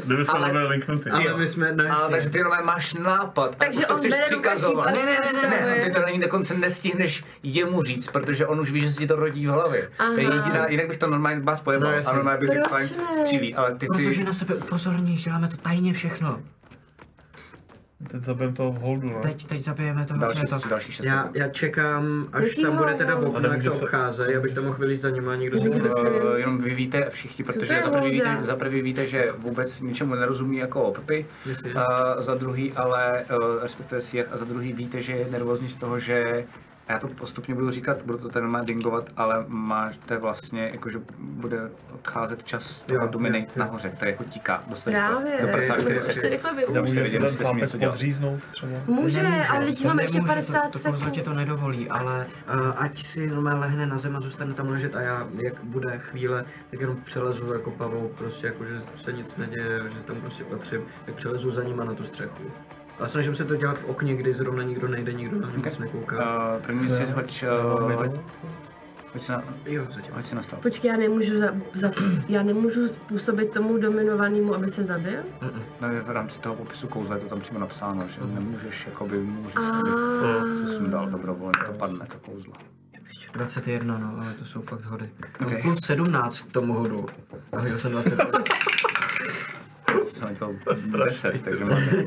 S5: Kdyby se
S2: Ale-
S5: nebyl linknutý.
S3: Ale my jsme, no
S2: A,
S3: jasně.
S2: takže ty nové máš nápad.
S4: Takže
S2: a už to
S4: on
S2: chceš
S4: bere rukašík
S2: přikazovat.
S4: a
S2: Ne, ne, ne, ne, ne.
S4: stavuje.
S2: Ty to ani dokonce nestihneš jemu říct, protože on už ví, že si ti to rodí v hlavě. To je
S4: Aha.
S2: jediná, jinak bych to normálně vás pojemal,
S7: No,
S2: no,
S7: jasně.
S2: a normálně bych řekl,
S4: Proč
S2: fajn,
S4: ne?
S2: střílí, ale ty
S3: Protože
S2: si...
S3: na sebe upozorníš, děláme to tajně všechno.
S5: Teď zabijem toho v holdu, no.
S3: Teď, teď zabijeme toho,
S2: Další,
S3: co je to.
S2: další šest
S3: Já,
S2: sekund.
S3: já čekám, až
S4: Jaký
S3: tam bude
S4: hovor?
S3: teda okno,
S5: nemůže
S3: jak to
S5: se-
S3: obcházejí, abych tam mohl vylít za ním a někdo se
S4: Kdyby se-
S2: Eh, jenom vy víte všichni,
S4: Prostě to
S2: protože
S4: je
S2: za prvý víte,
S4: holda?
S2: za prvý víte, že vůbec ničemu nerozumí jako opy,
S3: Jasně.
S2: a za druhý ale, eh, respektive si jak, a za druhý víte, že je nervózní z toho, že a já to postupně budu říkat, budu to ten normálně dingovat, ale máte vlastně, jakože bude odcházet čas toho
S3: Jo,
S2: dominy
S3: jo, jo.
S2: nahoře, to je jako tíká, dostane
S4: Právě,
S2: do prsa
S4: to
S3: čtyři
S4: musíš to
S2: sekund.
S4: rychle
S5: Já
S4: využít.
S5: můžu
S2: jste
S5: si
S2: viděli,
S5: ten
S2: jestli s ním
S5: zápek
S2: něco dělat.
S5: podříznout třeba.
S4: Může, ale teď
S3: to
S4: máme ještě
S3: nemůže,
S4: 50
S3: to, to kouzlo ti
S4: sekund.
S3: to nedovolí, ale uh, ať si normálně lehne na zem a zůstane tam ležet a já, jak bude chvíle, tak jenom přelezu jako pavou, prostě jako, že se nic neděje, že tam prostě patřím, tak přelezu za nima na tu střechu. A snažím se to dělat v okně, kdy zrovna nikdo nejde, nikdo na mě moc nekouká.
S2: Eh, První si hoď, eh, hoď- hoď si na-
S3: Jo, zatím.
S2: hoď si na stav.
S4: Počkej, já nemůžu, za, za, já nemůžu způsobit tomu dominovanému, aby se zabil?
S2: No, v rámci toho popisu kouzla je to tam přímo napsáno, že
S3: Mhm.
S2: nemůžeš, jakoby, můžeš,
S4: A-
S2: se sundal dobrovolně, to padne, to kouzlo.
S3: 21, no, ale to jsou fakt hody. No,
S2: Ok.
S3: plus 17 k tomu hodu. A hodil jsem 21.
S2: Jsem to 10, takže máte.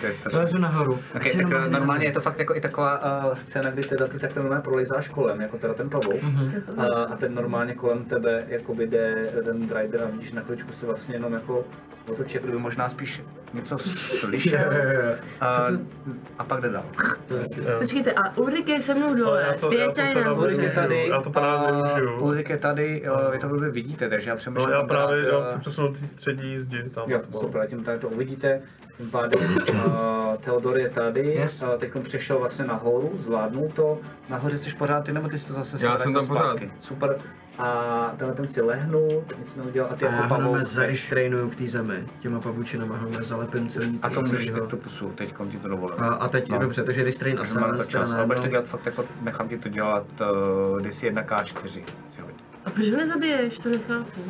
S2: To je strašné.
S3: Lezu nahoru.
S2: Ok, tak
S3: Chci jenom
S2: eh,
S3: lehnout na
S2: normálně
S3: zem.
S2: je to fakt jako i taková uh, scéna, kdy teda ty takhle normálně prolejzáš kolem, jako teda ten pavouk.
S4: Já
S2: A, a ten normálně kolem tebe jakoby jde ten rider a vidíš na chviličku se vlastně jenom jako otočí, jako kdyby možná spíš něco slyšel a, a pak jde dál.
S5: Eh,
S6: Počkejte, a Ulrike je se mnou
S5: Ale
S6: dole.
S5: já to, já to
S6: Pěta je
S5: teda
S6: nahoře.
S5: vůbec
S2: Ulrike tady,
S5: nevyužiju, já to právě
S2: a
S5: nevyužiju.
S2: Ulrike tady, jo, vy to blbě vidíte, takže já
S5: No
S2: přemýšlím.
S5: já
S2: akorát,
S5: právě, já
S2: eh,
S5: chci přesunout ty střední zdi tam.
S9: Jo, super, tím tady to uvidíte. Tím pádem uh, Theodor je tady,
S2: Yes.
S9: yes. uh, teď přešel vlastně nahoru, zvládnul to. Nahoře jsi pořád ty, nebo ty jsi to zase si
S7: Já jsem
S9: vrátil
S7: tam pořád.
S9: zpátky? Super. A tenhle ten si lehnul, nic neudělal a ty
S3: A já
S9: jako
S3: ho
S9: pavouk.
S3: normálně zarestrainuju k té zemi. Těma pavučinama ho normálně zalepím celý.
S2: A to můžeš
S3: celýho.
S2: tak to pusu, teď ti to dovolím.
S3: no, a, a teď,
S2: No.
S3: dobře, takže restrain a
S2: Takže máme na to
S3: silence, teda
S2: čas,
S3: na
S2: ale budeš
S3: jedno.
S2: to dělat fakt jako, nechám ti to dělat
S9: eh,
S2: uh, DC 1K4. si hodí.
S6: A proč ho nezabiješ? To nechápu.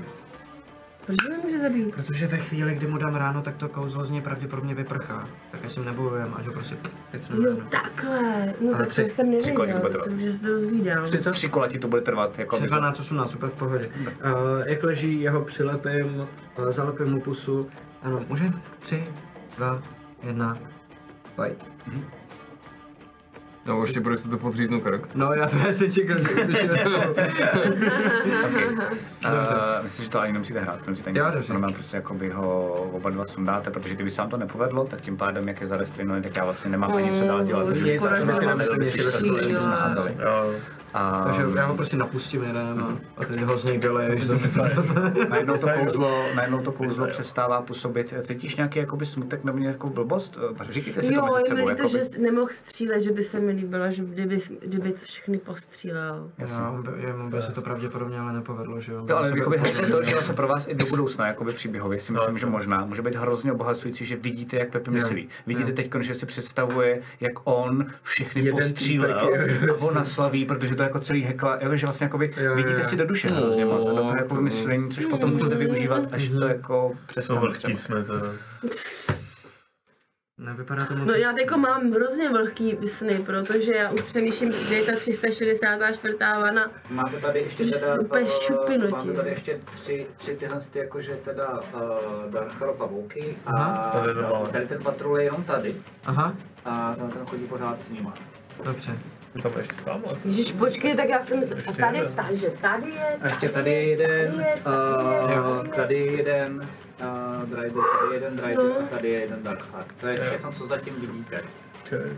S6: Proč ho nemůže zabít?
S3: Protože ve chvíli, kdy mu dám ráno, tak to kouzlo z něj pravděpodobně vyprchá. Tak já si nebojujem, ať ho prostě pěcnu
S6: Jo,
S3: ráno.
S6: takhle. No
S3: Ale
S6: tak
S3: tři-
S6: to jsem
S2: tři kola ti to
S6: nevěděla,
S2: bude
S6: to
S2: trvat.
S6: jsem, že se to dozvídám.
S3: Tři co?
S2: Tři kola ti to bude trvat, jako
S3: Přes 12, 18, super v pohodě.
S2: No.
S3: Uh, jak leží, jeho přilepím, uh, zalepím mu pusu. Ano, můžem? 3, 2, 1, bite.
S7: No ještě pro to podříznu krk.
S3: No já právě se čekám, že uslyším.
S2: [laughs] Uh, myslím, že to ani nemusíte hrát, nemusíte ani
S3: Jo,
S2: hrát,
S3: dobře.
S2: normálně prostě jako by ho oba dva sundáte, protože kdyby se vám to nepovedlo, tak tím pádem, jak je zarestrinovaný, tak já vlastně nemám ani co dál dělat.
S6: Mm,
S2: Nic,
S6: poražila
S2: myslím,
S6: vás
S2: myslím, že to
S6: to
S2: je
S6: šílená.
S2: sázeli.
S5: Já,
S2: A
S3: Takže já ho prostě napustím jeden
S2: Mhm.
S3: a, a teď ho z něj
S2: [laughs]
S3: vyleješ zase.
S2: najednou to
S5: Vysajo.
S2: kouzlo, najednou to kouzlo
S5: Vysajo.
S2: přestává působit. Cítíš nějaký jakoby smutek nebo nějakou blbost? Eh, Říkejte si to
S6: Jo,
S2: mezi
S6: je mi
S2: sebou.
S6: líto,
S2: jakoby.
S6: že jsi nemohl střílet, že by se mi líbilo, že kdyby, kdyby to všechny postřílel.
S3: Já, jemu by se to pravděpodobně ale nepovedlo, že jo.
S2: Jo, ale
S3: Sebe-
S2: jakoby hrozně to, že se pro vás i do budoucna, jakoby příběhově, si
S3: No,
S2: myslím, že možná může být hrozně obohacující, že vidíte, jak Pepi myslí. Vidíte teď, že si představuje, jak on všechny
S3: Jeden
S2: postřílel
S3: týpek, jo,
S2: a on naslaví, protože to jako celý hekla, jo, že vlastně jakoby
S3: Jo, jo,
S2: vidíte
S3: jo.
S2: si do duše hrozně moc a do toho jako myšlení, což potom můžete
S6: Mm-hmm.
S2: využívat, až
S3: Mm-hmm.
S2: to jako
S5: jsou
S2: přestane. třeba.
S5: vlhký sny teda.
S3: Nevypadá to moc.
S6: No já
S3: hezky.
S6: jako mám hrozně vlhký sny, protože já už přemýšlím, kde je ta 364. vana.
S9: Máte tady ještě
S6: Jsi
S9: teda...
S6: úplně
S9: eh,
S6: šupinutí.
S9: Máte tady ještě tři, tři tyhle ty jakože teda
S2: eh,
S9: uh, Darcharo pavouky a
S3: Aha.
S5: Tady dva malé.
S9: tady ten patrol je jenom tady
S3: Aha,
S9: a ten, ten chodí pořád s nima.
S3: dobře.
S5: Je tam ještě tamhle.
S6: Ježíš, počkej, tak já jsem myslela, a tady, takže tady je,
S9: A ještě tady je jeden,
S6: Tady je,
S9: uh, tady je jeden uh, driver, tady je jeden driver a tady je jeden Darchar. To je všechno, co zatím vidíte.
S5: Okay,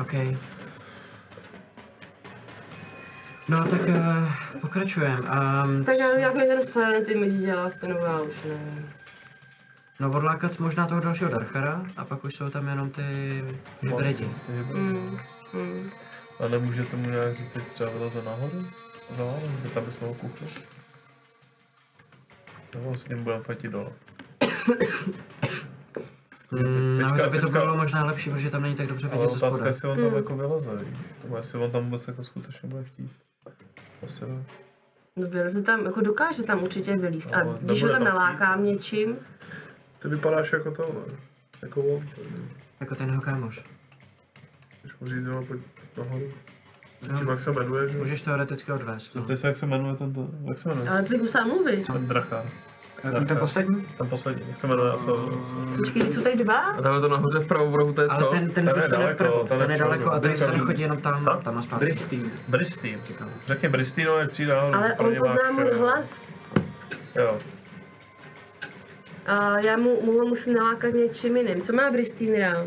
S5: okay.
S3: OK. No tak uh, pokračujem. Um,
S6: tak já jako nevím, jak mi ten sanity myslí dělat, ten já už nevím.
S3: no odlákat možná toho dalšího Darchara a pak už jsou tam jenom ty hybridi.
S6: Mm, mm.
S5: A nemůžete mu nějak říct, jak třeba vyleze nahoru? Za vámi, kde tam bychom ho koukli? Nebo s ním budeme fatit vlastně dole?
S3: Mm,
S5: teďka-
S3: nahoře by to
S5: teďka-
S3: bylo možná lepší, protože tam není tak dobře
S5: Ale
S3: vidět ze
S5: otázka,
S3: spoda.
S5: jestli on tam jako vyleze, víš? Nebo jestli on tam vůbec jako skutečně bude chtít. Asi ne.
S6: No vyleze tam, jako dokáže tam určitě vylíst. A
S5: No,
S6: když ho
S5: nebude
S6: tam
S5: tam
S6: nalákám něčím,
S5: Ty vypadáš jako to, ne? Jako on, tady.
S3: Jako ten jeho kámoš.
S5: když mu řízíme, pojď nahoru. S tím,
S3: No.
S5: jak se jmenuje, že?
S3: Můžeš teoreticky odvést. No.
S5: Zeptej se, jak se jmenuje ten, ten jak se jmenuje?
S6: ale to bych musela mluvit.
S5: Ten drachár.
S2: Ten, ten poslední?
S5: Hmm. Ten poslední, jak se jmenuje a co? co-
S6: Počkej, jsou tady dva?
S7: A dáme to nahoře vpravo v rohu, to je
S3: Ale
S7: co?
S3: ten, ten
S5: Ten je
S3: zůstane
S5: daleko,
S3: vpravo,
S5: ten je
S3: ten je
S5: vpravo.
S3: daleko a ten,
S5: Bristol.
S3: ten chodí jenom tam, tam a zpátky.
S9: Pristý.
S5: Bristýn. Řekni Bristýno, jak přijde nahoru.
S6: Ale
S5: pro
S6: on
S5: ně máš,
S6: pozná můj
S5: eh,
S6: hlas.
S5: Jo.
S6: A já mu, mu ho musím nalákat něčím jiným. Co má Bristýn rád?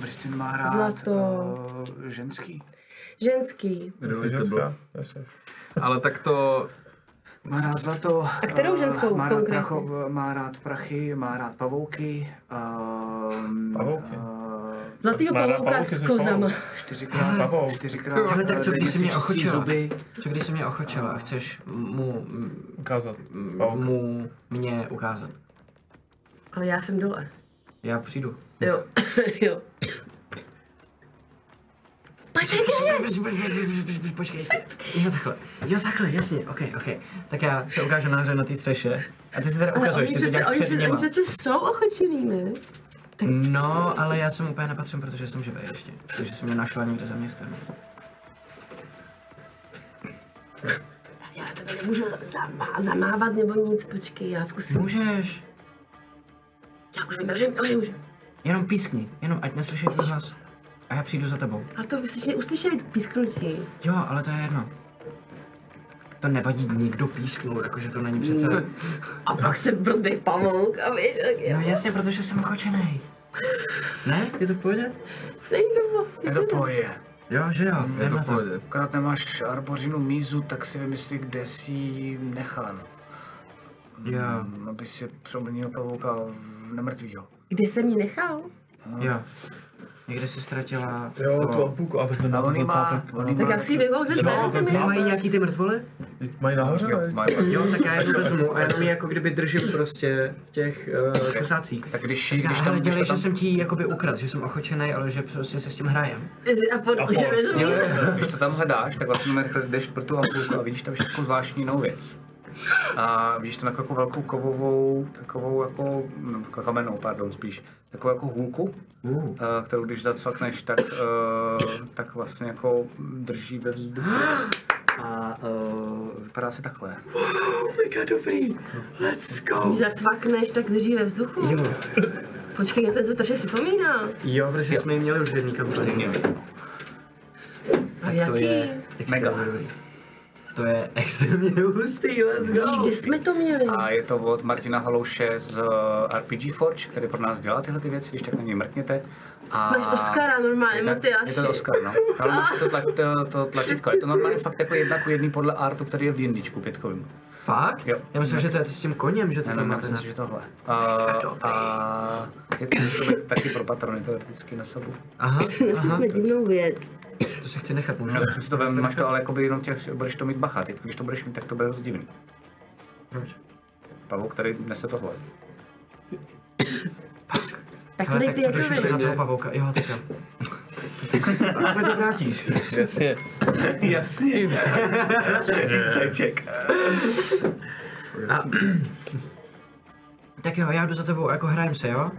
S10: Bristin má rád
S6: Zlato.
S10: eh, ženský.
S6: Ženský.
S5: Jsi ženská? Nejsi.
S7: Ale tak to...
S10: Má rád zlato. A
S6: kterou ženskou
S10: má rád,
S6: konkrétně?
S10: pracho, má rád prachy, má rád pavouky. ehm,
S5: Pavouky?
S10: eh,
S6: Zlatýho
S5: Má rád
S6: pavouka
S5: pavouky
S6: s
S5: se
S6: kozama.
S10: čtyřikrát,
S5: Pavouk.
S10: čtyřikrát.
S3: Ale tak co,
S10: eh,
S3: když jsi
S10: denně
S3: mě
S10: si čistí
S3: ochočila?
S10: zuby.
S3: Co když jsi mě ochočila a chceš mu, m-
S5: Ukázat.
S3: Mm,
S5: Pavouk.
S3: mu mě ukázat?
S6: Ale já jsem dole.
S3: Já přijdu.
S6: Jo, [laughs] jo. Počkej,
S3: Počkej, ještě. Jo takhle, jo takhle, jasně, ok, ok. Tak já se ukážu nahoře na té střeše. A ty si teda
S6: ale oni
S3: ukazuješ, ty
S6: přece,
S3: teď
S6: oni,
S3: jdeš před
S6: přece, oni
S3: nima.
S6: přece jsou ochočilí, ne?
S3: No, ale já jsem úplně nepatřím, protože jsem živý ještě. Takže jsem mě našla někde za městem.
S6: Já tebe nemůžu zamá, zamávat nebo nic, počkej, já zkusím.
S3: Můžeš,
S6: Já už vím, já už vím, já už vím, já už vím.
S3: jenom pískni, jenom ať neslyší tvůj hlas. A já přijdu za tebou.
S6: Ale to slyšeli, uslyšeli písknutí.
S3: Jo, ale to je jedno. To nevadí, někdo písknul, jakože to není přece...
S6: A pak se blbý pavouk a víš, jak je.
S3: No jasně, protože jsem ochočený. Ne? Je to v pohodě?
S6: Není to moc.
S8: Je to v pohodě.
S3: Jo, že jo.
S7: Je to
S3: jdeme
S7: v pohodě.
S8: Akorát nemáš arbořinu mízu, tak si vymyslí, kde si ji nechal.
S3: Jo,
S8: Mm, Aby si přeměnil pavouka v nemrtvýho.
S6: Kde jsem ji nechal?
S3: jo. Někde se ztratila...
S5: Jo, tu ampuku, a takhle
S8: A
S5: na
S8: on ji
S5: ten
S8: má,
S5: cápek.
S8: on ji
S6: Tak
S8: má.
S6: já si ji vyhouzím,
S5: No, ten
S6: zvednete mi.
S3: Mají nějaký ty mrtvoly?
S5: Mají nahoře,
S2: Jo,
S5: ne?
S2: má-
S3: Jo, tak já jednu vezmu a jenom ji jako kdyby držím prostě v těch uh, kusácích.
S2: Tak když,
S3: Říká,
S2: když tam,
S3: hele,
S2: když
S3: dělej,
S2: to
S3: že
S2: tam
S3: jsem ti ji jakoby ukradl, že jsem ochočenej, ale že prostě se s tím hrajem.
S6: A pod...
S2: Jo, jo, když to tam hledáš, tak vlastně rychle jdeš pro tu ampulku a vidíš tam ještě takovou zvláštní jinou věc. A vidíš tam takovou velkou kovovou, takovou jako, no, kamenou, pardon, spíš, takovou jako hůlku,
S3: Mm.
S2: uh. kterou když zacvakneš, tak, uh, tak vlastně jako drží ve vzduchu. A uh, vypadá si takhle.
S3: Mega eh, dobrý, let's go.
S6: Když zacvakneš, tak drží ve vzduchu.
S3: Jo,
S6: Počkej, něco se strašně připomíná.
S3: jo, protože jsme ji měli už v jedný kampaně.
S6: A jaký?
S3: extrémně dobrý. To je [laughs] extrémně hustý, let's go.
S6: Kde jsme to měli?
S2: A je to od Martina Halouše z eh, RPG Forge, který pro nás dělá tyhle ty věci, když tak na něj mrkněte. A
S6: Máš Oscara normálně,
S2: Je to-
S6: Matyáši.
S2: Je to Oscar,
S6: [laughs]
S2: no. Ale máš to, tla, to, to tlačítko. Je to normálně fakt jako jedna ku jedný podle artu, který je v D&Dčku pětkovým.
S3: Fakt?
S2: Jo.
S3: Já myslím, že to je to s tím koněm, že to
S2: Ne,
S3: tam
S2: ne,
S3: máte.
S2: myslím
S3: na-
S2: si, že tohle. A, a je to, může to být taky pro patrony teoreticky na sebu.
S3: Aha,
S6: Našli
S3: aha,
S6: jsme divnou věc.
S3: to se chci nechat možná.
S2: No, tak si to vezmeš, máš to, ale jakoby jenom těch, budeš to mít bacha. Teď, když to budeš mít, tak to bude dost divný.
S3: Proč?
S2: Pavouk, který nese tohle.
S6: Tak jako to
S3: Ale
S6: dej
S3: tak co když už se na
S6: Pijakovi.
S3: toho pavouka? Jo, tak jo. [laughs] Tak mi to vrátíš.
S7: Jasně.
S2: Jasně.
S3: Tak jo, já jdu za tebou, jako hrajem se, jo?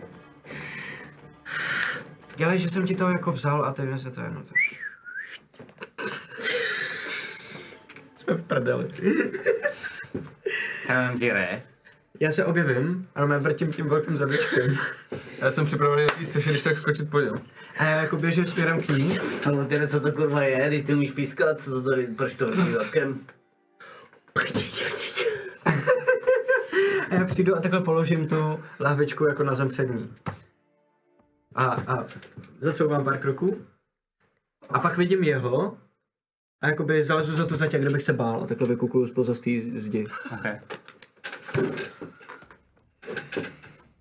S3: Dělej, že jsem ti to jako vzal a teď se to jenom tak. Jsme v prdeli.
S2: Tam děre.
S3: Já se objevím, ale vrtím tím velkým zabičkem.
S7: Já jsem připravený na té střeše, když tak skočit po něm.
S3: A já jako běžím směrem k ní.
S11: Ale ty co to kurva je, ty ty umíš pískat, co to tady, proč to vrtí okem?
S3: A já přijdu a takhle položím tu lahvičku jako na zem před ní. A, a zacouvám pár kroků. A pak vidím jeho. A jakoby zalezu za tu zatě, kde bych se bál. A takhle vykukuju spoza z té zdi.
S2: Okay.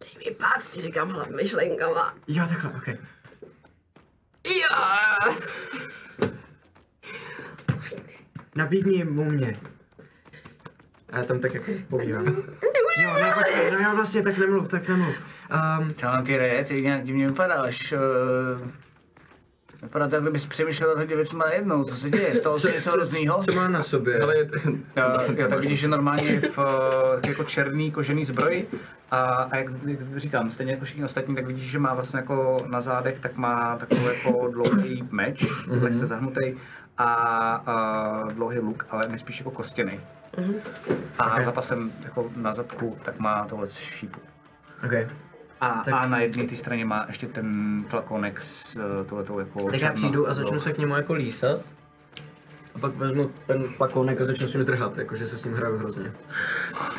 S6: Dej mi pác, ti říkám hlad myšlenkama.
S3: Jo, takhle, okej.
S6: Jo!
S3: Nabídni mu mě. A já tam tak jako povídám. Jo, ne, počkej, no jo, vlastně, tak nemluv, tak nemluv. Um,
S2: Tam děre, ty nějak divně vypadáš. Uh, vypadá to, jak kdybys přemýšlel nad věcmi jednou, co se děje, stalo se něco hroznýho.
S3: co má na sobě?
S7: Ale je, [laughs]
S2: Já, já Eh, tak vidíš, že normálně je v eh, jako černý kožený zbroji a, a jak, jak říkám, stejně jako všichni ostatní, tak vidíš, že má vlastně jako na zádech, tak má takový jako dlouhý meč,
S3: Mhm.
S2: lehce zahnutý a, a dlouhý luk, ale nejspíš jako kostěný. A zapasem jako na zadku, tak má tohle šípu.
S3: Okay.
S2: A,
S3: Tak-
S2: a na jedné té straně má ještě ten flakonek s eh, tohletou jako
S3: Tak já
S2: černou-
S3: přijdu a začnu se k němu jako lísat. A pak vezmu ten flakonek a začnu s ním drhat, jakože se s ním hraju hrozně. A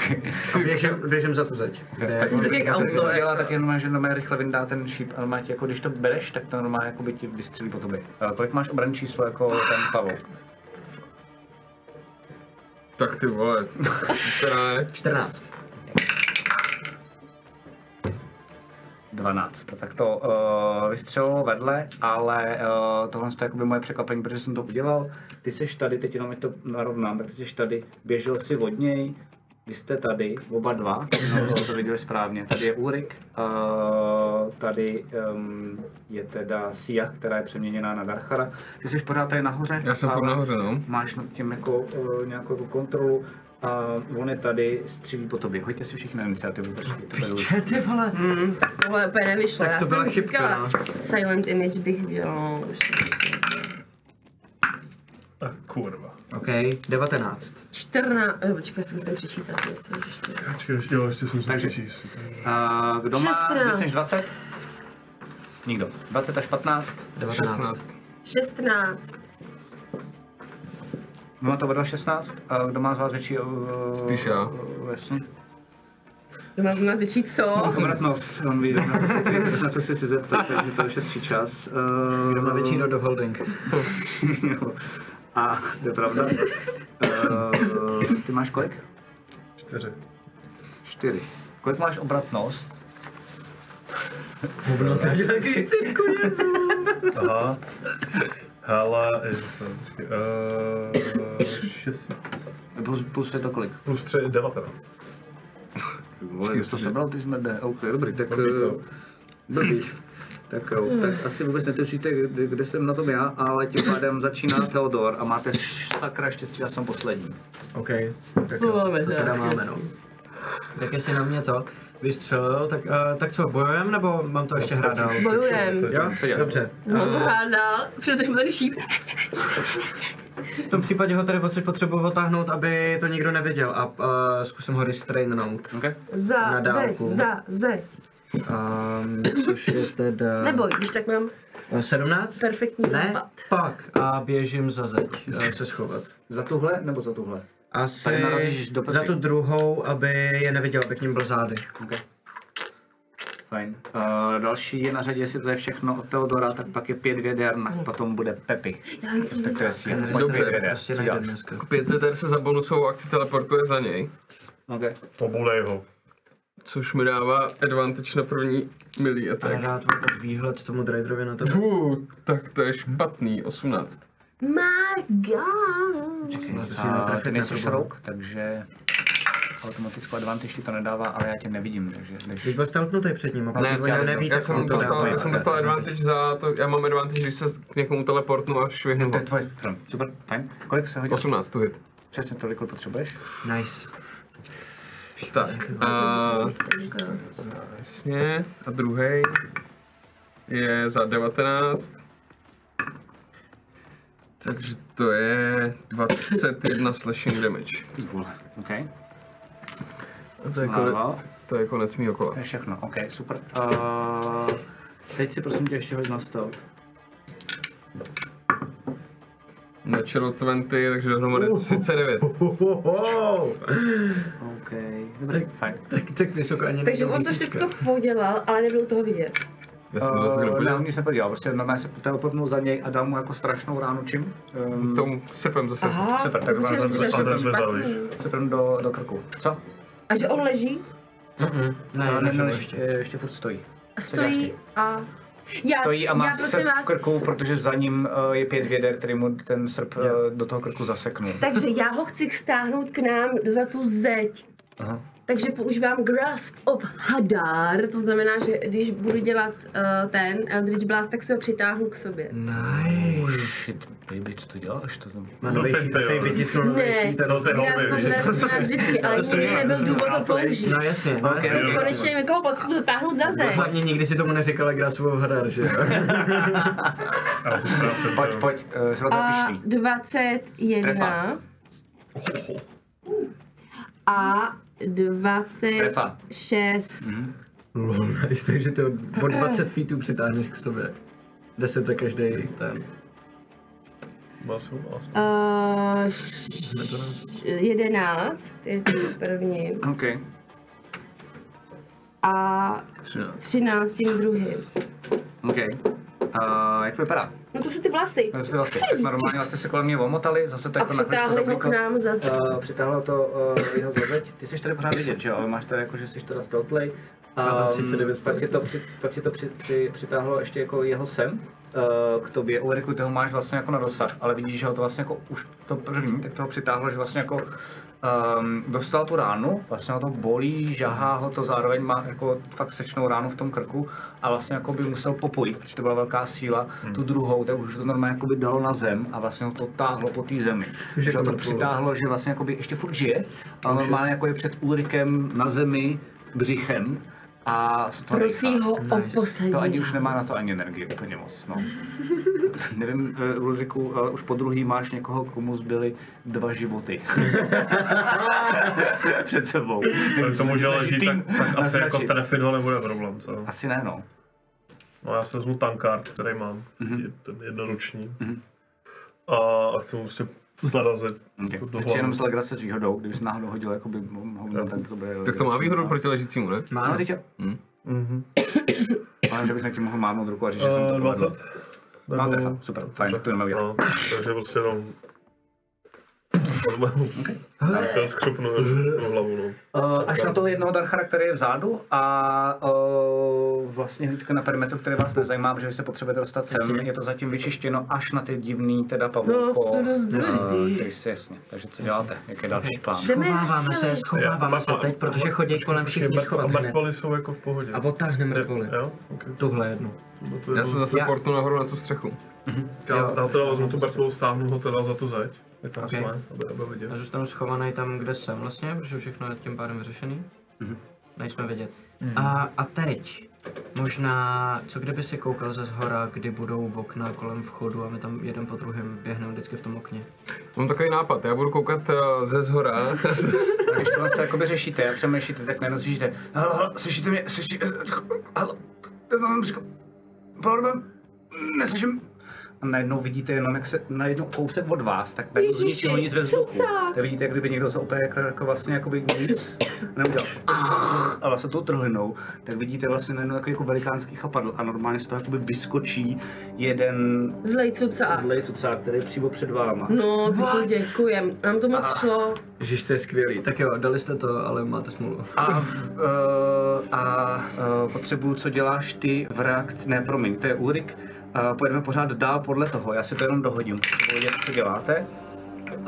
S3: běžím, běžím za tu zeď. Kde
S2: Tak
S3: on-
S2: když
S6: jak
S2: to
S6: auto,
S2: dělá,
S6: jako.
S2: tak jenom, že normálně rychle vyndá ten šíp a normálně, ti jako když to bereš, tak to normálně jako by ti vystřelí po tobě. Eh, kolik máš obranné číslo jako ten pavouk?
S7: tak ty vole. Teda ne.
S3: 14.
S2: 12. Tak to uh, vystřelilo vedle, ale uh, tohle je jakoby moje překvapení, protože jsem to udělal. Ty seš tady, teď jenom mi to narovnám, tak ty seš tady, běžel si od něj, vy jste tady, oba dva, no, jsme to viděli správně. Tady je Ulrik, uh, tady um, je teda Sia, která je přeměněná na Darchara. Ty jsi pořád tady nahoře.
S7: Já jsem furt
S2: ale-
S7: nahoře, no.
S2: máš nad tím jako uh, nějakou jako kontrolu a on je tady, střílí po tobě. Hoďte si všichni na iniciativu, trošku to beru.
S3: Če ty vole?
S6: Tohle úplně nevyšlo,
S3: Tak
S6: já
S3: to byla
S6: jsem
S3: chybka,
S6: říkala, silent image bych dělal. už jsem říkala.
S5: Tak kurva.
S3: OK, 19.
S6: 14, eh, počkej, já jsem musím přečítat něco ještě.
S5: Počkej, ještě- jo, ještě jsem se
S2: Takže-
S5: přečíst.
S2: Uh, kdo má
S6: 16.
S2: víc než 20? Nikdo. 20 až 15.
S3: 19.
S7: 16.
S6: 16.
S2: Vy máte oba dva 16? A kdo má z vás větší... Uh,
S7: Spíš já.
S2: Uh, jasně.
S6: To No, mám na větší
S2: No,
S6: co?
S2: Obratnost, on ví, na co se chci- na co se chci zeptat, takže to ušetří čas. Uh,
S3: Kdo má větší road of holding?
S2: [laughs] jo. A to je pravda. Uh, ty máš kolik?
S5: Čtyři.
S2: Čtyři. Kolik máš obratnost?
S5: Aha. Hele, počkej, eh, 16
S2: Plus, plus je to kolik?
S5: plus 3, 19.
S2: Vole, jsi to sebral, ty smrde. OK, dobrý, tak...
S5: Dobrý, co?
S2: eh, Dobrý. Tak jo, tak asi vůbec netušíte, kde, kde jsem na tom já, ale tím pádem začíná Theodor a máte sakra štěstí, já jsem poslední.
S3: OK, tak jo,
S6: Máme
S3: to teda
S6: tak.
S3: máme, no. Tak jestli na mě to vystřelil, tak, uh, tak co, bojujem nebo mám to ještě hrát dál?
S6: Bojujem.
S3: Jo, dobře.
S6: Mám to hrát dál, No, protože mu tady šíp.
S3: V tom případě ho tady odsud potřebuji otáhnout, aby to nikdo neviděl a uh, zkusím ho restrainout.
S2: Okay.
S6: Za,
S3: Na
S6: zeď,
S3: dálku.
S6: za, zeď.
S3: Um, což je teda...
S6: Neboj, když tak mám
S3: Eh, 17?
S6: perfektní
S3: Ne,
S6: nápad.
S3: pak a běžím za zeď eh, se schovat.
S2: Za tuhle nebo za tuhle? Tady
S3: Asi
S2: narazíš do pety.
S3: za tu druhou, aby je neviděl, aby k ním byl zády.
S2: Okay. Fajn. Uh, další je na řadě, jestli to je všechno od Teodora, tak pak je pět věder, na, potom bude Pepi. Respektive si.
S7: Dobře.
S3: Který Prostě
S2: Co
S3: najde
S2: děláš?
S3: dneska.
S7: Pěteter se za bonusovou akci teleportuje za něj,
S2: Okay.
S5: Obulej ho.
S7: což mi dává advantage na první milí
S3: Ale
S7: attack.
S3: rád mám tak výhled tomu driderovi na to.
S7: Fů, tak to je špatný, 18.
S6: My god.
S2: Uh, ty nejsi šrouk, takže automatickou advantage ti to nedává, ale já tě nevidím, takže když...
S3: Když byl steltnutý před ním, a pak
S7: Ne,
S3: když
S7: já,
S3: on
S7: jsem,
S3: neví,
S7: já,
S3: tak on
S7: jsem
S3: to
S7: dostal,
S3: dává.
S7: já jsem dostal advantage za to, já mám advantage, když se k někomu teleportnu a švihnu.
S2: To
S7: ho.
S2: je tvoje strom. Super, fajn. Kolik se hodí?
S7: 18 to hit.
S2: Přesně tolik, kolik potřebuješ.
S3: Nice.
S7: Tak, a jasně, a druhý je za 19. Takže to je 21 slashing damage.
S2: Ty Vole. OK.
S7: A to je konec,
S2: Lával.
S7: to je konec mýho kola.
S2: To je všechno. OK, super. Uh, teď si prosím tě ještě hodně na stealth.
S7: Natural 20, takže dohromady 39.
S2: OK, dobrý, fajn.
S3: Tak, tak vysoko ani
S6: Takže on to všechno podělal, ale nebyl u toho vidět.
S7: Já jsem to zase
S2: Eh,
S7: kde
S2: ne,
S7: podíval.
S2: on nic nepodíval, prostě normálně se teleportnul za něj a dal mu jako strašnou ránu čím. Um,
S7: Tomu srpem zase.
S6: Aha,
S2: Super, tak
S6: určitě
S2: vás
S6: si říkal, že
S5: zase
S6: to je
S5: zabaví.
S6: špatný.
S2: se prém do, do krku. Co?
S6: A že on leží
S3: Ne,
S2: Eh,
S3: ne, ne,
S2: ještě,
S3: ještě.
S2: ještě furt stojí.
S6: a stojí a... Já,
S2: Stojí a má
S6: já prosím
S2: srp v
S6: vás,
S2: krku, protože za ním eh, je pět věder, který mu ten srp eh, do toho krku zaseknul.
S6: takže já ho chci stáhnout k nám za tu zeď. Takže používám Grasp of Hadar, to znamená, že když budu dělat uh, ten Eldritch Blast, tak si ho přitáhnu k sobě.
S3: Mm, Nice.
S2: Shit, baby, co ty děláš? To tam...
S3: Má
S5: Co
S3: vejší,
S5: ty,
S3: asi
S5: jo?
S3: vytisknul
S6: Ne.
S3: vejší. ten-
S5: No, to je
S6: Grasp of
S5: hobby,
S6: Hadar znamená vždycky, ale nikdy nebyl důvod to použít.
S3: No jasně, no
S2: Ok,
S3: jasně.
S6: Teď konečně někoho potřebuji zatáhnout za zeď.
S3: Hlavně nikdy si tomu neříkala Grasovou hradar, že jo?
S5: Ale jsi ztrácen,
S2: Pojď,
S5: jo.
S2: pojď, uh, jsme tam
S6: A
S2: pišný.
S6: 21
S2: Trefa.
S6: a 26.
S2: Trefa.
S3: [laughs] Lol, nice, takže to o 20 feetů přitáhneš k sobě. 10 za každý ten.
S5: Má souhlas.
S6: Uh, š- 11 je to první
S2: OK.
S6: a
S7: 13.
S6: 13 tím druhým.
S2: OK. Uh, jak to vypadá?
S6: No to jsou ty vlasy.
S2: Zase vlastně, tak normálně vlastně se kolem mě omotali, zase to
S6: A
S2: jako na
S6: přitáhli ho k nám zase.
S2: Uh, přitáhlo to uh, jeho zazeď. Ty jsi tady pořád vidět, že jo? Ale máš to jako, že jsi teda stealthlej.
S3: tam
S2: Ehm,
S3: 39
S2: pak tě to, při, pak tě to při, při, přitáhlo ještě jako jeho sem eh, k tobě. Ulriku, ty ho máš vlastně jako na dosah, ale vidíš, že ho to vlastně jako už to první, tak toho přitáhlo, že vlastně jako um, dostal tu ránu, vlastně ho to bolí, žahá ho to, zároveň má jako fakt sečnou ránu v tom krku a vlastně jako by musel popojit, protože to byla velká síla, tu druhou, tak už to normálně jako by dalo na zem a vlastně ho to táhlo po té zemi. Že ho to přitáhlo, že vlastně jako by ještě furt žije, ale normálně jako je před Ulrikem na zemi břichem a to
S6: Prosí ho o poslední.
S2: to ani už nemá na to ani energii úplně moc,
S5: [laughs]
S2: no. Nevím,
S8: eh,
S2: uh, Ulriku, ale už po druhý máš někoho, komu zbyly
S8: [laughs]
S2: dva životy. Před sebou.
S5: Kdyby to může
S2: Snaží
S5: leží,
S2: tým
S5: tak, tak asi
S2: naznačit.
S5: jako trefit ho nebude problém, co?
S2: Asi ne, no.
S5: No já si
S8: Mhm.
S5: vezmu tankard, který mám, je ten jednoruční. A, a chci mu prostě zarazit. Eh,
S8: Okay.
S5: do
S8: Teď
S5: hlavy.
S8: jenom z legrace s výhodou, kdyby se náhodou hodil jakoby hovno, tak to bude...
S7: Tak to má výhodu proti ležícímu, ne?
S8: Má, no, teď já-
S5: Mhm.
S8: Ale že bych na tím mohl mávnout ruku a říct, že jsem to
S5: Eh,
S8: povedl.
S5: 20?
S8: Má trefa, super, fajn, tak to jdeme udělat.
S5: No, takže prostě jenom... Normálně. Ten skřupnu do hlavu, no.
S2: Uh, až na toho jednoho Darchara, který je vzadu a uh, vlastně hlídka na perimetru, který vás nezajímá, protože vy se potřebujete dostat sem. Je to zatím vyčištěno až na ty divný teda pavouko.
S6: No, to dost důležitý.
S2: který si jasně. Takže co děláte? Jaký je další plán?
S3: Schováváme se, schováváme se teď, protože chodí kolem všichni
S5: A
S3: schovat hned.
S5: mrtvoly jsou jako v pohodě.
S1: A odtáhneme mrtvoly.
S5: Jo, okay.
S3: Tuhle jednu.
S5: no to je
S7: Já se zase
S3: Já-
S7: portnu nahoru na tu střechu.
S5: Já, já teda vezmu tu mrtvolu, stáhnu ho teda za tu zeď. Jak tam jsme, aby, aby
S3: Já
S5: viděl.
S3: zůstanu schovaný tam, kde jsem vlastně, protože všechno je tím pádem vyřešený. Nejsme vědět. A, a teď, možná, co kdyby si koukal ze zhora, kdy budou okna kolem vchodu a my tam jeden po druhém běhneme vždycky v tom okně.
S7: Mám takový nápad, já budu koukat eh, ze zhora. [laughs]
S2: A když tohle to jakoby řešíte, jak přemýšlíte, tak najednou slyšíte. Halo, halo, slyšíte mě, slyšíte, halo, já vám říkám, pardon, neslyším. A najednou vidíte jenom, jak se najednou kousek od vás, tak najednou z
S6: Ježiši,
S2: ničeho nic ve vzduchu.
S6: cucák.
S2: Tak vidíte, jak kdyby někdo se opět jako- jako vlastně jakoby nic neudělal. A vlastně tou trhlinou, tak vidíte vlastně najednou takový jako velikánský chapadl a normálně z toho jakoby vyskočí jeden
S6: Zlej cuca.
S2: zlej cucák, který je přímo před váma.
S6: No, pěkně děkujem. Nám to moc šlo.
S3: Ježiš, to je skvělý. Tak jo, dali jste to, ale máte smůlu.
S2: A, uh, a uh, potřebuju, co děláš ty v reakci, ne, promiň, to je Ulrik. Uh, pojedeme pořád dál podle toho, já si to jenom dohodím. Potřebuji vědět, co děláte.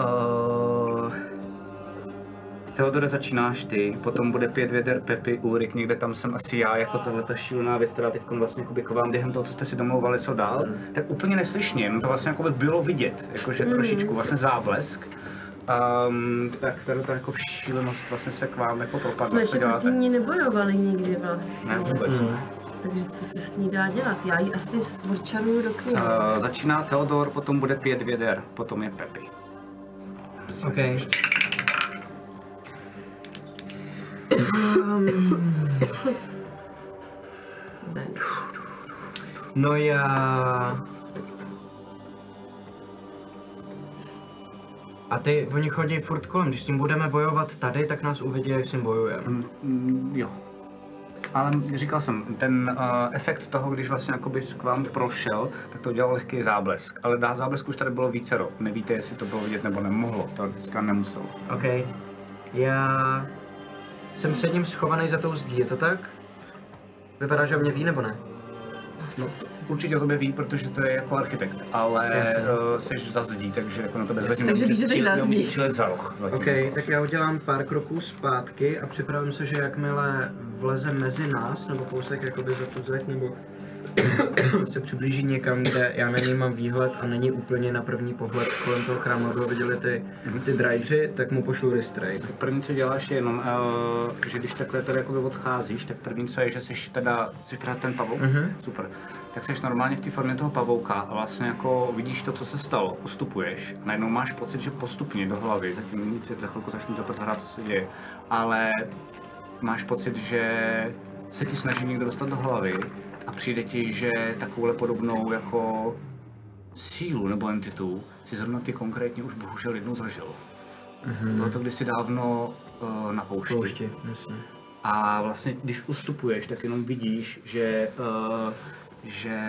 S2: Uh, Teodore, začínáš ty, potom bude pět věder Pepi, Ulrik, někde tam jsem asi já, jako tahle ta šílená věc, která teď vlastně jakoby k vám během toho, co jste si domlouvali, co dál, tak úplně neslyšně, jenom to vlastně jakoby bylo vidět, jakože
S6: Hmm.
S2: trošičku vlastně záblesk. Um, tak tady ta jako šílenost vlastně se k vám jako propadla,
S6: Jsme
S2: co
S6: ještě proti
S2: děláte?
S6: ní nebojovali nikdy vlastně.
S2: Ne, vůbec.
S6: Takže co se s ní dá dělat? Já ji asi zvrčanuju do knihy.
S2: Uh, začíná Teodor, potom bude pět věder, potom je Pepi.
S3: OK. Um.
S6: Den.
S3: No já... A ty, oni chodí furt kolem, když s ním budeme bojovat tady, tak nás uvidí, jak s ním bojujeme.
S2: Mm, jo. Ale říkal jsem, ten uh, efekt toho, když vlastně jakoby k vám prošel, tak to udělal lehký záblesk. Ale dá záblesk už tady bylo vícero. Nevíte, jestli to bylo vidět nebo nemohlo. Teoreticky nemuselo.
S3: OK. Já jsem před ním schovaný za tou zdí, je to tak? Vypadá, že o mě ví, nebo ne?
S2: No, Určitě o tobě ví, protože to je jako architekt, ale
S3: Jasně.
S2: uh, jsi za zdí, takže jako na tobě zatím
S6: Takže víš, že jsi za zdí.
S2: Čílet za roh. zatím.
S3: OK, tak já udělám pár kroků zpátky a připravím se, že jakmile vleze mezi nás, nebo kousek jakoby za tu zeď, nebo [coughs] se přiblíží někam, kde já na něj mám výhled a není úplně na první pohled kolem toho chrámu, aby ho viděli ty, ty drajdři, tak mu pošlu restrain.
S2: První, co děláš, je jenom, uh, že když takhle tady jakoby odcházíš, tak první, co je, že jsi teda, jsi teda ten pavouk, mm-hmm. super, tak jsi normálně v té formě toho pavouka a vlastně jako vidíš to, co se stalo, ustupuješ, najednou máš pocit, že postupně do hlavy, zatím nic, za chvilku začnu to hrát, co se děje, ale máš pocit, že se ti snaží někdo dostat do hlavy a přijde ti, že takovouhle podobnou jako sílu nebo entitu si zrovna ty konkrétně už bohužel jednou zažil. Mm-hmm. Bylo to kdysi dávno uh, na poušti.
S3: Poušti, jasně.
S2: A vlastně, když ustupuješ, tak jenom vidíš, že, uh, že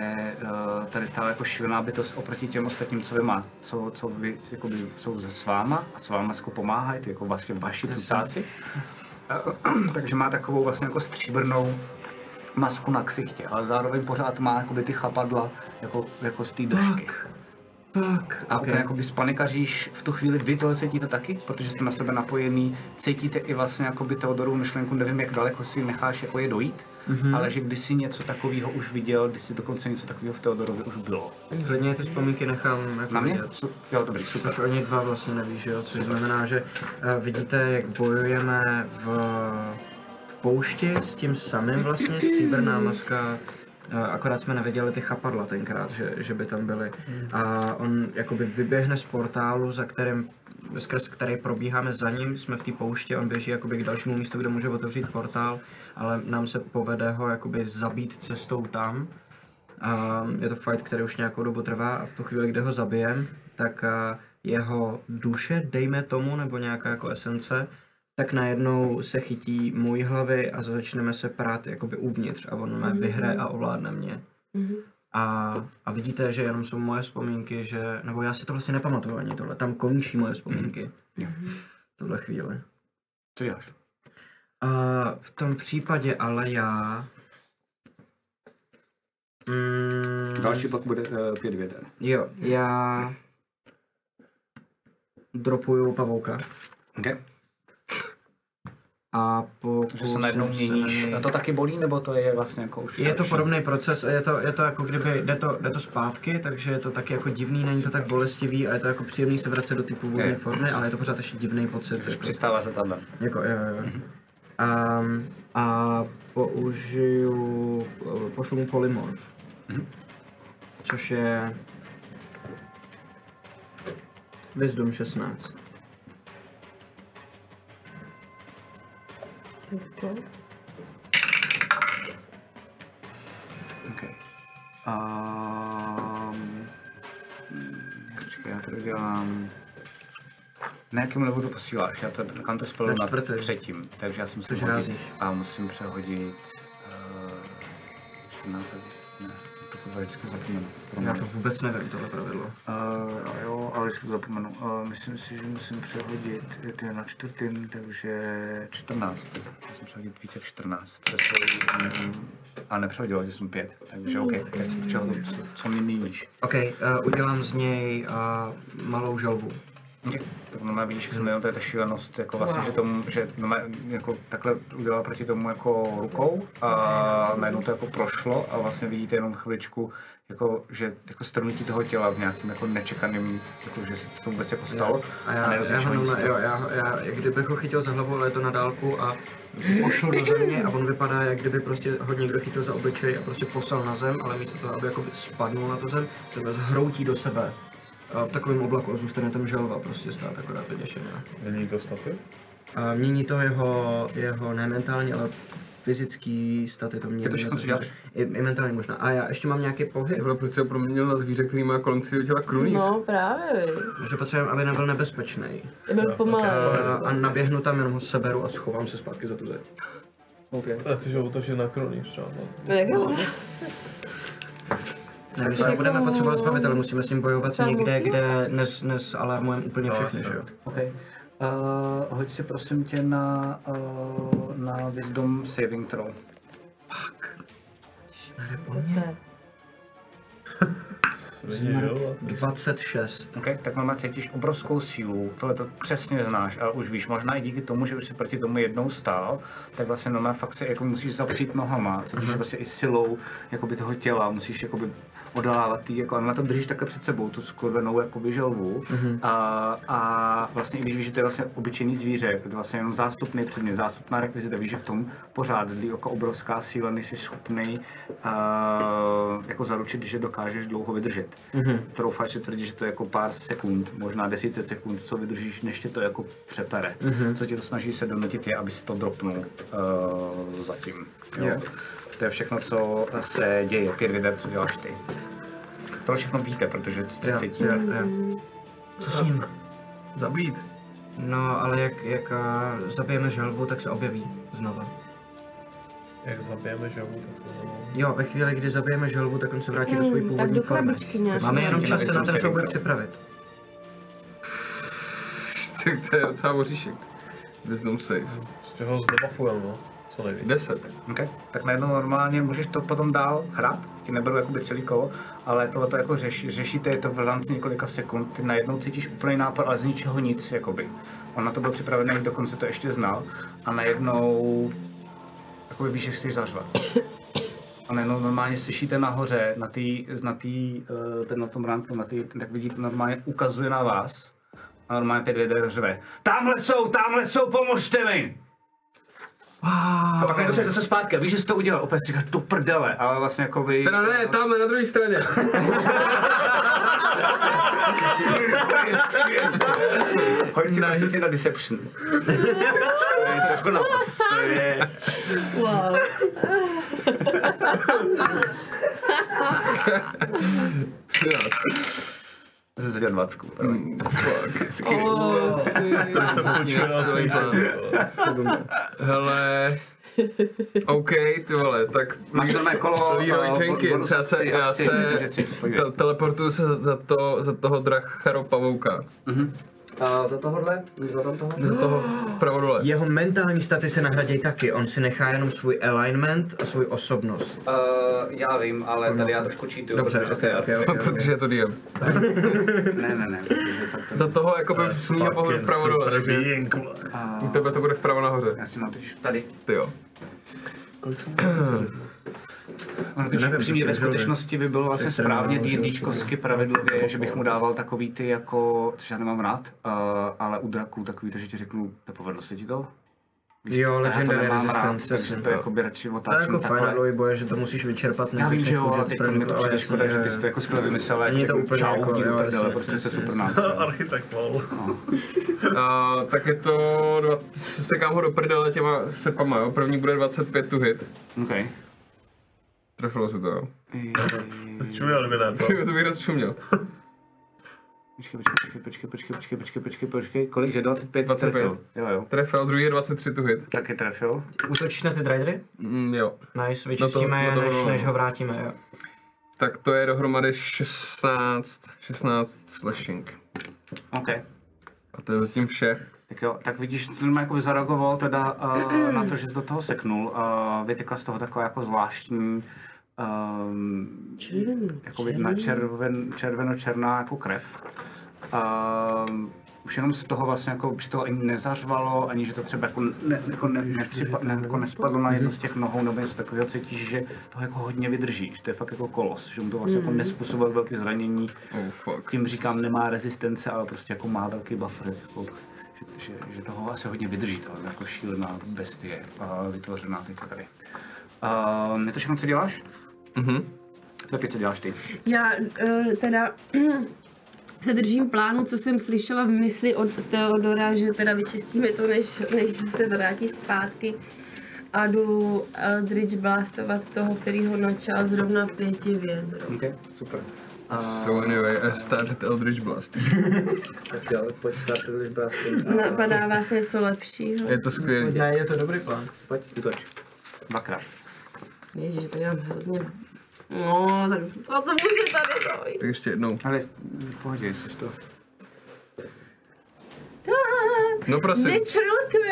S2: uh, tady ta jako šílená bytost oproti těm ostatním, co vy má, co, co vy, jakoby, jsou s váma a co vám jako pomáhají, ty jako vlastně vaši cucáci, Eh, [clears throat] takže má takovou vlastně jako stříbrnou masku na ksichtě, ale zároveň pořád má jakoby ty chapadla jako, jako z té držky.
S3: Tak,
S2: A úplně jakoby spanikaříš, v tu chvíli vy toho cítíte taky, protože jste na sebe napojený, cítíte i vlastně jakoby Teodoru myšlenku, nevím jak daleko si necháš jako je dojít, mm-hmm. ale že když si něco takového už viděl, když si dokonce něco takového v Teodorovi už bylo.
S3: Klidně ty vzpomínky nechám jako
S2: Na mě?
S3: vidět.
S2: Su- Jo, dobrý, super.
S3: Což oni dva vlastně neví, že jo? Což znamená, že eh, vidíte, jak bojujeme v, v poušti s tím samým vlastně, stříbrná maska. eh, Akorát jsme neviděli ty chapadla tenkrát, že, že by tam byly. A on jakoby vyběhne z portálu, za kterým, skrz který probíháme za ním, jsme v té pouště, on běží jakoby k dalšímu místu, kde může otevřít portál, ale nám se povede ho jakoby zabít cestou tam. A je to fight, který už nějakou dobu trvá a v tu chvíli, kdy ho zabijem, tak a, jeho duše, dejme tomu, nebo nějaká jako esence, tak najednou se chytí můj hlavy a začneme se prát jakoby uvnitř a on mě vyhraje a ovládne mě. A, a vidíte, že jenom jsou moje vzpomínky, že, nebo já si to vlastně nepamatuju ani tohle, tam končí moje vzpomínky. V tuhle chvíli.
S8: Co děláš?
S3: A v tom případě ale já... Mm,
S2: Další pak bude uh, pět věder.
S3: Jo, já... Dropuju pavouka.
S2: Okay.
S3: A pokud
S2: Že se najednou
S3: jsem
S2: měníš. A to taky bolí, nebo to je vlastně jako už...
S3: Je to
S2: už-
S3: podobný proces, je to, je to jako kdyby, jde to, jde to zpátky, takže je to taky jako divný, není to tak bolestivý a je to jako příjemný se vracet do ty původní
S2: Je.
S3: formy, ale je to pořád ještě divný pocit.
S2: Když Mhm.
S3: Jako,
S2: přistává se tam.
S3: jako jo, jo. Um, a použiju, eh, pošlu mu polymorf,
S2: Mhm.
S3: což je Wisdom 16.
S4: Tak co?
S8: Okay.
S2: Ehm,
S8: Um,
S2: hm,
S8: počkej, já to dělám... Na jakém levu to posíláš? Já to kam to spolu
S3: Na
S2: na,
S3: čtvrtý.
S2: třetím, takže já si musím
S3: Takže
S2: hodit
S3: házíš.
S2: a musím přehodit uh, 14, ne, to kurva vždycky zapomenu.
S3: Já to vůbec nevím, tohle pravidlo.
S8: Uh, jo, ale vždycky to zapomenu. Uh, myslím si, že musím přehodit, je to je na čtvrtým, takže...
S2: 14, musím přehodit více jak 14, to je svojí, Mm, a nepřehodil, že jsem 5, takže OK, teď čeho to, co, co mi měníš?
S3: OK, uh, udělám z něj uh, malou žalvu.
S2: Tak no, vidíš, jak jsem měl, to je ta šílenost, jako vlastně, že, tomu, že no, jako takhle udělala proti tomu jako rukou a najednou to jako prošlo a vlastně vidíte jenom chviličku, jako, že jako strnutí toho těla v nějakým jako nečekaným, jako, že se to vůbec jako stalo
S3: A já, já,
S2: nerozlišují
S3: ho
S2: se.
S3: na, jo, já, já, jak kdybych ho chytil za hlavu, ale je to na dálku a pošel do země a on vypadá, jak kdyby prostě ho někdo chytil za obličej a prostě poslal na zem, ale místo toho, aby jako spadnul na to zem, se mě zhroutí do sebe. A v takovém oblaku a zůstane tam želva prostě stát akorát vyděšená.
S5: Není to staty?
S3: A mění to jeho, jeho ne mentální, ale fyzický staty to mění.
S2: to všechno, co děláš?
S3: I, I mentální možná. A já ještě mám nějaký pohyb.
S7: Takhle proč se ho proměnil na zvíře, který má kolem svého těla krunýř?
S6: No, právě, viď.
S3: Že potřebujeme, aby nebyl nebezpečný.
S6: To byl pomalý.
S3: A, a naběhnu tam, jenom ho seberu a schovám se zpátky za tu zeď.
S5: A ty, že otočil na kronič třeba. no.
S6: Jako-
S3: Ne, my se
S6: Jako-
S3: nebudeme potřebovat zbavit, ale musíme s ním bojovat
S6: Třeba
S3: někde,
S6: motiv?
S3: kde nes, nes alarmujeme úplně všechny, že jo?
S8: OK.
S2: Uh, Eh, hoď si prosím tě na, uh, na Wisdom Saving Throw.
S5: Není želva.
S3: 26.
S2: Okay, tak mama cítíš obrovskou sílu, tohle to přesně znáš a už víš, možná i díky tomu, že už si proti tomu jednou stál, tak vlastně normálně fakt se jako musíš zapřít nohama, cítíš uh-huh. prostě i silou jakoby toho těla, musíš jakoby odolávat ty, jako, a normálně to držíš takhle před sebou, tu skurvenou jakoby želvu uh-huh. a, a, vlastně i když víš, že to je vlastně obyčejný zvíře, je to vlastně jenom zástupný předmět, zástupná rekvizita, víš, že v tom pořád dlí jako obrovská síla, než jsi schopný uh, jako zaručit, že dokážeš dlouho vydržet. Mm-hmm.
S3: Mhm.
S2: Troufáš si tvrdit, že to je jako pár sekund, možná desítky sekund, co vydržíš, než tě to jako přepere.
S3: Mhm.
S2: Mm-hmm. Co tě to snaží se donutit je, aby si to dropnul uh, zatím. Jo? Yeah. To je všechno, co se děje. Pět věder, co děláš ty. To všechno víte, protože jste
S3: Jo,
S2: cítí.
S3: jo, jo. Co s ním?
S7: Zabít.
S3: No, ale jak, jak a, zabijeme želvu, tak se objeví znova.
S5: Jak zabijeme želvu, tak se znamená.
S3: Jo, ve chvíli, kdy zabijeme želvu, tak on se vrátí do své
S6: Mm, tak
S3: původní
S6: do
S3: formy.
S6: krabičky nějak.
S3: Máme jenom
S2: Já
S3: čas
S2: bych
S3: se
S2: si
S3: na ten
S2: myslím,
S3: souboj
S2: to-
S3: připravit.
S7: [laughs] tak to je docela no oříšek. Wisdom save.
S5: Z čeho Prostě zdebafujeme, no? Co nejvíc.
S7: Deset.
S2: Okay. Tak najednou normálně můžeš to potom dál hrát, ti neberu jakoby celý kolo, ale tohle to jako řeši, řešíte, je to v rámci několika sekund, ty najednou cítíš úplný nápad, ale z ničeho nic, jakoby. On na to byl připravený, dokonce to ještě znal, a najednou jakoby víš, že chceš zařvat. A najednou normálně slyšíte nahoře, na tý, na tý, eh, ten na tom ránku, na tý, tak vidíte, normálně ukazuje na vás. A normálně pět věder řve. Tamhle jsou, tamhle jsou, pomožte mi! A pak najednou se zase zpátky a víš, že jsi to udělal. Opět si říkáš, do prdele, ale vlastně jako by...
S7: Teda ne, tamhle na druhé straně.
S2: Hoď si prostě tě na deception. to je trošku na post, to je...
S6: Wow.
S7: Třináct.
S2: Ze 20.
S7: Fuck, skvělý.
S4: Oh,
S5: Jsem počil na svůj
S7: Hele, OK, ty vole, tak
S2: Máš normálně kolo.
S7: Leroy
S2: eh,
S7: Jenkins, já se-
S2: bonus-
S7: já
S2: akci,
S7: se-
S2: takže tři, pojď.
S7: te- teleportuju se za- za, to, za toho dracharo pavouka.
S11: A za tohohle? Za tam toho?
S7: Za toho vpravo dole.
S3: Jeho mentální staty se nahradějí taky, on si nechá jenom svůj alignment a svůji osobnost.
S2: Eh,
S11: Uh, já vím, ale tady já trošku čítuju.
S3: Dobře,
S11: protože
S3: ok,
S11: to je-
S3: ok, ok. ok.
S7: Protože je to DM.
S2: Ne, ne, ne. protože fakt to-
S7: Za toho jakoby v svýho pohodu vpravo dole, takže u tebe to bude vpravo nahoře.
S2: Já si mám totiž.
S11: Tady.
S7: Ty jo.
S2: Ono totiž
S3: prostě
S2: přímě ve skutečnosti by bylo vlastně správně D&Dčkovsky pravidlově, že bych mu dával takový ty jako, což já nemám rád, eh, ale u draků takový to, že ti řeknu, nepovedlo se ti to?
S3: Jo,
S2: A já to
S3: Legendary
S2: nemám rád,
S3: Resistance.
S2: takže
S3: jasně.
S2: to jako by radši
S3: To je jako
S2: otáčím
S3: fajn
S2: takhle.
S3: ale boje, že to musíš vyčerpat, než
S2: Já vím,
S3: začneš
S2: že jo, ale
S3: používat
S2: teď
S3: první,
S2: mi to
S3: ale
S2: přijde
S3: jasně,
S2: škoda, že ty jsi
S3: jo,
S2: to
S3: jo.
S2: jako skvěle vymyslel, ale
S3: Není
S2: jak
S3: to úplně
S2: čau,
S3: jako,
S2: hodí do
S3: jo,
S2: prdele,
S3: jasně,
S2: prostě se
S3: jasně, [laughs]
S2: super
S3: jasně.
S2: náhodou.
S5: [laughs] Architekt, lol.
S2: No.
S7: A, tak je to, dva, sekám ho do prdele těma sepama, jo. První bude 25 tu hit.
S2: Okay.
S7: Trefilo se to, jo.
S5: Z čím měl na to?
S7: Myslím, že to bych rozčuměl.
S2: Počkej, počkej, počkej, počkej, počkej, počkej, počkej, počkej, kolik, že 25
S7: 25.
S2: trefil? Jo, jo.
S7: Trefil, druhý je 23 tu hit.
S2: Taky trefil.
S3: Útočíš na ty drydery?
S7: Mm, jo.
S3: Nice, vyčistíme
S7: na
S3: je,
S7: to
S3: než,
S7: ono.
S3: než ho vrátíme, jo.
S7: Tak to je dohromady 16, 16 slashing.
S2: OK.
S7: A to je zatím vše.
S2: Tak jo, tak vidíš, to normálně jako by zareagoval teda uh, na to, že jsi do toho seknul. Uh, vytekla z toho taková jako zvláštní, um, jako na červen, červeno-černá jako krev. Um, už jenom z toho vlastně jako, že to ani nezařvalo, ani že to třeba jako, ne, jako, ne, nepřipa, ne, jako nespadlo na jednu z těch nohou nebo něco takového, cítíš, že to jako hodně vydrží, že to je fakt jako kolos, že mu to vlastně jako nespůsobilo velké zranění,
S7: Oh fuck.
S2: tím říkám, nemá rezistence, ale prostě jako má velký buffer. Jako, že, že, že toho asi hodně vydrží, ale jako šílená bestie a vytvořená teď tady. Uh, je to všechno, co děláš?
S7: Mhm.
S2: Lepě, co děláš ty?
S6: Já eh, teda [clears throat] se držím plánu, co jsem slyšela v mysli od Teodora, že teda vyčistíme to, než, než se vrátí zpátky. A jdu Eldridge blastovat toho, který ho načal zrovna pěti vědro.
S2: Okay, super.
S7: So anyway, I started Eldritch Blast.
S11: Tak jo, pojď startu, když brásku.
S6: Napadá vás něco lepšího?
S7: Je to skvělé.
S3: Ne, je to dobrý plán.
S11: Pojď, utoč.
S2: Dvakrát.
S6: Ježiš, to dělám hrozně... No, tak to, to může tady dojít.
S7: Tak ještě jednou.
S2: Ale v pohodě, jestli to.
S6: Ah,
S7: No prosím.
S6: Natural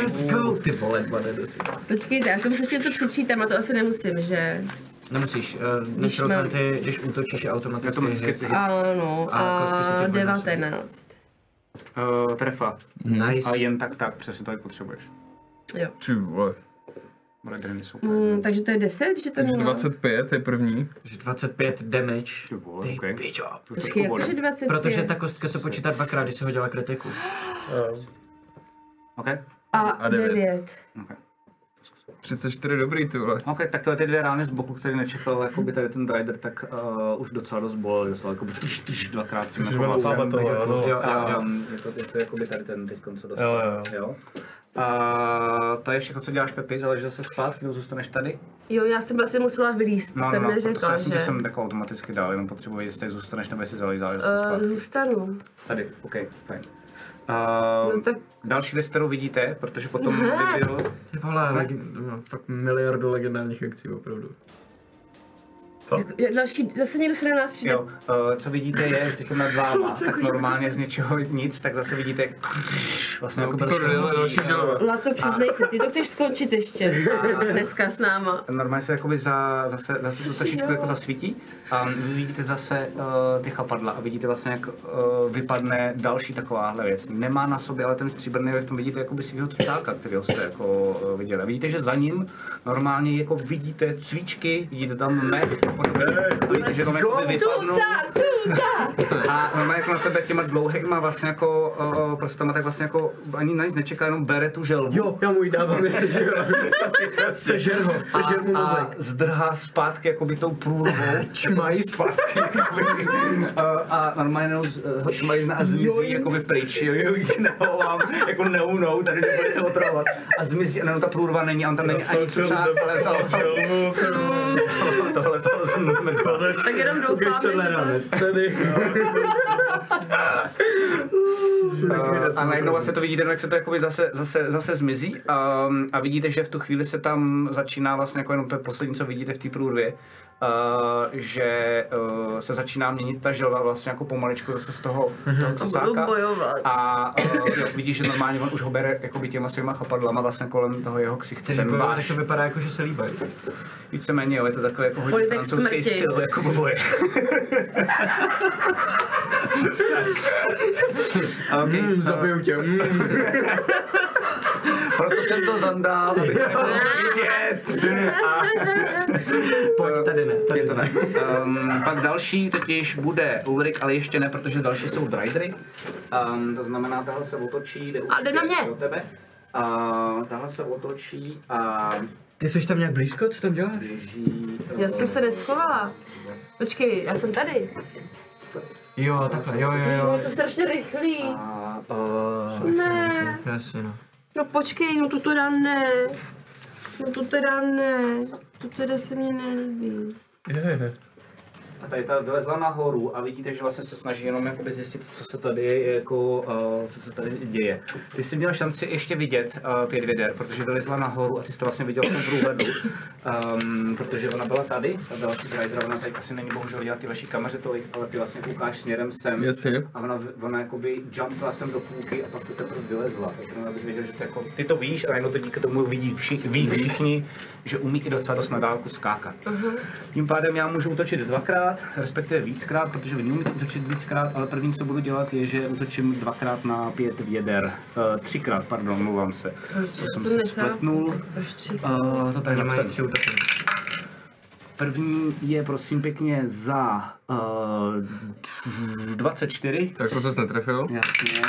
S6: 20!
S3: Let's go! Ty vole, dva nedosi.
S6: no. Počkejte, já k tomu se ještě něco přečítám a to asi nemusím, že?
S3: Nemusíš, uh,
S6: Když
S3: než
S6: mám-
S3: ty, když útočíš, je
S2: Já to
S3: automaticky
S2: mám
S3: hit.
S2: vždycky
S6: Ano,
S3: A kosti se
S6: no, a
S3: ti vynosí.
S6: 19.
S2: uh, trefa.
S3: Nice.
S2: A jen tak, tak, přesně to jak potřebuješ.
S6: Jo.
S7: Ty vole.
S2: Moje dreny jsou
S6: Mm, takže to je 10, že to
S7: Takže
S6: mělo?
S7: 25 je první.
S3: Že 25 damage.
S2: Ty vole, okay.
S3: Pičo.
S2: To už
S6: Počkej,
S2: trošku
S6: jak to, že
S2: bolí.
S6: 25?
S3: Protože ta kostka se počítá dvakrát, když se hodila kritiku.
S2: okay?
S6: A 9.
S2: Okay.
S7: 34 dobrý, ty vole.
S2: OK, tak tyhle ty dvě rány z boku, který nečekal jako by tady ten rider, tak uh, už docela dost bolel, docela jako by tš, tš, dvakrát tím jako
S5: Že máme
S2: hlasem.
S5: toho, jo, no.
S3: Jo, jo, jo.
S2: Um, je, to, je to jakoby tady ten teď co dostal.
S5: Jo, jo.
S2: jo. A to je všechno, co děláš Pepi, záleží se zpátky, nebo zůstaneš tady?
S6: Jo, já jsem vlastně musela vylíst,
S2: No,
S6: to jsem
S2: proto
S6: neřekla,
S2: já jsem
S6: že?
S2: tě sem jako automaticky dál, jenom potřebuji, jestli tady zůstaneš, nebo jestli záleží záleží se
S6: Eh,
S2: zpátky.
S6: Zůstanu.
S2: Tady, OK, fajn.
S6: No
S2: Uh,
S6: tak
S2: Další věc, kterou vidíte, protože potom by
S6: Ne.
S2: byl...
S3: Ty vole, legi- no, fakt miliardu legendárních akcí, opravdu.
S6: je další, zase někdo se na nás přijde.
S2: Jo, eh, co vidíte je, když jsem nad
S6: [laughs]
S2: váma, tak
S6: jako-
S2: normálně z něčeho nic, tak zase vidíte jak vlastně jako prostě
S7: Prdele,
S2: hodí,
S7: No, další
S2: eh,
S7: želva.
S6: Laco, přiznej se, ty to chceš skončit ještě dneska s náma.
S2: Normálně se jakoby za, zase, zase to trošičku jako zasvítí a vy vidíte zase uh, ty chapadla a vidíte vlastně, jak uh, vypadne další takováhle věc. Nemá na sobě ale ten stříbrný v tom vidíte jakoby svého cvčáka, kterého jste jako uh, viděli. A vidíte, že za ním normálně jako vidíte cvičky, vidíte tam mech a podobně. A vidíte, že tam jakoby vypadnou.
S6: Cuca, cuca!
S2: A normálně jako na sebe těma dlouhýma vlastně jako uh, prstama, tak vlastně jako ani na nic nečeká, jenom bere tu želvu.
S3: Jo, já mu ji dávám,
S2: [laughs]
S3: jestli že jo. Sežer ho, sežer mu
S2: a, a
S3: mozek.
S2: zdrhá zpátky jakoby tou průrvou.
S3: [laughs] Čmajs.
S2: Zpátky, jakoby, a, a normálně jenom z- ho čmajzne a zmizí jakoby pryč. Jo, jo, [laughs] no, mám jako neunou, tady nebudete otravovat. A
S5: [laughs]
S2: zmizí, a jenom ta průrva není, a on tam není ani cucák, ale tam
S5: Želvu,
S2: [laughs] tohle to
S4: Tak jenom doufám, že to tak...
S7: Tady.
S2: a najednou vlastně to vidíte, jak se to jakoby zase, zase, zase zmizí um, a vidíte, že v tu chvíli se tam začíná vlastně jako jenom to poslední, co vidíte v té průrvě, uh, že uh, se začíná měnit ta želva vlastně jako pomaličku zase z toho, toho
S4: Mhm. Budu
S2: kocáka
S4: bojovat.
S2: a uh, jo, vidíš, že normálně on už ho bere jakoby těma svýma chapadlama vlastně kolem toho jeho ksichtu,
S3: Takže
S2: ten
S3: bojovat, tak
S2: váš.
S3: to vypadá jako, že se líbají.
S2: Víceméně jo, je to takový jako hodně
S4: Polibek
S2: francouzský
S4: smrti.
S2: styl jako
S3: [laughs]
S2: boje. okay.
S3: Mm, zabiju tě. Mm.
S2: [laughs] Proto jsem to zandál, abych nebyl
S4: [laughs]
S2: vidět.
S3: Pojď, tady ne, tady
S2: To ne. Um, pak další totiž bude Ulrik, ale ještě ne, protože další jsou Drydery. Um, to znamená, tahle se otočí, jde
S4: A jde na
S2: určitě
S4: mě.
S2: do tebe. Uh, tahle se otočí a
S3: Ty jsi tam nějak blízko, co tam děláš?
S2: běží... eh,
S4: Já jsem se neschovala. Počkej, já jsem tady.
S3: Jo, takhle, jo, jo,
S4: Jo,
S3: jo.
S4: jsou strašně rychlý.
S2: A,
S6: eh,
S4: Ne,
S3: Jasně, no.
S4: no počkej, no to teda ne. No to teda ne. To teda se mi nelíbí.
S2: a tady ta vylezla nahoru a vidíte, že vlastně se snaží jenom jakoby zjistit, co se tady jako, uh, co se tady děje. Ty jsi měl šanci ještě vidět uh, pět věder, protože vylezla nahoru a ty jsi to vlastně viděl v tom průhledu, um, protože ona byla tady, ta další driver, ona tady asi není bohužel viděla ty vaší kameře tolik, ale ty vlastně koukáš směrem sem.
S7: Jasně.
S2: A ona, ona jakoby jumpla sem do půlky a pak to teprve vylezla. Tak jenom abys věděl, že to jako, ty to víš a jenom to díky tomu vidí vši, ví všichni, že umí i docela dost na dálku skákat. Tím pádem já můžu útočit dvakrát, respektive víckrát, protože vy neumíte útočit víckrát, ale první, co budu dělat, je, že útočím dvakrát na pět věder. Uh, třikrát, pardon, mluvám se. To jsem
S4: to
S2: se
S4: nechápu.
S2: spletnul.
S4: Až tři.
S2: Uh, to tady
S3: Oni mají
S2: napsat.
S3: tři útoky.
S2: První je prosím pěkně za uh, 24.
S7: Tak to ses netrefil?
S2: Jasně.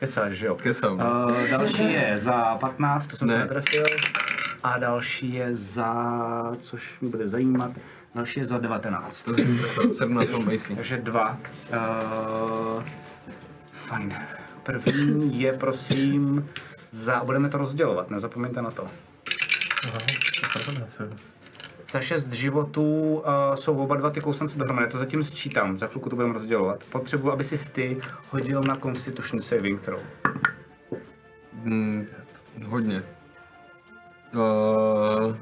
S2: Kecáš, že jo?
S7: Kecám.
S2: Uh, další je za 15, to jsem se
S7: Ne.
S2: netrefil. A další je za, což mě bude zajímat, další je za 19.
S7: To jsem netrefil. 17 mám Macy.
S2: Takže dva. Uh, fajn. První je prosím za, budeme to rozdělovat, nezapomeňte na to. Za šest životů uh, jsou oba dva ty kousence dohromady, to zatím sčítám, za chvilku to budeme rozdělovat. Potřebuji, aby si ty hodil na Constitution Saving Throw.
S7: Mm, hodně. Uh,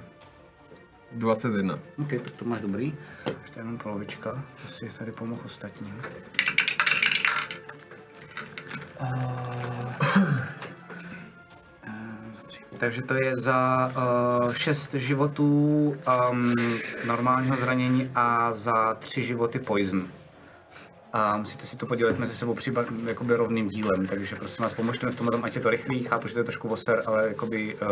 S7: 21.
S2: OK, tak to máš dobrý. Ještě jenom polovička, to si tady pomohl ostatním. A- Eh, za tři. Takže to je za uh, šest životů um, normálního zranění a za tři životy poison. A musíte si to podělit mezi sebou přiba, jakoby rovným dílem, takže prosím vás, pomožte mi v tomhle tom, ať je to rychlý, chápu, že to je trošku voser, ale jakoby uh,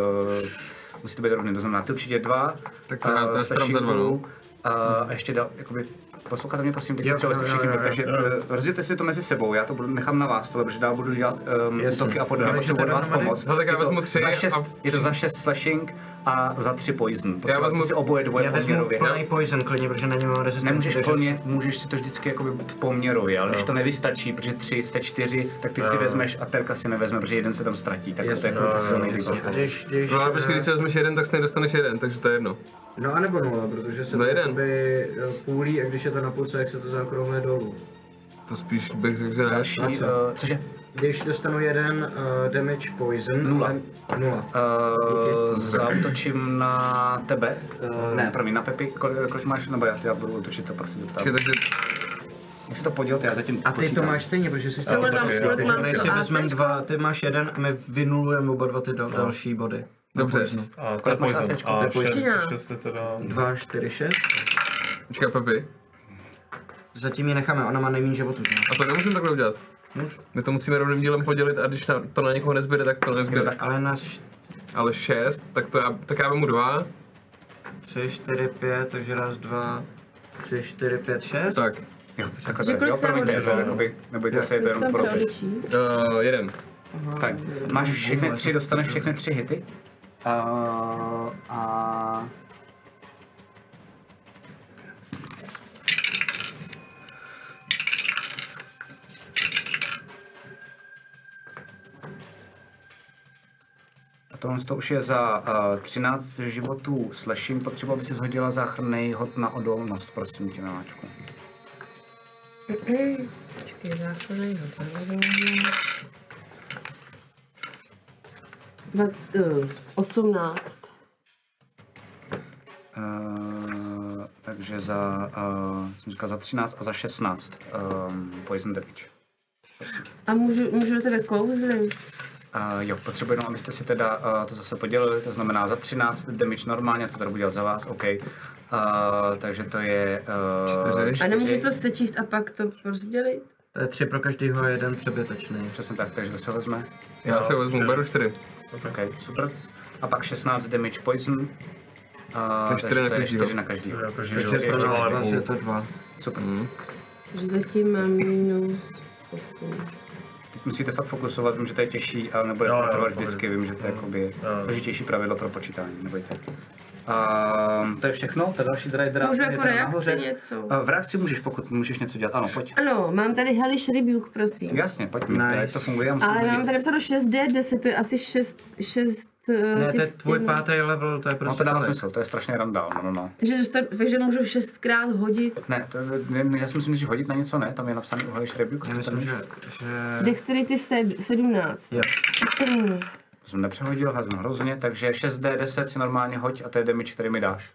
S2: musí to být rovný, to znamená ty určitě dva. eh,
S7: Tak to já- to já strám za dva, no.
S2: A ještě dal, jakoby, posloucháte mě prosím, teď
S3: Jo,
S2: potřeba jste
S3: jo,
S2: všichni,
S3: jo, jo,
S2: protože eh, rozdělte si to mezi sebou, já to budu, nechám na vás, tohle, protože dál budu dělat um,
S3: Jasně.
S2: útoky a podobně,
S3: Takže
S2: potřebuji od
S3: to
S2: vás
S3: dohromady?
S2: pomoc.
S7: Hele, tak já
S2: Je to
S7: vezmu tři
S2: Za
S7: a-
S2: šest, je to za šest slashing a za tři poison, potřebuji
S7: vezmu-
S2: si oboje dvoje
S3: Já vezmu
S2: poměrově.
S3: plný poison klidně, protože na něm mám rezistenci.
S2: Nemůžeš
S3: takže-
S2: plně, můžeš si to vždycky jakoby v poměrově, ale Eh. když to nevystačí, protože tři jste čtyři, tak ty si vezmeš a Terka si nevezme, protože jeden se tam ztratí, tak to je
S3: Jasně,
S2: jako silný výkon.
S3: Když, když,
S7: No ale počkej,
S3: eh,
S7: když si vezmeš jeden, tak si nedostaneš jeden, takže to je jedno.
S3: No a nebo nula, protože se
S7: No
S3: to
S7: jeden.
S3: jakoby, eh, půlí a když je to na půlce, jak se to zaokrouhle dolů.
S7: To spíš bych řekl, že ne.
S2: Další,
S3: A co?
S2: eh, cože?
S3: Když dostanu jeden uh, damage poison,
S2: Nula.
S3: ale- nula.
S2: Uh, zautočím na tebe. Uh, ne, promiň, na Pepi, kolik, kolik máš, nebo já, já budu točit to prostě zeptat.
S7: Počkej, takže
S2: Jak se to podělte, já zatím
S3: A ty to máš stejně, protože jsi
S4: Co mám, kolik
S3: Takže
S4: mám
S3: my
S4: to
S3: si vezmeme
S4: ACčko?
S3: dva, ty máš jeden a my vynulujeme oba dva ty dal, další body.
S7: dobře.
S5: A to je
S2: máš
S5: poison.
S2: ACčko? To
S5: A
S2: je poison.
S5: 6,
S4: 13.
S5: 6 je teda...
S3: Dva, čtyři, šest.
S7: Počkej, Pepi.
S3: Zatím ji necháme, ona má nejméně životů. že no. jo?
S7: A to nemůžeme takhle udělat.
S3: Můžu.
S7: My to musíme rovným dílem podělit a když na, to na někoho nezbyde, tak to nezbyde.
S3: Ale na št-
S7: Ale šest, tak to já, tak já vemu dva,
S3: tři, čtyři, pět, takže raz, dva, tři, čtyři, pět, šest.
S7: tak.
S2: Jo, takhle
S4: Že
S2: to je.
S4: kolik
S2: Jo,
S4: jsem
S2: promiňte,
S4: odešla?
S2: jakoby- nebojte se, je to
S4: Jsem
S2: jenom pro
S4: pravdu číst.
S7: Uh, jeden.
S2: Tak, máš všechny tři, dostaneš všechny tři hity. Uh, a... Tohle to už je za uh, 13 životů slashing. Potřeba by si zhodila záchranný hod na odolnost, prosím tě, miláčku.
S6: Počkej, záchranný hod na odolnost. Dva- eh, 18.
S2: Uh, takže za, uh, jsem říkal, za 13 a za 16 um, poison damage.
S6: A můžu, můžu do tebe kouzlit?
S2: Uh, jo, potřebuji jenom, abyste si teda uh, to zase podělili, to znamená za 13 damage normálně, to tady budu dělat za vás, OK. Uh, takže to je... Uh,
S7: Čtyři.
S6: A nemůžu to sečíst a pak to rozdělit?
S3: To je tři pro každýho, jeden přebytečný.
S2: Přesně tak, takže to se vezme.
S7: Já se vezmu, beru čtyři.
S2: OK, super. A pak 16 damage poison. Uh, takže
S7: čtyři na
S2: to je jako,
S7: každýho.
S2: 4 na každýho.
S5: Jakože,
S3: Takže pro nás
S5: ale
S3: dva je to dva.
S2: Super.
S6: Že zatím mám minus 8.
S2: Teď musíte fakt fokusovat, vím, že to je těžší, ale nebude
S3: No,
S5: Jo,
S2: to
S5: jo,
S2: trvat
S5: pohodě.
S2: vždycky, vím, že to je jakoby
S5: Jo.
S2: složitější pravidlo pro počítání, nebojte. A to je všechno, ta další drive
S6: Můžu jako reakci něco?
S2: A v reakci můžeš, pokud můžeš něco dělat, ano, pojď.
S6: Ano, mám tady Hellish Rebuke, prosím.
S2: Jasně, pojď mi,
S3: Nice.
S2: jak to funguje, já musím
S6: Ale
S2: vědět.
S6: mám tady napsáno 6D10, to je asi eh, 6, 6
S3: Ne, to je tvůj pátý level, to je
S2: No
S3: prostě
S2: to dává
S3: tolik.
S2: smysl, to je strašně randál, no, no, no.
S6: Takže, zůstav, takže můžu šestkrát hodit
S2: Ne, to, ne, ne, já si myslím, že hodit na něco ne, tam je napsaný uhelíš rebuke.
S3: Já myslím,
S2: ten-
S3: že, že...
S6: Dexterity sed- 17.
S3: Jo.
S2: To jsem nepřehodil, házím hrozně, takže 6D10 si normálně hoď a to je damage, který mi dáš.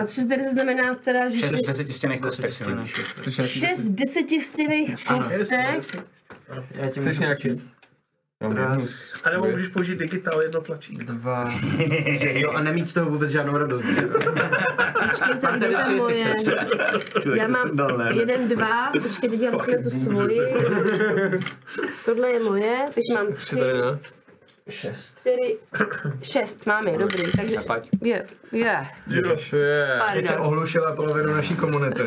S6: A 6D10 znamená teda, že
S2: 6 z 10 stěných kostek si hodíš.
S7: Chceš nějaký?
S6: 6 desetistěných kostek.
S3: Já ti
S7: Chceš
S3: můžu
S7: nějaký? Mám jednu.
S3: Raz,
S5: A nebo můžeš použít digitál jedno tlačítko.
S3: dva... Jo, a nemít z toho vůbec žádnou radost. [laughs] že?
S6: Počkejte, kde je ta
S3: tři, jestli
S6: moje? Já mám jeden, dva, počkejte, dělám si tu
S3: [laughs]
S6: svoji. Tohle je moje, teď mám tři,
S7: Čtyři, ne?
S6: čtyři, šest mám je, dobrý, takže je, je,
S7: Je.
S3: Teď se
S6: pardon.
S3: ohlušila polovinu naší komunity.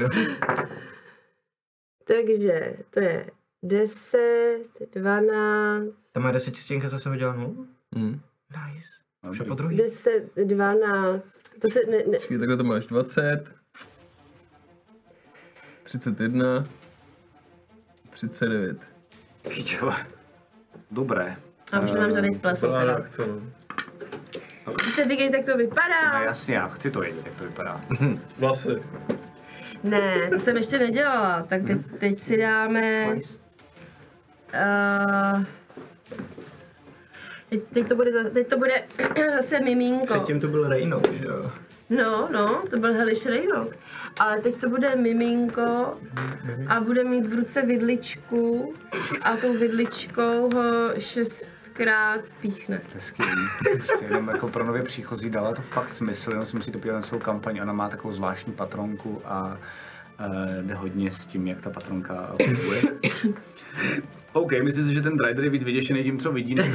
S6: Takže to je deset, dvanáct,
S3: Ta moje desetistěnka zase hodila nulu?
S7: Hm.
S3: Nice. Už je po druhý.
S6: deset, dvanáct, to se ne, ne,
S7: Počkej, takhle to máš 20. 31. 39. [laughs]
S2: Píčové. Dobré.
S6: a už nemám žádný
S3: Eh,
S6: splesl
S5: To
S6: teda.
S5: já chci, no.
S6: Chcete vidět, jak to
S2: No
S6: vypadá?
S2: jasně, já chci to vědět, jak to vypadá.
S5: Vlasy.
S6: Ne, to jsem ještě nedělala, tak
S3: Mhm.
S6: teď, teď si dáme... Uh, teď, teď, to bude, za- teď to bude [clears throat] zase miminko.
S3: Předtím to byl Reynolds, že jo?
S6: No, no, to byl Heliš Reynolds. Ale teď to bude miminko a bude mít v ruce vidličku a tou vidličkou ho šestkrát píchne.
S2: Hezký. Prostě jenom jako pro nově příchozí dala to fakt smysl, jenom jsem si to podíval na svou kampaň, ona má takovou zvláštní patronku a eh, jde hodně s tím, jak ta patronka funguje. OK, myslím si, že ten rider je víc vyděšený tím, co vidí, než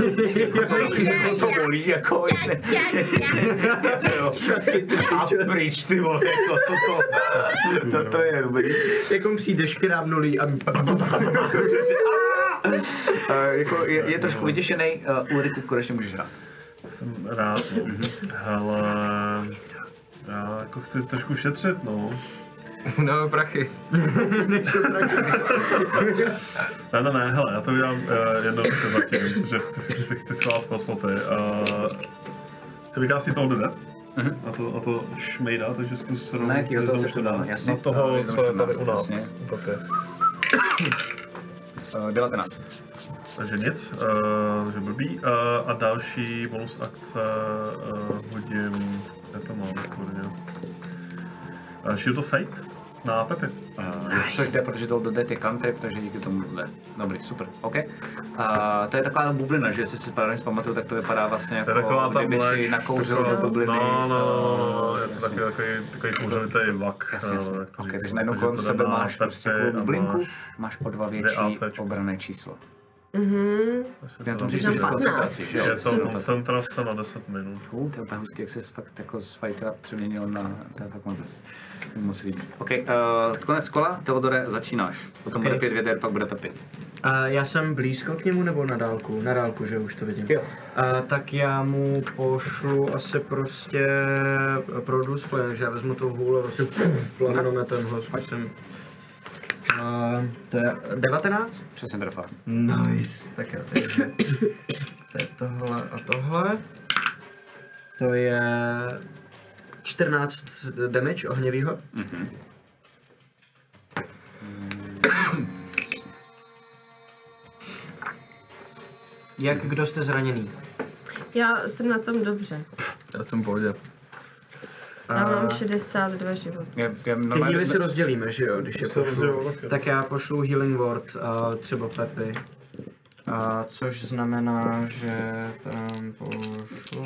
S2: to, co volí, jako ne- jo. [laughs] a pryč, ty vole, jako toto, toto je dobrý.
S3: Jakom přijde škrábnulý a...
S2: Eh, jako je, je trošku vyděšený, uh, Ulriku, konečně můžeš hrát.
S5: Jsem rád, no. Hele, já jako chci trošku šetřit, no.
S7: Dáme No, prachy.
S5: Ne, ne, ne, hele, já to udělám uh, jednoduše zatím, protože chci, chci, chci schválit posloty. Uh, chci vykásnit toho dne.
S2: Mhm.
S5: A to, a to šmejda, takže zkus se rovnou
S2: Na jakýho toho
S5: znovu
S2: chceš to dát?
S5: 14.
S2: Jasně.
S5: Na No toho,
S2: Eh,
S5: co je tady
S2: 14,
S5: u nás.
S2: jasně.
S5: Taky.
S2: Uh, 19.
S5: Takže nic, uh, že blbý. Uh, a další bonus akce uh, hodím, kde to mám, kurně. Uh, Shield of Fate na Eh, Pepe.
S2: Uh, nice. Což jde, protože to dodat je cantrip, takže díky tomu to jde. Dobrý, super, OK. A to je taková bublina, že jestli si správně vzpamatuju, tak to vypadá vlastně
S5: To
S2: jako,
S5: je taková ta
S2: kdyby si
S5: mléč-
S2: nakouřil
S5: taková-
S2: do bubliny.
S5: No, no, no,
S2: eh,
S5: no,
S2: jasně.
S5: něco takový, takový, takový kouřovitý vak.
S2: Jasně, jasně.
S5: eh,
S2: No,
S5: jak to
S2: okay,
S5: říct.
S2: takže najednou
S5: Takže
S2: kolem
S5: to
S2: sebe
S5: dá
S2: máš prostě
S5: perfy
S2: takovou
S5: a
S2: bublinku,
S5: máš-
S2: máš o dva větší
S5: DACčko.
S2: obrané číslo.
S5: jestli
S2: Já to
S5: to
S2: musíš
S5: dám-
S2: mít
S6: Tam
S2: koncentraci, že jo?
S5: Je to koncentrace na 10 minut.
S2: Cool, to je úplně hustý, jak se fakt jako z fightera přeměnil na tato konzervaci. Moc líbí. OK, uh, konec kola, Teodore, začínáš. Potom okay. bude pět věder, pak bude Pepi.
S3: A já jsem blízko k němu nebo na dálku? Na dálku, že už to vidím.
S2: Jo.
S3: A, tak já mu pošlu asi prostě produce flame, že já vezmu tou hůlu a vlastně plamenometem ho zkusím. A, to je 19?
S2: Přesně trefá.
S5: Hm.
S3: Nice. Tak jo, takže to je tohle a tohle. To je 14 damage ohněvýho. Jak kdo jste zraněný?
S6: Já jsem na tom dobře.
S7: Já jsem v pohodě.
S6: Já mám 62 životů.
S2: Já, já
S3: Ty
S2: normálně,
S3: healy si rozdělíme, že jo, když je
S5: se
S3: pošlu.
S5: rozdělilo taky.
S3: Tak já pošlu healing word, uh, třeba Pepy. Uh, což znamená, že tam pošlu...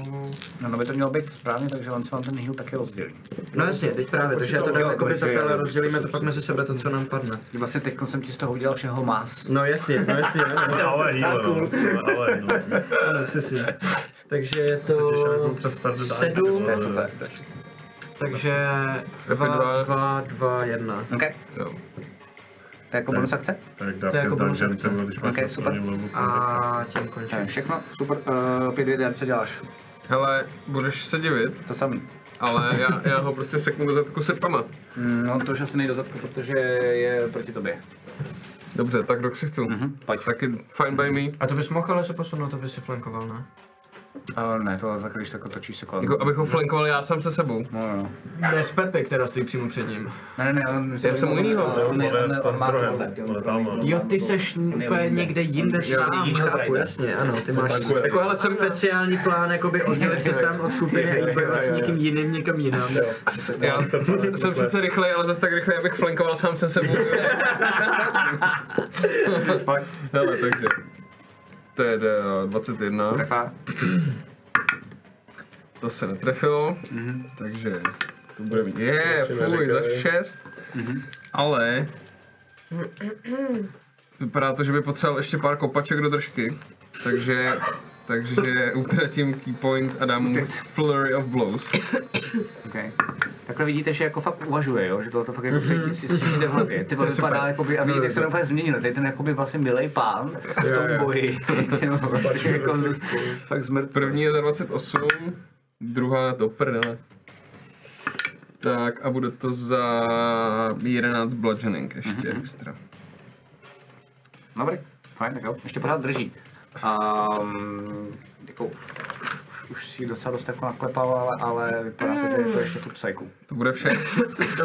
S2: no, no by to mělo být správně, takže on se vám ten heal taky rozdělí.
S3: No jasně, teď právě, takže já to dám
S2: jo,
S3: jako by
S2: takže-
S3: takhle, rozdělíme to pak mezi sebe to, co nám padne.
S2: Vlastně teď jsem ti z toho udělal všeho más.
S3: No jasně, no jasně, ano,
S5: Ale hýle, no. Ale hýle.
S3: ano, přesně. [laughs] Takže je
S5: Se těšil
S3: to
S5: jako přes prdel.
S3: sedm,
S5: To je super.
S3: takže dva,
S7: dva.
S3: dva, dva, jedna.
S2: OK,
S7: Jo.
S2: to je jako bonus akce?
S5: Tak
S3: To je
S5: dávka
S3: jako
S5: s
S3: bonus
S5: dungeon,
S3: akce.
S5: když máš
S2: Ok, super.
S5: aspoň level, tak-
S3: A tím
S2: To je
S3: končím.
S2: všechno, super. Uh, 5 věder, co děláš?
S7: Hele, budeš se divit,
S2: To samý.
S7: ale já, já ho prostě seknu do zadku sepama.
S2: Mm, No to už asi nejde do zadku, protože je proti tobě.
S7: Dobře, tak do ksichtu. Mm-hmm,
S2: pojď.
S7: Taky fine by me.
S3: A to bys mohl ale se posunout, to bys si flankoval, ne?
S2: Uh, ne, to tak když tak otočíš se kolem.
S7: Jako, abych ho flankoval já sám se sebou.
S2: No, no, no.
S3: Ne, s Pepy, která stojí přímo před ním.
S2: Ne, ne, ne, on myslím,
S7: Já jsem
S2: on-
S7: u jinýho.
S2: on- on- on- on- on má
S5: On je v tom
S2: tohle,
S5: druhém,
S2: on-
S5: ale tam, ano.
S3: Jo, ty seš úplně někde jinde sám, chápu, jasně, ano, ty máš
S7: Jako, hele,
S3: jsem
S7: jsem,
S3: speciální plán, jakoby oddělit se sám od skupiny a jít bojovat s někým jiným někam jinam.
S7: já jsem sice rychlej, ale zase tak rychlej, abych flankoval sám se sebou. [laughs] Hele, takže. To je eh, 21.
S2: Trefa.
S7: To se netrefilo, takže to bude mít. Je, fuj, za šest, ale vypadá to, že by potřeboval ještě pár kopaček do držky, takže, takže utratím key point a dám mu flurry of blows.
S2: Okay. Takhle vidíte, že jako fakt uvažuje, jo? že tohle to fakt jako si, si, si jde v hlavě. Ty vole, vypadá, jakoby, a vidíte, jak se to úplně změnilo. Tady ten jakoby vlastně milej pán v tom boji. [laughs] Jenom prostě jako, z- fakt zmrt.
S7: První je za 28, druhá to prdele. Tak a bude to za 11 bludgeoning ještě extra.
S2: No, Dobrý, fajn, tak jo, ještě pořád drží. Um, jako, už, už si docela dost jako naklepal, ale, ale vypadá to, že je to ještě furt psyku.
S7: To bude vše.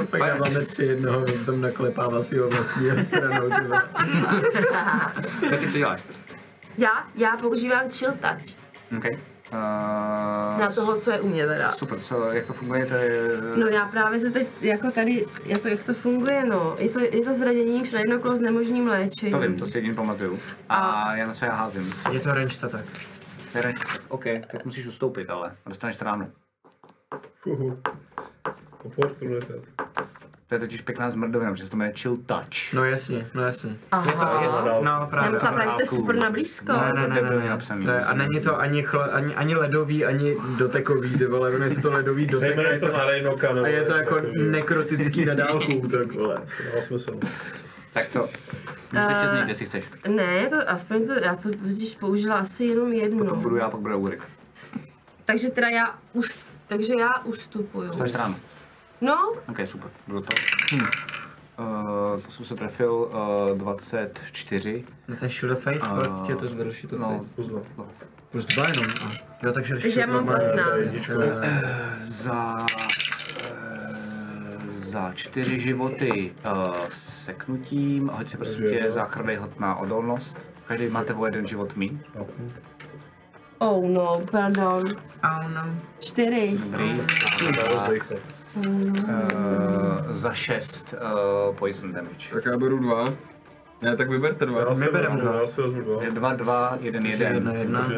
S2: Fajn.
S3: Máme tři jednoho, on se tam naklepává svýho vlastního stranou. ty vole.
S2: Taky co děláš?
S6: Já, já používám chill touch.
S2: Okay. Uh,
S6: Na toho, co je u mě teda.
S2: Ehm, Super, co, jak to funguje, to je...
S6: No já právě se teď, jako tady, jak to, jak to funguje, no. Je to, je to zranění všude jedno kolo s nemožným léčením.
S2: To vím, to si jedině pamatuju. A já na co já házím.
S3: Je to ranged attack.
S2: Tere, OK, tak musíš ustoupit, ale dostaneš ránu.
S5: Uhu. Opportunity.
S2: To je totiž pěkná zmrdovina, protože se to jmenuje Chill Touch.
S3: No jasně, no jasně.
S6: Aha.
S3: No
S6: Já
S3: právě.
S6: myslela
S3: ano.
S6: právě, že to je super na blízko.
S2: Ne, ne, ne, ne,
S3: To je, a není to ani, chle, ani, ani ledový, ani dotekový, ty vole, jmenuje se to ledový dotek.
S5: Zejména je to na Rejnoka, nebo
S3: A je to jako nekrotický na dálku útok, vole.
S5: Dává smysl.
S2: Tak to, můžeš ještě
S6: Eh.
S2: změnit, jestli chceš.
S6: Ne, to aspoň to, já to totiž použila asi jenom jednu.
S2: Budu já, pak bude Úrik.
S6: Takže teda já ust, takže já ustupuju.
S2: Dostaneš ránu.
S6: No,
S2: OK, super, bylo to. Uh, Hm. to jsem se trefil uh, 24.
S3: Na ten shield of fate, kolik tě to zvedl shield of
S2: No,
S3: fate? Plus dva jenom. a- Jo, takže
S6: takže já
S3: shield of
S6: mám
S3: fate.
S6: 15.
S2: za, eh, za čtyři životy uh, seknutím. Hoď si prosím tě záchranný hod na odolnost. Každý máte o jeden život míň.
S6: Oh no, pardon.
S3: Oh no.
S6: Čtyři.
S2: Dobrý. A, eh, za šest uh, poison damage.
S7: Tak já beru dva. Ne, tak vyberte dva.
S5: Já si
S3: bereme
S5: vezmu dva, já si vezmu dva.
S2: Takže dva, dva, jeden,
S3: Jedna,
S2: jeden.
S3: jedna.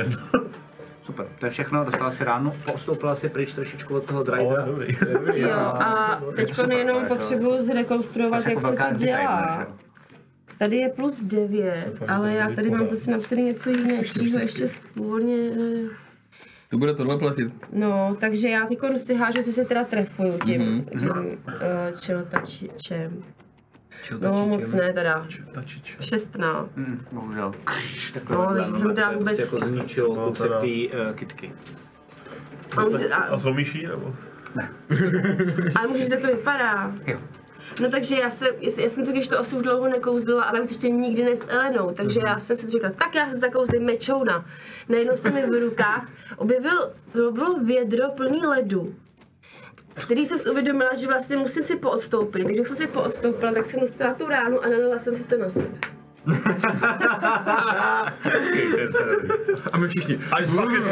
S2: Super, to je všechno, dostala si ránu, postoupila si pryč trošičku od toho
S5: Ale
S2: drivera.
S5: dobrý.
S6: Jo, a teď jenom potřebuju zrekonstruovat,
S2: jako
S6: jak se to dělá. Tady je plus 9, ale já tady mám zase napsané něco jiného, ještě z původně.
S7: To bude tohle platit.
S6: No, takže já teď si hážu, jestli se teda trefuju tím, mm-hmm. tím uh, čelotačičem. No, moc ne teda.
S5: Tačič.
S6: 16.
S2: Hmm, bohužel.
S6: No, takže jsem teda vůbec...
S11: Jako zničilo
S5: No,
S11: kousek
S5: teda.
S11: té eh, kitky.
S6: A, může, a,
S5: A zlomíš ji, nebo?
S6: a můžeš, jak to vypadá.
S2: Jo.
S6: No takže já jsem, já jsem totiž to osu dlouho nekouzlila a navíc ještě nikdy ne s Elenou, takže já jsem si řekla, tak já se zakouzlím mečouna. Najednou se mi v rukách objevil, bylo, bylo vědro plný ledu který jsem si uvědomila, že vlastně musím si poodstoupit. Takže jak jsem si poodstoupila, tak jsem dostala tu ránu a nalila jsem si to na sebe.
S7: A my všichni.
S5: Až fucking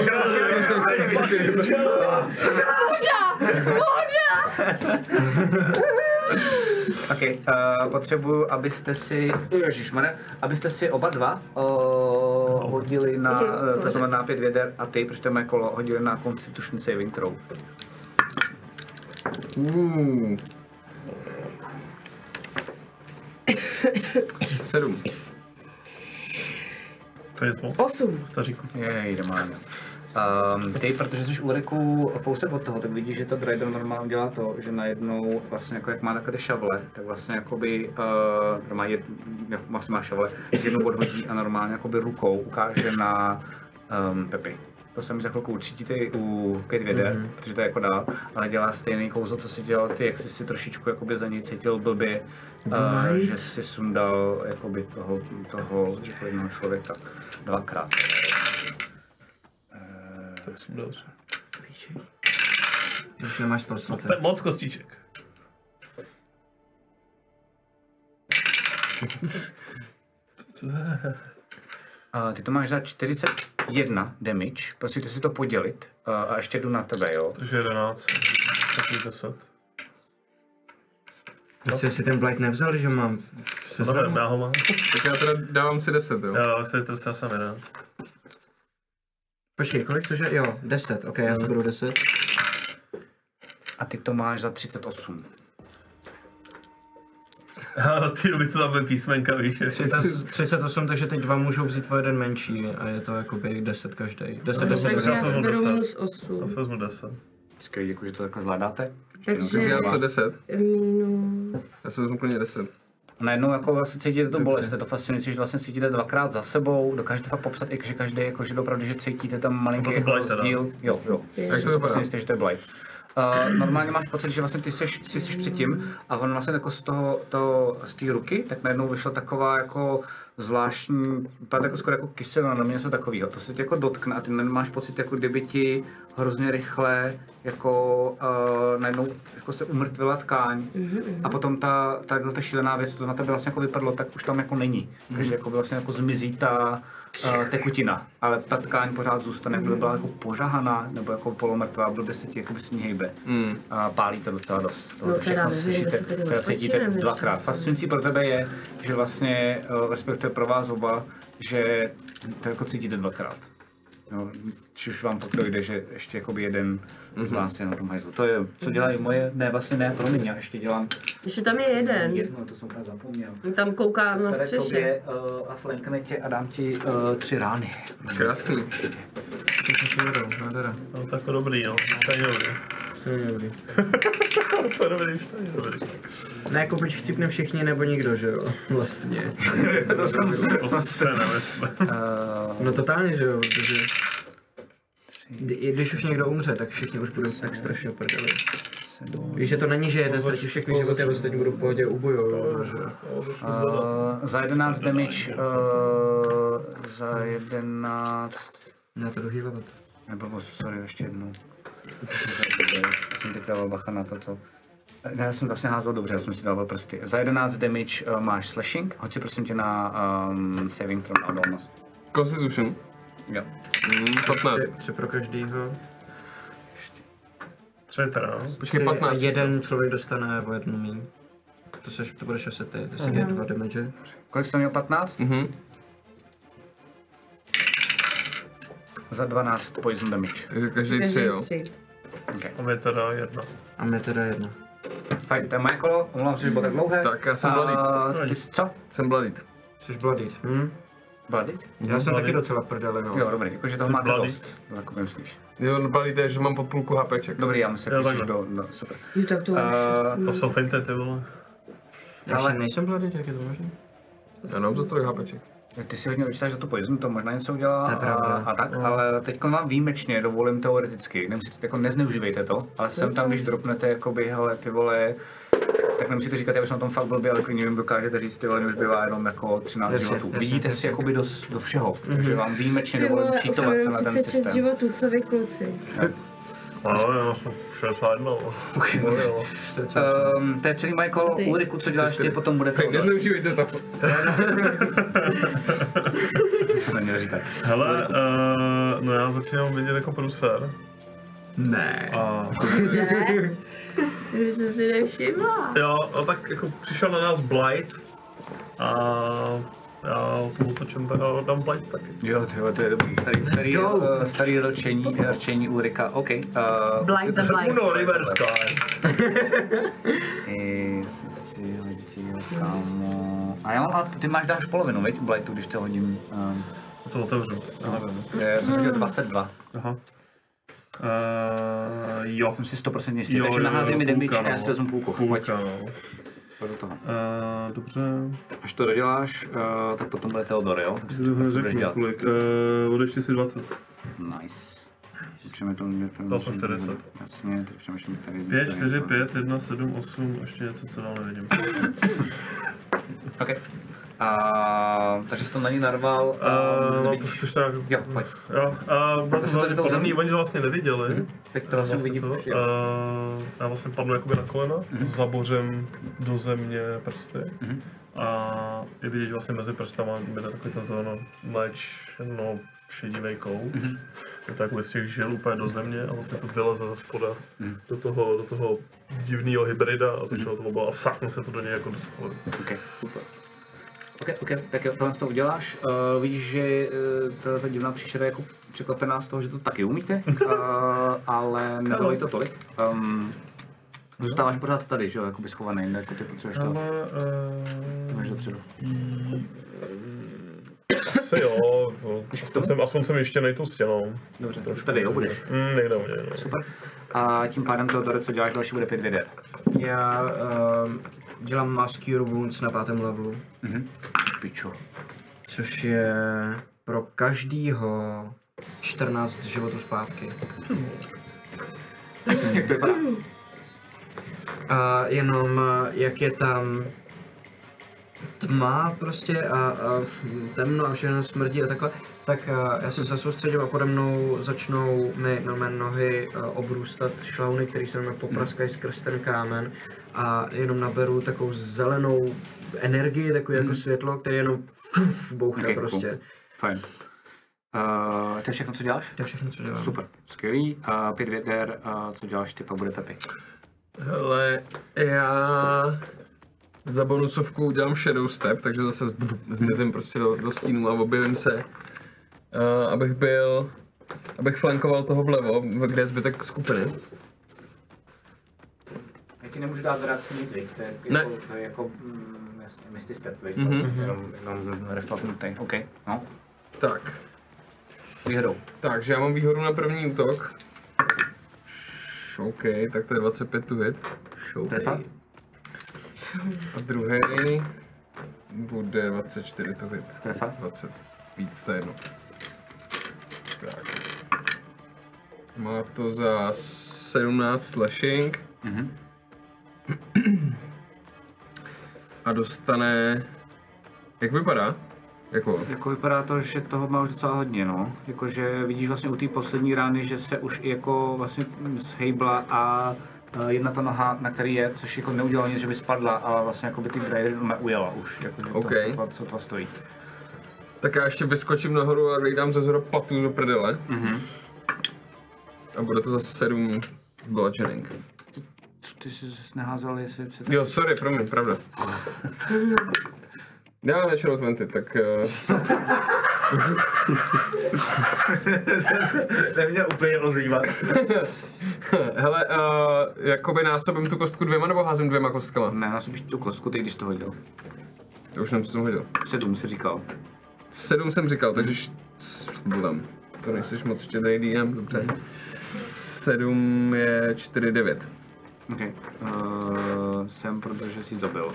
S6: Voda! Voda!
S2: OK, uh, potřebuju, abyste si, ježišmane, abyste si oba dva uh, hodili na,
S6: Mhm,
S2: uh, to
S6: dobře.
S2: znamená pět věder a ty, protože to je mé kolo, hodili na Constitution Saving Throw.
S7: Uh. Sedm.
S5: To je nic moc,
S6: Osm.
S5: staříku.
S2: Jej, demán. Um, ty, protože jsi u Reku kousek od toho, tak vidíš, že to Drydon normálně dělá to, že najednou vlastně jako jak má takové ty šavle, tak vlastně jakoby, uh, normálně, jed- jak vlastně má šavle, tak jednu odhodí a normálně jakoby rukou ukáže na um, Pepi. To jsem za chvilku určitě i u pět věder, mm-hmm. protože to je jako dál, ale dělá stejný kouzlo, co si dělal ty, jak jsi si trošičku jakoby za něj cítil blbě, uh, že si sundal jakoby toho, toho jako jednoho člověka dvakrát.
S5: To je sundal se.
S3: Už nemáš proslaté.
S5: To je moc kostiček.
S2: A ty to máš za 41 damage, prosíte si to podělit a, a ještě jdu na tebe, jo.
S5: Takže 11, taky 10.
S3: Proč jsi si ten blight nevzal, že mám v
S5: To
S3: seznamu?
S5: nevím, já ho mám.
S7: Tak já teda dávám si deset, jo.
S5: Já se trstá jsem 11.
S3: Počkej, kolik cože? Jo, 10, ok, já to budu 10.
S2: A ty to máš za 38.
S5: Já, ty jo, co tam bude písmenka, víš. jestli-
S3: 38, takže teď dva můžou vzít o jeden menší a je to jakoby 10 každý. 10, 10,
S5: Takže
S12: Takže
S5: já
S12: já
S5: jsem
S12: si
S5: mu
S12: beru
S5: dostal.
S12: minus 8.
S5: Já se vezmu 10.
S2: Skvělý, děkuji, že to takhle zvládáte.
S6: Takže
S7: Takže já jsem deset.
S6: minus...
S7: Já jsem úplně deset.
S2: A najednou jako vlastně cítíte to bolest, je to fascinující, že vlastně cítíte dvakrát za sebou, dokážete fakt popsat, i že každý, jako že opravdu, že cítíte tam malinký
S3: No,
S5: Bylo to
S2: jako
S5: blight teda.
S2: rozdíl. Jo, jo.
S7: Jak to vypadá?
S2: Vlastně jistý, že to je blight. Uh, normálně máš pocit, že vlastně ty jsi, ty jsi předtím a on vlastně jako z toho, to, z té ruky, tak najednou vyšla taková jako zvláštní, vypadá jako skoro jako kyselina, nebo něco takového. To se tě jako dotkne a ty najednou máš pocit, jako kdyby ti hrozně rychle jako uh, najednou jako se umrtvila tkáň a potom ta, ta, jedna ta šílená věc, co to na tebe vlastně jako vypadlo, tak už tam jako není. Takže jako by vlastně jako zmizí ta uh, tekutina, ale ta tkáň pořád zůstane, kdyby byla jako požahaná nebo jako polomrtvá, blbě se ti jako by se ní hejbe.
S7: Mm.
S2: A pálí to docela dost. To
S6: No
S2: to všechno
S6: teda nevím, jestli tady
S2: teda cítíte
S6: odpočineme ještě.
S2: dvakrát. Fascinující pro tebe je, že vlastně, uh, respektive pro vás oba, že to jako cítíte dvakrát. No, či už vám pak dojde, že ještě jakoby jeden z vás je na tom hajzlu. To je, co dělají moje, ne vlastně ne, promiň, já ještě dělám
S6: Ještě tam Mhm. je jeden.
S2: jedno, to jsem právě zapomněl.
S6: Tam kouká na
S2: Tady
S6: střeše.
S2: tobě uh, a flankne tě a dám ti uh, tři rány.
S7: Krásný.
S5: No, to je jako dobrý, jo. To je dobrý.
S3: To je dobrý.
S5: To je dobrý, to je dobrý.
S3: Ne, jako buď chcípne všichni nebo nikdo, že jo? [laughs] Vlastně.
S5: To se nemyslím.
S3: No totálně, že jo, protože... Kdy- i Když už někdo umře, tak všichni už budou tak strašně prdeli. Víš, že to není, že jeden ztratí všechny životy a ostatní budou v pohodě ubojou, že jo?
S2: Uh, za 11 damage, uh, za 11,
S3: Ne, to dohýlovat.
S2: nebo sorry, ještě jednou. Já jsem teď dával bacha na to, co... Ne, já jsem vlastně házel dobře, já jsem si dával prsty. Za 11 damage uh, máš slashing, hoď si prosím tě na um, saving throw na odolnost.
S7: Constitution.
S2: Jo.
S7: Mm, 15.
S3: Tři, tři pro každýho.
S5: Třeba teraz.
S7: Počkej, 15.
S3: Prostě Jeden člověk dostane o jednu míň. To, seš, to budeš asi ty, to se děje dva damage.
S2: Kolik jsi to měl? 15?
S7: Mhm.
S2: Za 12 poison damage.
S7: Takže každý tři, jo.
S6: tři.
S5: A my teda jedna.
S3: A mě teda jedna.
S2: Fajn, to je moje kolo, omlouvám se, že bylo tak dlouhé.
S7: Tak, já jsem bladit.
S2: Uh, ty jsi co?
S7: Jsem bladit.
S3: Což bladit, hm?
S2: Bladit?
S3: Já jsem
S5: Bladit.
S3: taky docela v prdeli, no.
S2: Jo, dobrý, jakože toho máte
S5: bladý.
S2: dost, to jako myslíš.
S7: Jo, no bladit je, že mám pod půlku HPček.
S2: Dobrý, já myslím,
S5: Jo,
S2: že jsi
S5: takhle.
S2: do, no, super.
S6: Jo, tak to už
S2: Uh,
S5: To jsou finty, ty vole.
S3: Já ale nejsem bladit, jak je to možné?
S7: Já nemám zase tolik HPček.
S2: ty si hodně vyčítáš za tu poison, to možná něco udělá
S3: To je
S2: a,
S3: pravda. No.
S2: a tak, ale teď vám výjimečně dovolím teoreticky, nemusíte, jako nezneužívejte to, ale sem tam, když dropnete, jakoby, hele, ty vole, tak nemusíte říkat, já bych na tom fakt blbě, ale klidně jim dokážete říct, ty vole, mě už bývá jenom jako 13
S3: Jasně,
S2: životů.
S3: jasně,
S2: Vidíte si
S3: jasně. Mhm.
S2: jakoby do, do všeho, takže vám výjimečně
S6: Ty
S2: dovolím
S6: vole, už mám
S2: cheatovat
S6: jenom
S2: tenhle ten
S6: 36
S2: systém.
S6: životů, co vy kluci?
S5: Ano, já jsem 61. Bojo.
S2: Um, to je celý moje kolo.
S6: Ty.
S2: Ulriku, co děláš ty, potom bude to...
S7: Nezneužívejte to.
S2: To jsem neměl říkat.
S5: Hele, uh, no já začínám vidět jako pruser.
S3: Ne.
S5: A
S6: Ne? Kdyby jsem si nevšimla.
S5: jo, no tak jako přišel na nás Blight. A já to otočím teda dám Blight taky.
S13: Jo, tyjo, to je dobrý. Starý, starý,
S2: Jo,
S13: jo,
S2: uh, starý ročení, ročení Ulrika, OK. Uh,
S14: Blight za blight.
S5: No, River Sky.
S2: Ty jsi si hodil, kámo. A já mám, a ty máš dáš polovinu, veď, u Blightu, když to hodím. Um,
S5: Já to otevřu. Já nevím.
S2: já jsem hodil 22.
S5: Aha. Uh, jo.
S2: Jsem si 100% jistý, takže naházím mi damage a já si vezmu půlku. Pojď,
S5: no.
S2: Eh,
S5: Půlka, no.
S2: pojď do toho.
S5: Uh, dobře.
S2: Až to doděláš, uh, tak potom bude Theodor, jo? Tak si to
S5: Řeknu,
S2: budeš dělat.
S5: řeknu kolik. Uh, odečti si 20.
S2: Nice. Určitě to mě to
S5: Dal jsem 40.
S2: Jasně, teď přemýšlím tady.
S5: 5, 4, 5, 1, 7, 8, ještě něco, co dál
S2: [laughs]
S5: nevidím.
S2: OK. A, takže jsi to na ní narval.
S5: Uh,
S2: ehm,
S5: no to
S2: vidíš-
S5: chceš tak...
S2: Jo, pojď.
S5: Jo, uh, bylo to
S2: Protože to
S5: za-
S2: je to
S5: podobný,
S2: zem-
S5: oni to vlastně neviděli.
S2: Teď to vlastně uvidí.
S5: to, uh,
S2: jo.
S5: já vlastně padnu jakoby na kolena, zabořím do země prsty a je vidět že vlastně mezi prstama jde takový ten zelenou mléč, no šedivý kouč. Je to jakoby z těch žil úplně do země a vlastně to vyleze ze spoda do toho, do toho divného hybrida a začalo to oba a sákne se to do něj jako do spodu.
S2: OK, super. OK, OK, tak jo, tohle to uděláš. Uh, vidíš, že uh, tato divná příšera je jako překvapená z toho, že to taky umíte, uh, ale nebylo jí to tolik. Um, zůstáváš pořád tady, že jo, jakoby schovaný, ne, jako ty potřebuješ to.
S5: Ale...
S2: Máš
S5: Uh,
S2: dopředu.
S5: asi jo, no, aspoň jsem, aspoň jsem ještě nejtou stěnou.
S2: Dobře, tady jo, budeš.
S5: Mm, někde u něj, no.
S2: Super. A tím pádem Teodore, co děláš další, bude 5 věder.
S3: Já ehm, dělám Mass Cure Wounds na pátém levelu,
S2: Pičo.
S3: což je pro každýho 14 životů zpátky.
S2: Jak to vypadá?
S3: A jenom eh, jak je tam tma prostě a, a temno a všechno smrdí a takhle, tak eh, já jsem se soustředil a pode mnou začnou mi na mé nohy eh, obrůstat šlauny, které se mi popraskají skrz ten kámen a jenom naberu takovou zelenou energii, takové jako světlo, které jenom bouchne
S2: Mhm. Ok, cool.
S3: prostě.
S2: Fajn. Uh, to je všechno, co děláš?
S3: To je všechno, co dělám.
S2: Super, skvělý. A pět věder, a co děláš ty, pak bude tapy.
S7: Hele, já za bonusovku udělám shadow step, takže zase zmizím prostě do, do stínu a objevím se, uh, abych byl, abych flankoval toho vlevo, kde je zbytek skupiny.
S2: Já ti nemůžu dát reakci nic, viď? to je
S7: Ne. Mhm.
S2: jako, to je jako mm, jasně, misty step, viď? Mm-hmm. jenom, jenom reflatnutý. OK, no,
S7: Tak,
S2: výhodou.
S7: takže já mám výhodu na první útok. Š- OK, tak to je 25 tu hit.
S2: Trefa?
S7: A druhý bude 24 to hit.
S2: Trefa?
S7: 20. Víc, to je jedno. Tak. Má to za 17 slashing.
S2: Mhm.
S7: A dostane... Jak vypadá? Jako...
S2: Jako vypadá to, že toho má už docela hodně, no. Jakože vidíš vlastně u té poslední rány, že se už i jako vlastně zhejbla a eh, jedna ta noha, na který je, což jako neudělalo nic, že by spadla, ale vlastně jako by ty driver neujela už, jako, že
S7: OK.
S2: to, co, to, co to stojí.
S7: Tak já ještě vyskočím nahoru a dám ze zhora patu do prdele. A bude to za 7 bludgeoning.
S2: Co ty jsi neházel, jestli se
S7: Jo, sorry, promiň, pravda. Já mám natural 20, tak... eh, [laughs]
S2: Neměl úplně ozývat.
S7: Hele, uh, jakoby násobím tu kostku dvěma nebo házím dvěma kostkama?
S2: Ne, nasobíš tu kostku, ty když to hodil.
S7: To už nevím, co jsem hodil.
S2: Sedm si říkal.
S7: Sedm jsem říkal, takže š... s- blem. To nejseš moc štědrý DM, dobře. Sedm je čtyři, devět.
S2: OK. Uh, Eh, jsem, protože si zabil.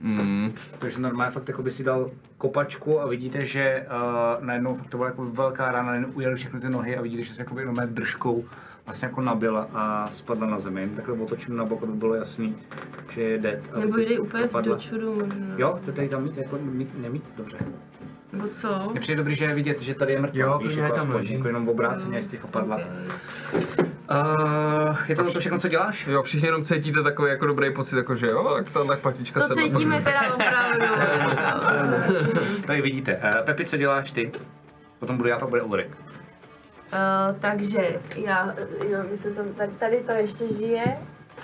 S7: Mm.
S2: Takže normálně fakt jako by si dal kopačku a vidíte, eh, že uh, najednou fakt to byla jako velká rána, najednou ujeli všechny ty nohy a vidíte, že se jako by normálně držkou vlastně jako nabil a spadla na zemi. Takhle otočím na bok, aby bylo jasný, že je dead. a
S6: Nebo
S2: teď
S6: jde úplně v
S2: dopadla.
S6: dočuru možná.
S2: Jo, chcete ji tam mít, jako mít, nemít? Dobře.
S6: Nebo co?
S2: Mně přijde dobrý, že je vidět, že tady je mrtvá,
S3: Jo,
S2: víš,
S3: klidně
S2: jako
S3: je tam
S2: aspoň,
S3: leží.
S2: jako jenom v obráceně, jak těch opadla.
S6: Okay.
S2: Uh, je to to všechno, co děláš?
S7: Jo, všichni jenom cítíte takový jako dobrý pocit, jako že jo, tak tahle patička
S6: To cítíme teda opravdu. jako.
S2: Tady vidíte. Uh, Pepi, co děláš ty? Potom budu já, pak bude Ulrik.
S6: Eh, takže já, jo, my se tam, tady, tady to ještě žije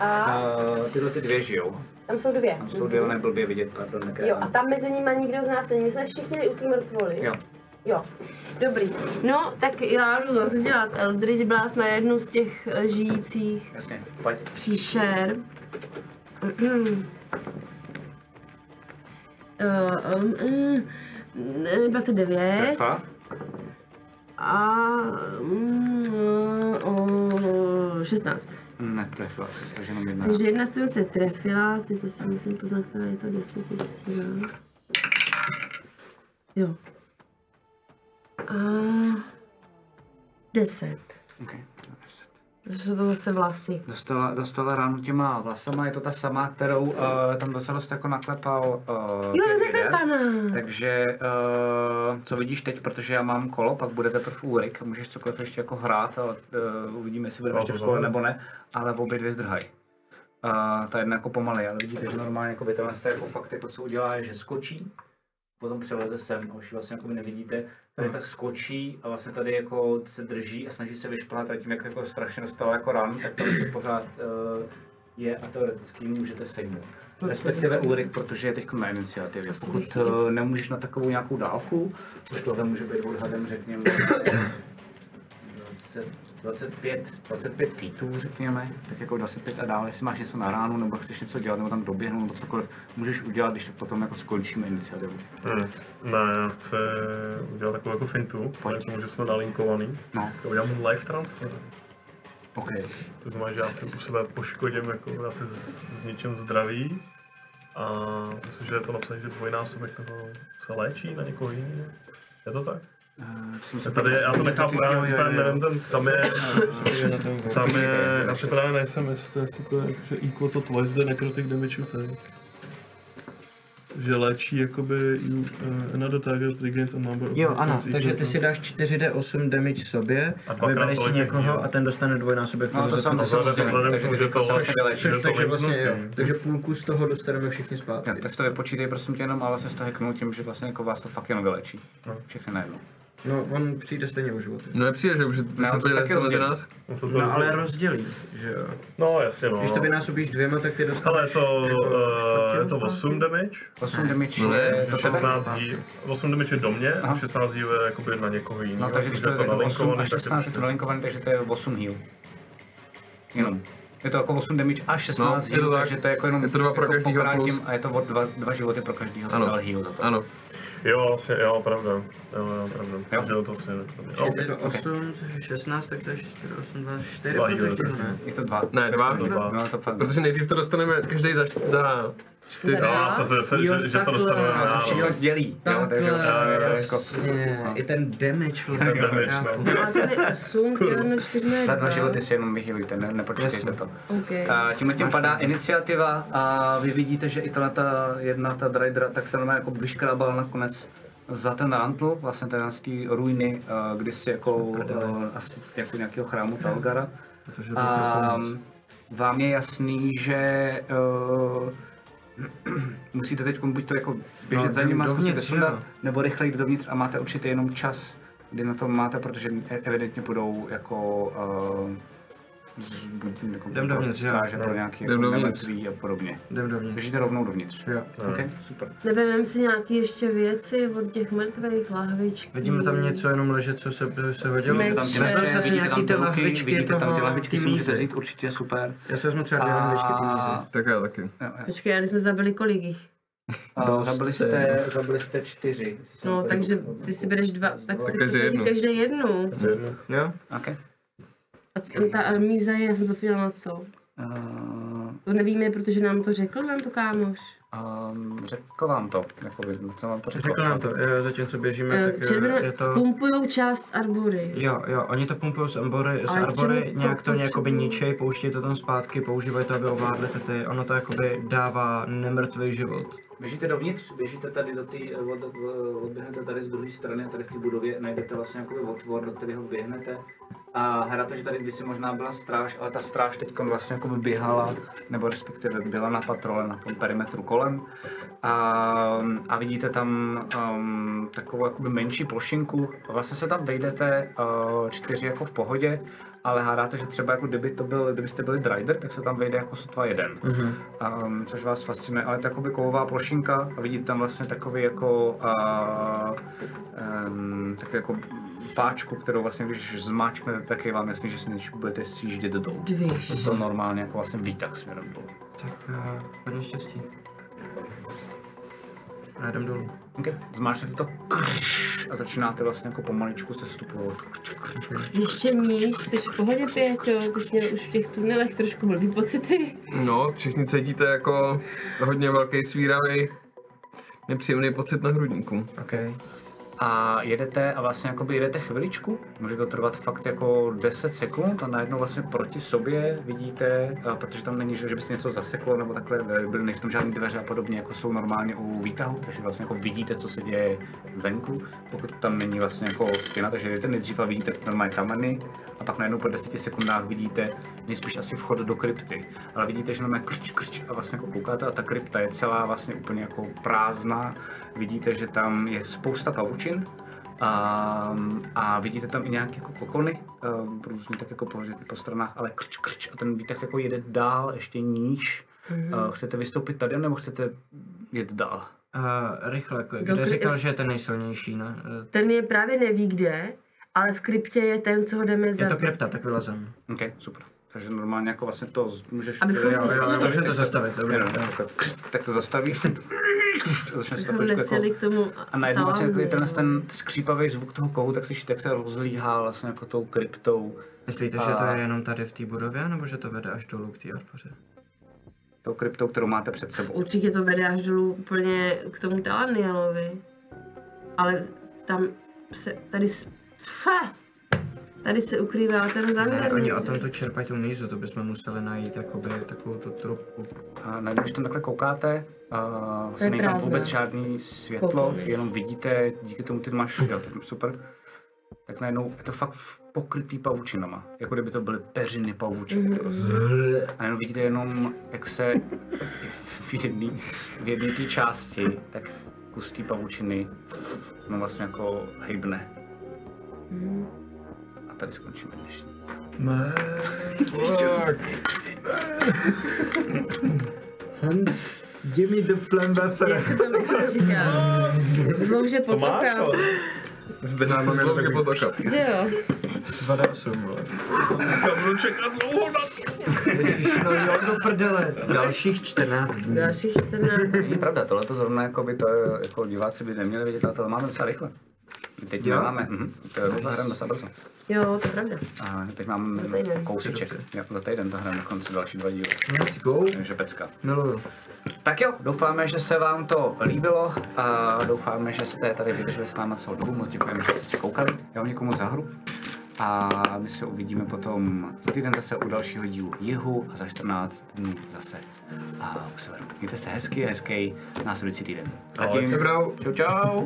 S6: a
S2: Uh, tyhle ty dvě žijou.
S6: tam jsou dvě.
S2: Tam jsou dvě, neblbě vidět, pardon.
S6: Jo, a tam mezi nimi nikdo z nás není, my jsme všichni u té mrtvoly.
S2: Jo.
S6: Jo, dobrý. No, tak já jdu zase dělat Eldridge Blast na jednu z těch eh, žijících
S2: Jasně, pojď.
S6: příšer. [clears throat] Eh, um, eh, 29
S2: Trefa.
S6: a mm, eh, o, 16.
S2: Netrefila se, takže jenom jedna.
S6: Takže jedna jsem se trefila, teď to si musím poznat, která je to desetinstina. Jo. A... Deset.
S2: Okay.
S6: Což jsou to zase vlasy.
S2: Dostala, dostala ránu těma vlasama, je to ta sama, kterou uh, tam docela dost jako naklepal uh,
S6: Jo, naklepaná.
S2: Takže uh, co vidíš teď, protože já mám kolo, pak bude teprve Úrik, můžeš cokoliv ještě jako hrát, ale uh, uvidíme, jestli bude
S5: No,
S2: ještě
S5: to
S2: v kole
S5: zahraju.
S2: nebo ne, ale obě dvě zdrhají. Uh, ta jedna jako pomalej, ale vidíte, že normálně jako by tohle to jako fakt jako co udělá, je, že skočí, potom přeleze sem, a už ji vlastně jako by nevidíte, tady tak skočí a vlastně tady jako se drží a snaží se vyšplhat a tím jak jako strašně dostala jako ran, tak to ještě pořád uh, je a teoreticky ji můžete sejmout. Respektive Ulrik, protože je teď na iniciativě.
S6: Asi bych
S2: Pokud
S6: ji-
S2: eh, nemůžeš na takovou nějakou dálku, už tohle může být odhadem, řekněme, 20, 25, 25 feetů, řekněme, tak jako 25 a dál, jestli máš něco na ránu, nebo chceš něco dělat, nebo tam doběhnout, nebo cokoliv, můžeš udělat, když tak potom jako skončíme iniciativu.
S5: Hmm. Ne, já chci udělat takovou jako fintu, k tomu, že jsme nalinkovaný.
S2: No,
S5: Já udělám live transfer.
S2: OK.
S5: To znamená, že já si u sebe poškodím, jako já si z- zničím zdraví. A myslím, že je to napsané, že dvojnásobek toho se léčí na někoho jiného. Je to tak?
S2: Jsem
S5: Já tady, já to nechápu, já
S2: Jo, jo, jo,
S5: úplně
S2: jo.
S5: nevím, ten, tam
S2: [laughs]
S5: je, tam je, já si právě nejsem jistý, jestli to je, jako, že equal to twice the necrotic damage you take. Že léčí jakoby you, uh, another target regains a number of
S3: Jo,
S5: hit
S3: ano,
S5: points equal
S3: takže
S5: to- no.
S3: ty si dáš 4d8 damage sobě
S5: A
S3: a
S5: dvakrát
S3: vybereš si
S5: tolik jak
S3: někoho
S5: díl.
S3: a ten dostane dvojnásobek.
S2: No,
S3: toho,
S2: to
S3: za co
S2: jsem to
S3: dostal.
S2: jsem
S5: Vzhledem-
S2: rozdělený, takže
S5: vzhledem k tomu, že
S2: ty
S5: to-
S2: kousek
S5: což-
S2: vyletíš.
S5: že
S3: Což,
S5: to
S3: takže vlastně, jo,
S5: linknutí.
S3: takže půlku z toho dostaneme všichni zpátky.
S2: Tak si to vypočítej prosím tě jenom, ale se to hacknul tím, že vlastně jako vás to fakt jenom vylečí. Všechny najednou.
S3: No, on přijde stejně o život.
S7: No nepřijde, že můžete
S2: Ne,
S7: se
S2: on se
S7: podívat
S2: taky
S7: na
S2: rozdělí.
S7: nás.
S5: On se to
S3: No, ale
S5: rozdělí.
S3: rozdělí, že jo.
S5: No, jasně, no.
S3: Když to vynásobíš dvěma, tak ty dostaneš...
S5: Ale je to,
S3: jako
S5: eh, je
S3: čtvrtinu
S5: to
S3: zpátky.
S5: 8 damage,
S2: 8 damage
S7: No,
S2: je
S7: ne,
S2: to
S5: 16 dí, 8 damage je do mě a
S2: Aha.
S5: 16 dí je jakoby na někoho jiného.
S2: No, takže když to je jako 8 až 16 je to nalinkovaný, takže to je 8 heal. Jenom. Je to jako 8 damage až 16
S7: No, je to
S2: heal,
S7: tak.
S2: takže to je jako jenom
S7: Je to dva pro
S2: jako
S7: každýho
S2: pokrátím
S7: plus.
S2: a je to o dva, dva životy pro každýho si
S7: Ano.
S2: dal heal za to.
S7: Ano.
S5: Jo, vlastně, jo, pravda. Jo, jo, pravda. Takže to vlastně nedopadne. Jo,
S3: Je to 8, což je 16, tak to je 4, 8, 2, 4
S5: Dva
S3: pro
S5: díly,
S3: každého,
S5: tak.
S3: ne?
S2: Je to dva.
S7: Ne, dva.
S5: Dva.
S2: No, to fakt.
S7: Protože nejdřív to dostaneme každý za, za čtyři.
S5: Jo, já jsem se, se,
S3: Jo,
S5: že, že to
S3: takhle.
S5: dostaneme
S3: Já jsem
S5: na
S3: všechno-
S2: Jo, dělí. Jo, takže
S3: Takhle,
S2: vlastně jako
S3: jasně. I ten damage,
S5: ten damage, no.
S6: A tady osm, děleno čtyři ne
S2: za
S6: dva.
S2: dva životy si jenom vyhealujte, ne, nepočítejte to.
S6: Okay.
S2: A tímhle tím padá iniciativa a vy vidíte, že i tahle ta jedna, ta Drydra, tak se normálně jako vyškrábala nakonec za ten rantl, vlastně ten z té ruiny, eh, kdysi jako eh, asi jako nějakého chrámu Talgara.
S3: jako
S2: A vám je jasný, že eh, [clears throat] musíte teď buď to jako běžet
S3: No,
S2: za nima,
S3: jdem
S2: zkusíte
S3: dovnitř, jo.
S2: sundat, nebo rychleji jít dovnitř a máte určitě jenom čas, kdy na to máte, protože e- evidentně budou jako uh, z, buď, jako,
S3: Jdem dovnitř, jo.
S2: stráže pro nějaké
S7: Jdem
S2: jako
S7: dovnitř. Mhm.
S2: nemrtví a podobně.
S3: Jdem dovnitř.
S2: Takže jde rovnou dovnitř.
S3: Jo.
S2: Okay, super.
S6: Nebevím si nějaký ještě věci od těch mrtvých lahvičků.
S3: Vidíme tam něco jenom ležet, co se, se hodilo.
S6: Vidíte tam
S2: Tam ty
S6: Vezmeme
S2: meče,
S3: zase
S2: vidíte
S3: nějaký
S2: tam
S3: ty
S2: ruky,
S3: lahvičky
S2: vidíte tam ty
S3: toho-
S2: lahvičky,
S3: ty
S2: si můžete
S3: mízy.
S2: vzít, určitě super.
S3: Já se vezmu třeba dvě lahvičky ty mízy.
S7: Tak já taky.
S6: Počkej, ale jsme zabili kolik jich.
S2: A zabili jste, zabili jste čtyři. jestli jsem
S6: No,
S2: to-
S6: takže ty si bereš dva, tak si
S7: každý
S6: každý
S7: jednu.
S6: každý jednu.
S7: Jo?
S2: Okay.
S6: A c- ta eh, míza je, já jsem zapomněla na co.
S2: Uh,
S6: To nevíme, protože nám to řekl nám to kámoš.
S15: Um, řekl vám to, jakoby, co vám to řekl.
S3: Řekl nám to, jo, zatímco běžíme,
S6: Eh,
S3: tak eh,
S6: Červené
S3: je to...
S6: pumpujou část arbory.
S3: Jo, jo, oni to pumpují z arbory, z
S6: Ale
S3: arbory
S6: čemu to
S3: nějak to jakoby
S6: potřebují?
S3: ničej, pouštějí to tam zpátky, používají to, aby ovládli ty, ono to jakoby dává nemrtvý život.
S2: Běžíte dovnitř, běžíte tady do té, eh, od, od- odběhnete tady z druhé strany a tady v té budově najdete vlastně jakoby otvor, do kterého běhnete. A hrajete, že tady kdysi možná byla stráž, ale ta stráž teď vlastně jakoby běhala, nebo respektive byla na patrole na tom perimetru kolem. A, a vidíte tam um, takovou jakoby menší plošinku. A vlastně se tam vejdete uh, čtyři jako v pohodě, ale hádáte, že třeba jako kdyby to byl, kdybyste byli Drider, tak se tam vejde jako sotva jeden. Mm-hmm. Um, což vás fascinuje, ale to je jakoby kovová plošinka a vidíte tam vlastně takový jako uh, um, takový jako páčku, kterou vlastně když zmáčknete, tak je vám jasný, že si než budete sjíždět dolů.
S6: Zdviž.
S2: Je To normálně jako vlastně výtah směrem dolů.
S3: Tak eh, hodně štěstí. A jdem dolů.
S2: Okay. Zmáčknete to krš, a začínáte vlastně jako pomaličku se stupovat.
S6: Ještě níž, jsi v pohodě, Pěťo, ty jsi měl už v těch tunelech trošku blbý pocity.
S7: No, všichni cítíte jako hodně velký svíravý, nepříjemný pocit na hrudníku.
S3: Okay.
S2: a jedete a vlastně jakoby jedete chviličku, může to trvat fakt jako 10 sekund a najednou vlastně proti sobě vidíte, a protože tam není, že že byste něco zaseklo nebo takhle, e, byly nejsou tam žádné dveře a podobně, jako jsou normálně u výtahu, takže vlastně jako vidíte, co se děje venku, pokud tam není vlastně jako stěna, takže jedete nejdřív a vidíte normálně kameny a pak najednou po 10 sekundách vidíte nejspíš asi vchod do krypty, ale vidíte, že normálně krč, krč a vlastně jako koukáte a ta krypta je celá vlastně úplně jako prázdná, vidíte, že tam je spousta pavučin, a, a vidíte tam i nějaké jako kokony, um, různě tak jako po, po stranách, ale krč, krč a ten výtah jako jede dál, ještě níž. Mm-hmm. Uh, chcete vystoupit tady, nebo chcete jet dál?
S3: Uh, rychle, jako, kde
S6: Dobrý-
S3: říkal, že je ten nejsilnější, ne? Eh,
S6: Ten je právě neví kde, ale v kryptě je ten, co ho jdeme za.
S3: Je to krypta, tak vylezem.
S2: OK, super. Takže normálně jako vlastně to z- můžeš...
S6: Abychom
S2: jo, jo, jo,
S6: nesili.
S2: takže
S3: Můžete
S2: tak-
S3: zastavit, dobrý.
S2: jo, jo, tak- krč, Tak to zastavíš. a Začne se to
S6: Abychom
S2: trošku
S6: nesili
S2: jako...
S6: k tomu
S2: A
S6: No.
S2: najednou vlastně jako je
S6: talánu,
S2: ten,
S6: jo.
S2: ten skřípavý zvuk toho kohu, tak slyšíte, jak se rozlíhá vlastně jako tou kryptou.
S3: Myslíte, že to je jenom tady v té budově, nebo že to vede až dolů k té arboře?
S2: Tou kryptou, kterou máte před sebou.
S6: Určitě to vede až dolů úplně k tomu Talanielovi. Ale tam se, tady, s- fa, tady se ukrývá ten
S3: Ne,
S6: Zander.
S3: oni o tom to čerpají tu mízu, to bychom museli najít jakoby takovou tu trubku.
S2: A najednou, když tam takhle koukáte, a
S6: To je
S2: vlastně není tam
S6: prázdná.
S2: vůbec žádný světlo,
S6: Kokony.
S2: jenom vidíte, díky tomu ty máš, jo, to je super, tak najednou je to fakt v- pokrytý pavučinama, jako kdyby to byly peřiny pavučin.
S6: Mhm.
S2: prostě. A najednou vidíte jenom, jak se [laughs] v jedné v jedný té části, tak kus té pavučiny no vlastně jako hejbne.
S6: Mhm.
S2: A tady skončíme dnešní.
S5: Ne.
S7: Tak,
S3: Hans, give me the
S6: Jak
S3: flambefer.
S6: se tam jak se to
S5: [laughs]
S6: říká? Zlouže
S5: To máš,
S6: potoka.
S5: ale
S7: zde nám zlouže potoka.
S6: Že jo?
S3: 28, vole.
S5: já budu čekat dlouho na
S3: Ježiš, no jo, do prdele. Dalších 14 dní.
S6: Dalších 14
S2: Není pravda, tohle to zrovna jako by to jako diváci by neměli vědět, ale to máme docela rychle. My Teď jo. máme, mhm, to je tohle hrajeme docela brzo.
S6: Jo, to je pravda.
S2: A teď mám
S6: Za týden.
S2: kousíček. Já za týden to hrajeme dokonce další dva díly.
S3: Let's go.
S2: Takže pecka.
S3: Miluju.
S2: Tak jo, doufáme, že se vám to líbilo a doufáme, že jste tady vydrželi s náma celou dobu. Moc děkujeme, že jste si koukali. Já vám někomu za hru. A my se uvidíme potom za týden zase u dalšího dílu Jihu a za 14 dnů zase a u severu. Mějte se hezky, hezký následující týden. Zatím.
S7: Dobrou.
S2: Čau, čau.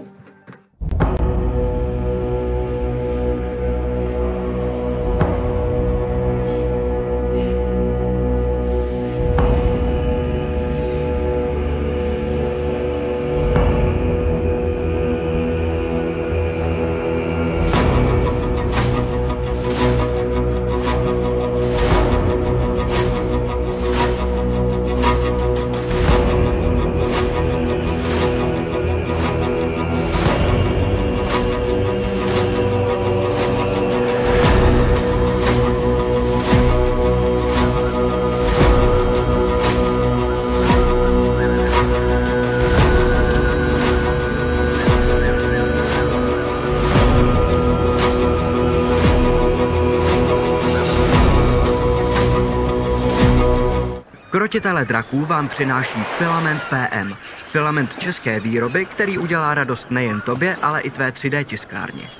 S1: Krotitele draků vám přináší Filament PM. Filament české výroby, který udělá radost nejen tobě, ale i tvé 3D tiskárně.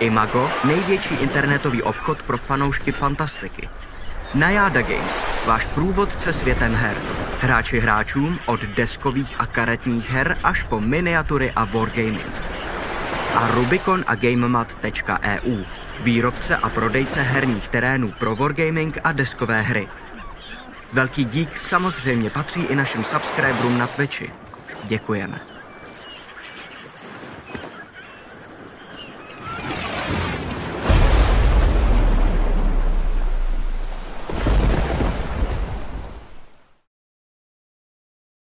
S1: Imago, největší internetový obchod pro fanoušky fantastiky. Najada Games, váš průvodce světem her. Hráči hráčům od deskových a karetních her až po miniatury a wargaming a Rubicon a GameMat.eu, výrobce a prodejce herních terénů pro wargaming a deskové hry. Velký dík samozřejmě patří i našim subscriberům na Twitchi. Děkujeme.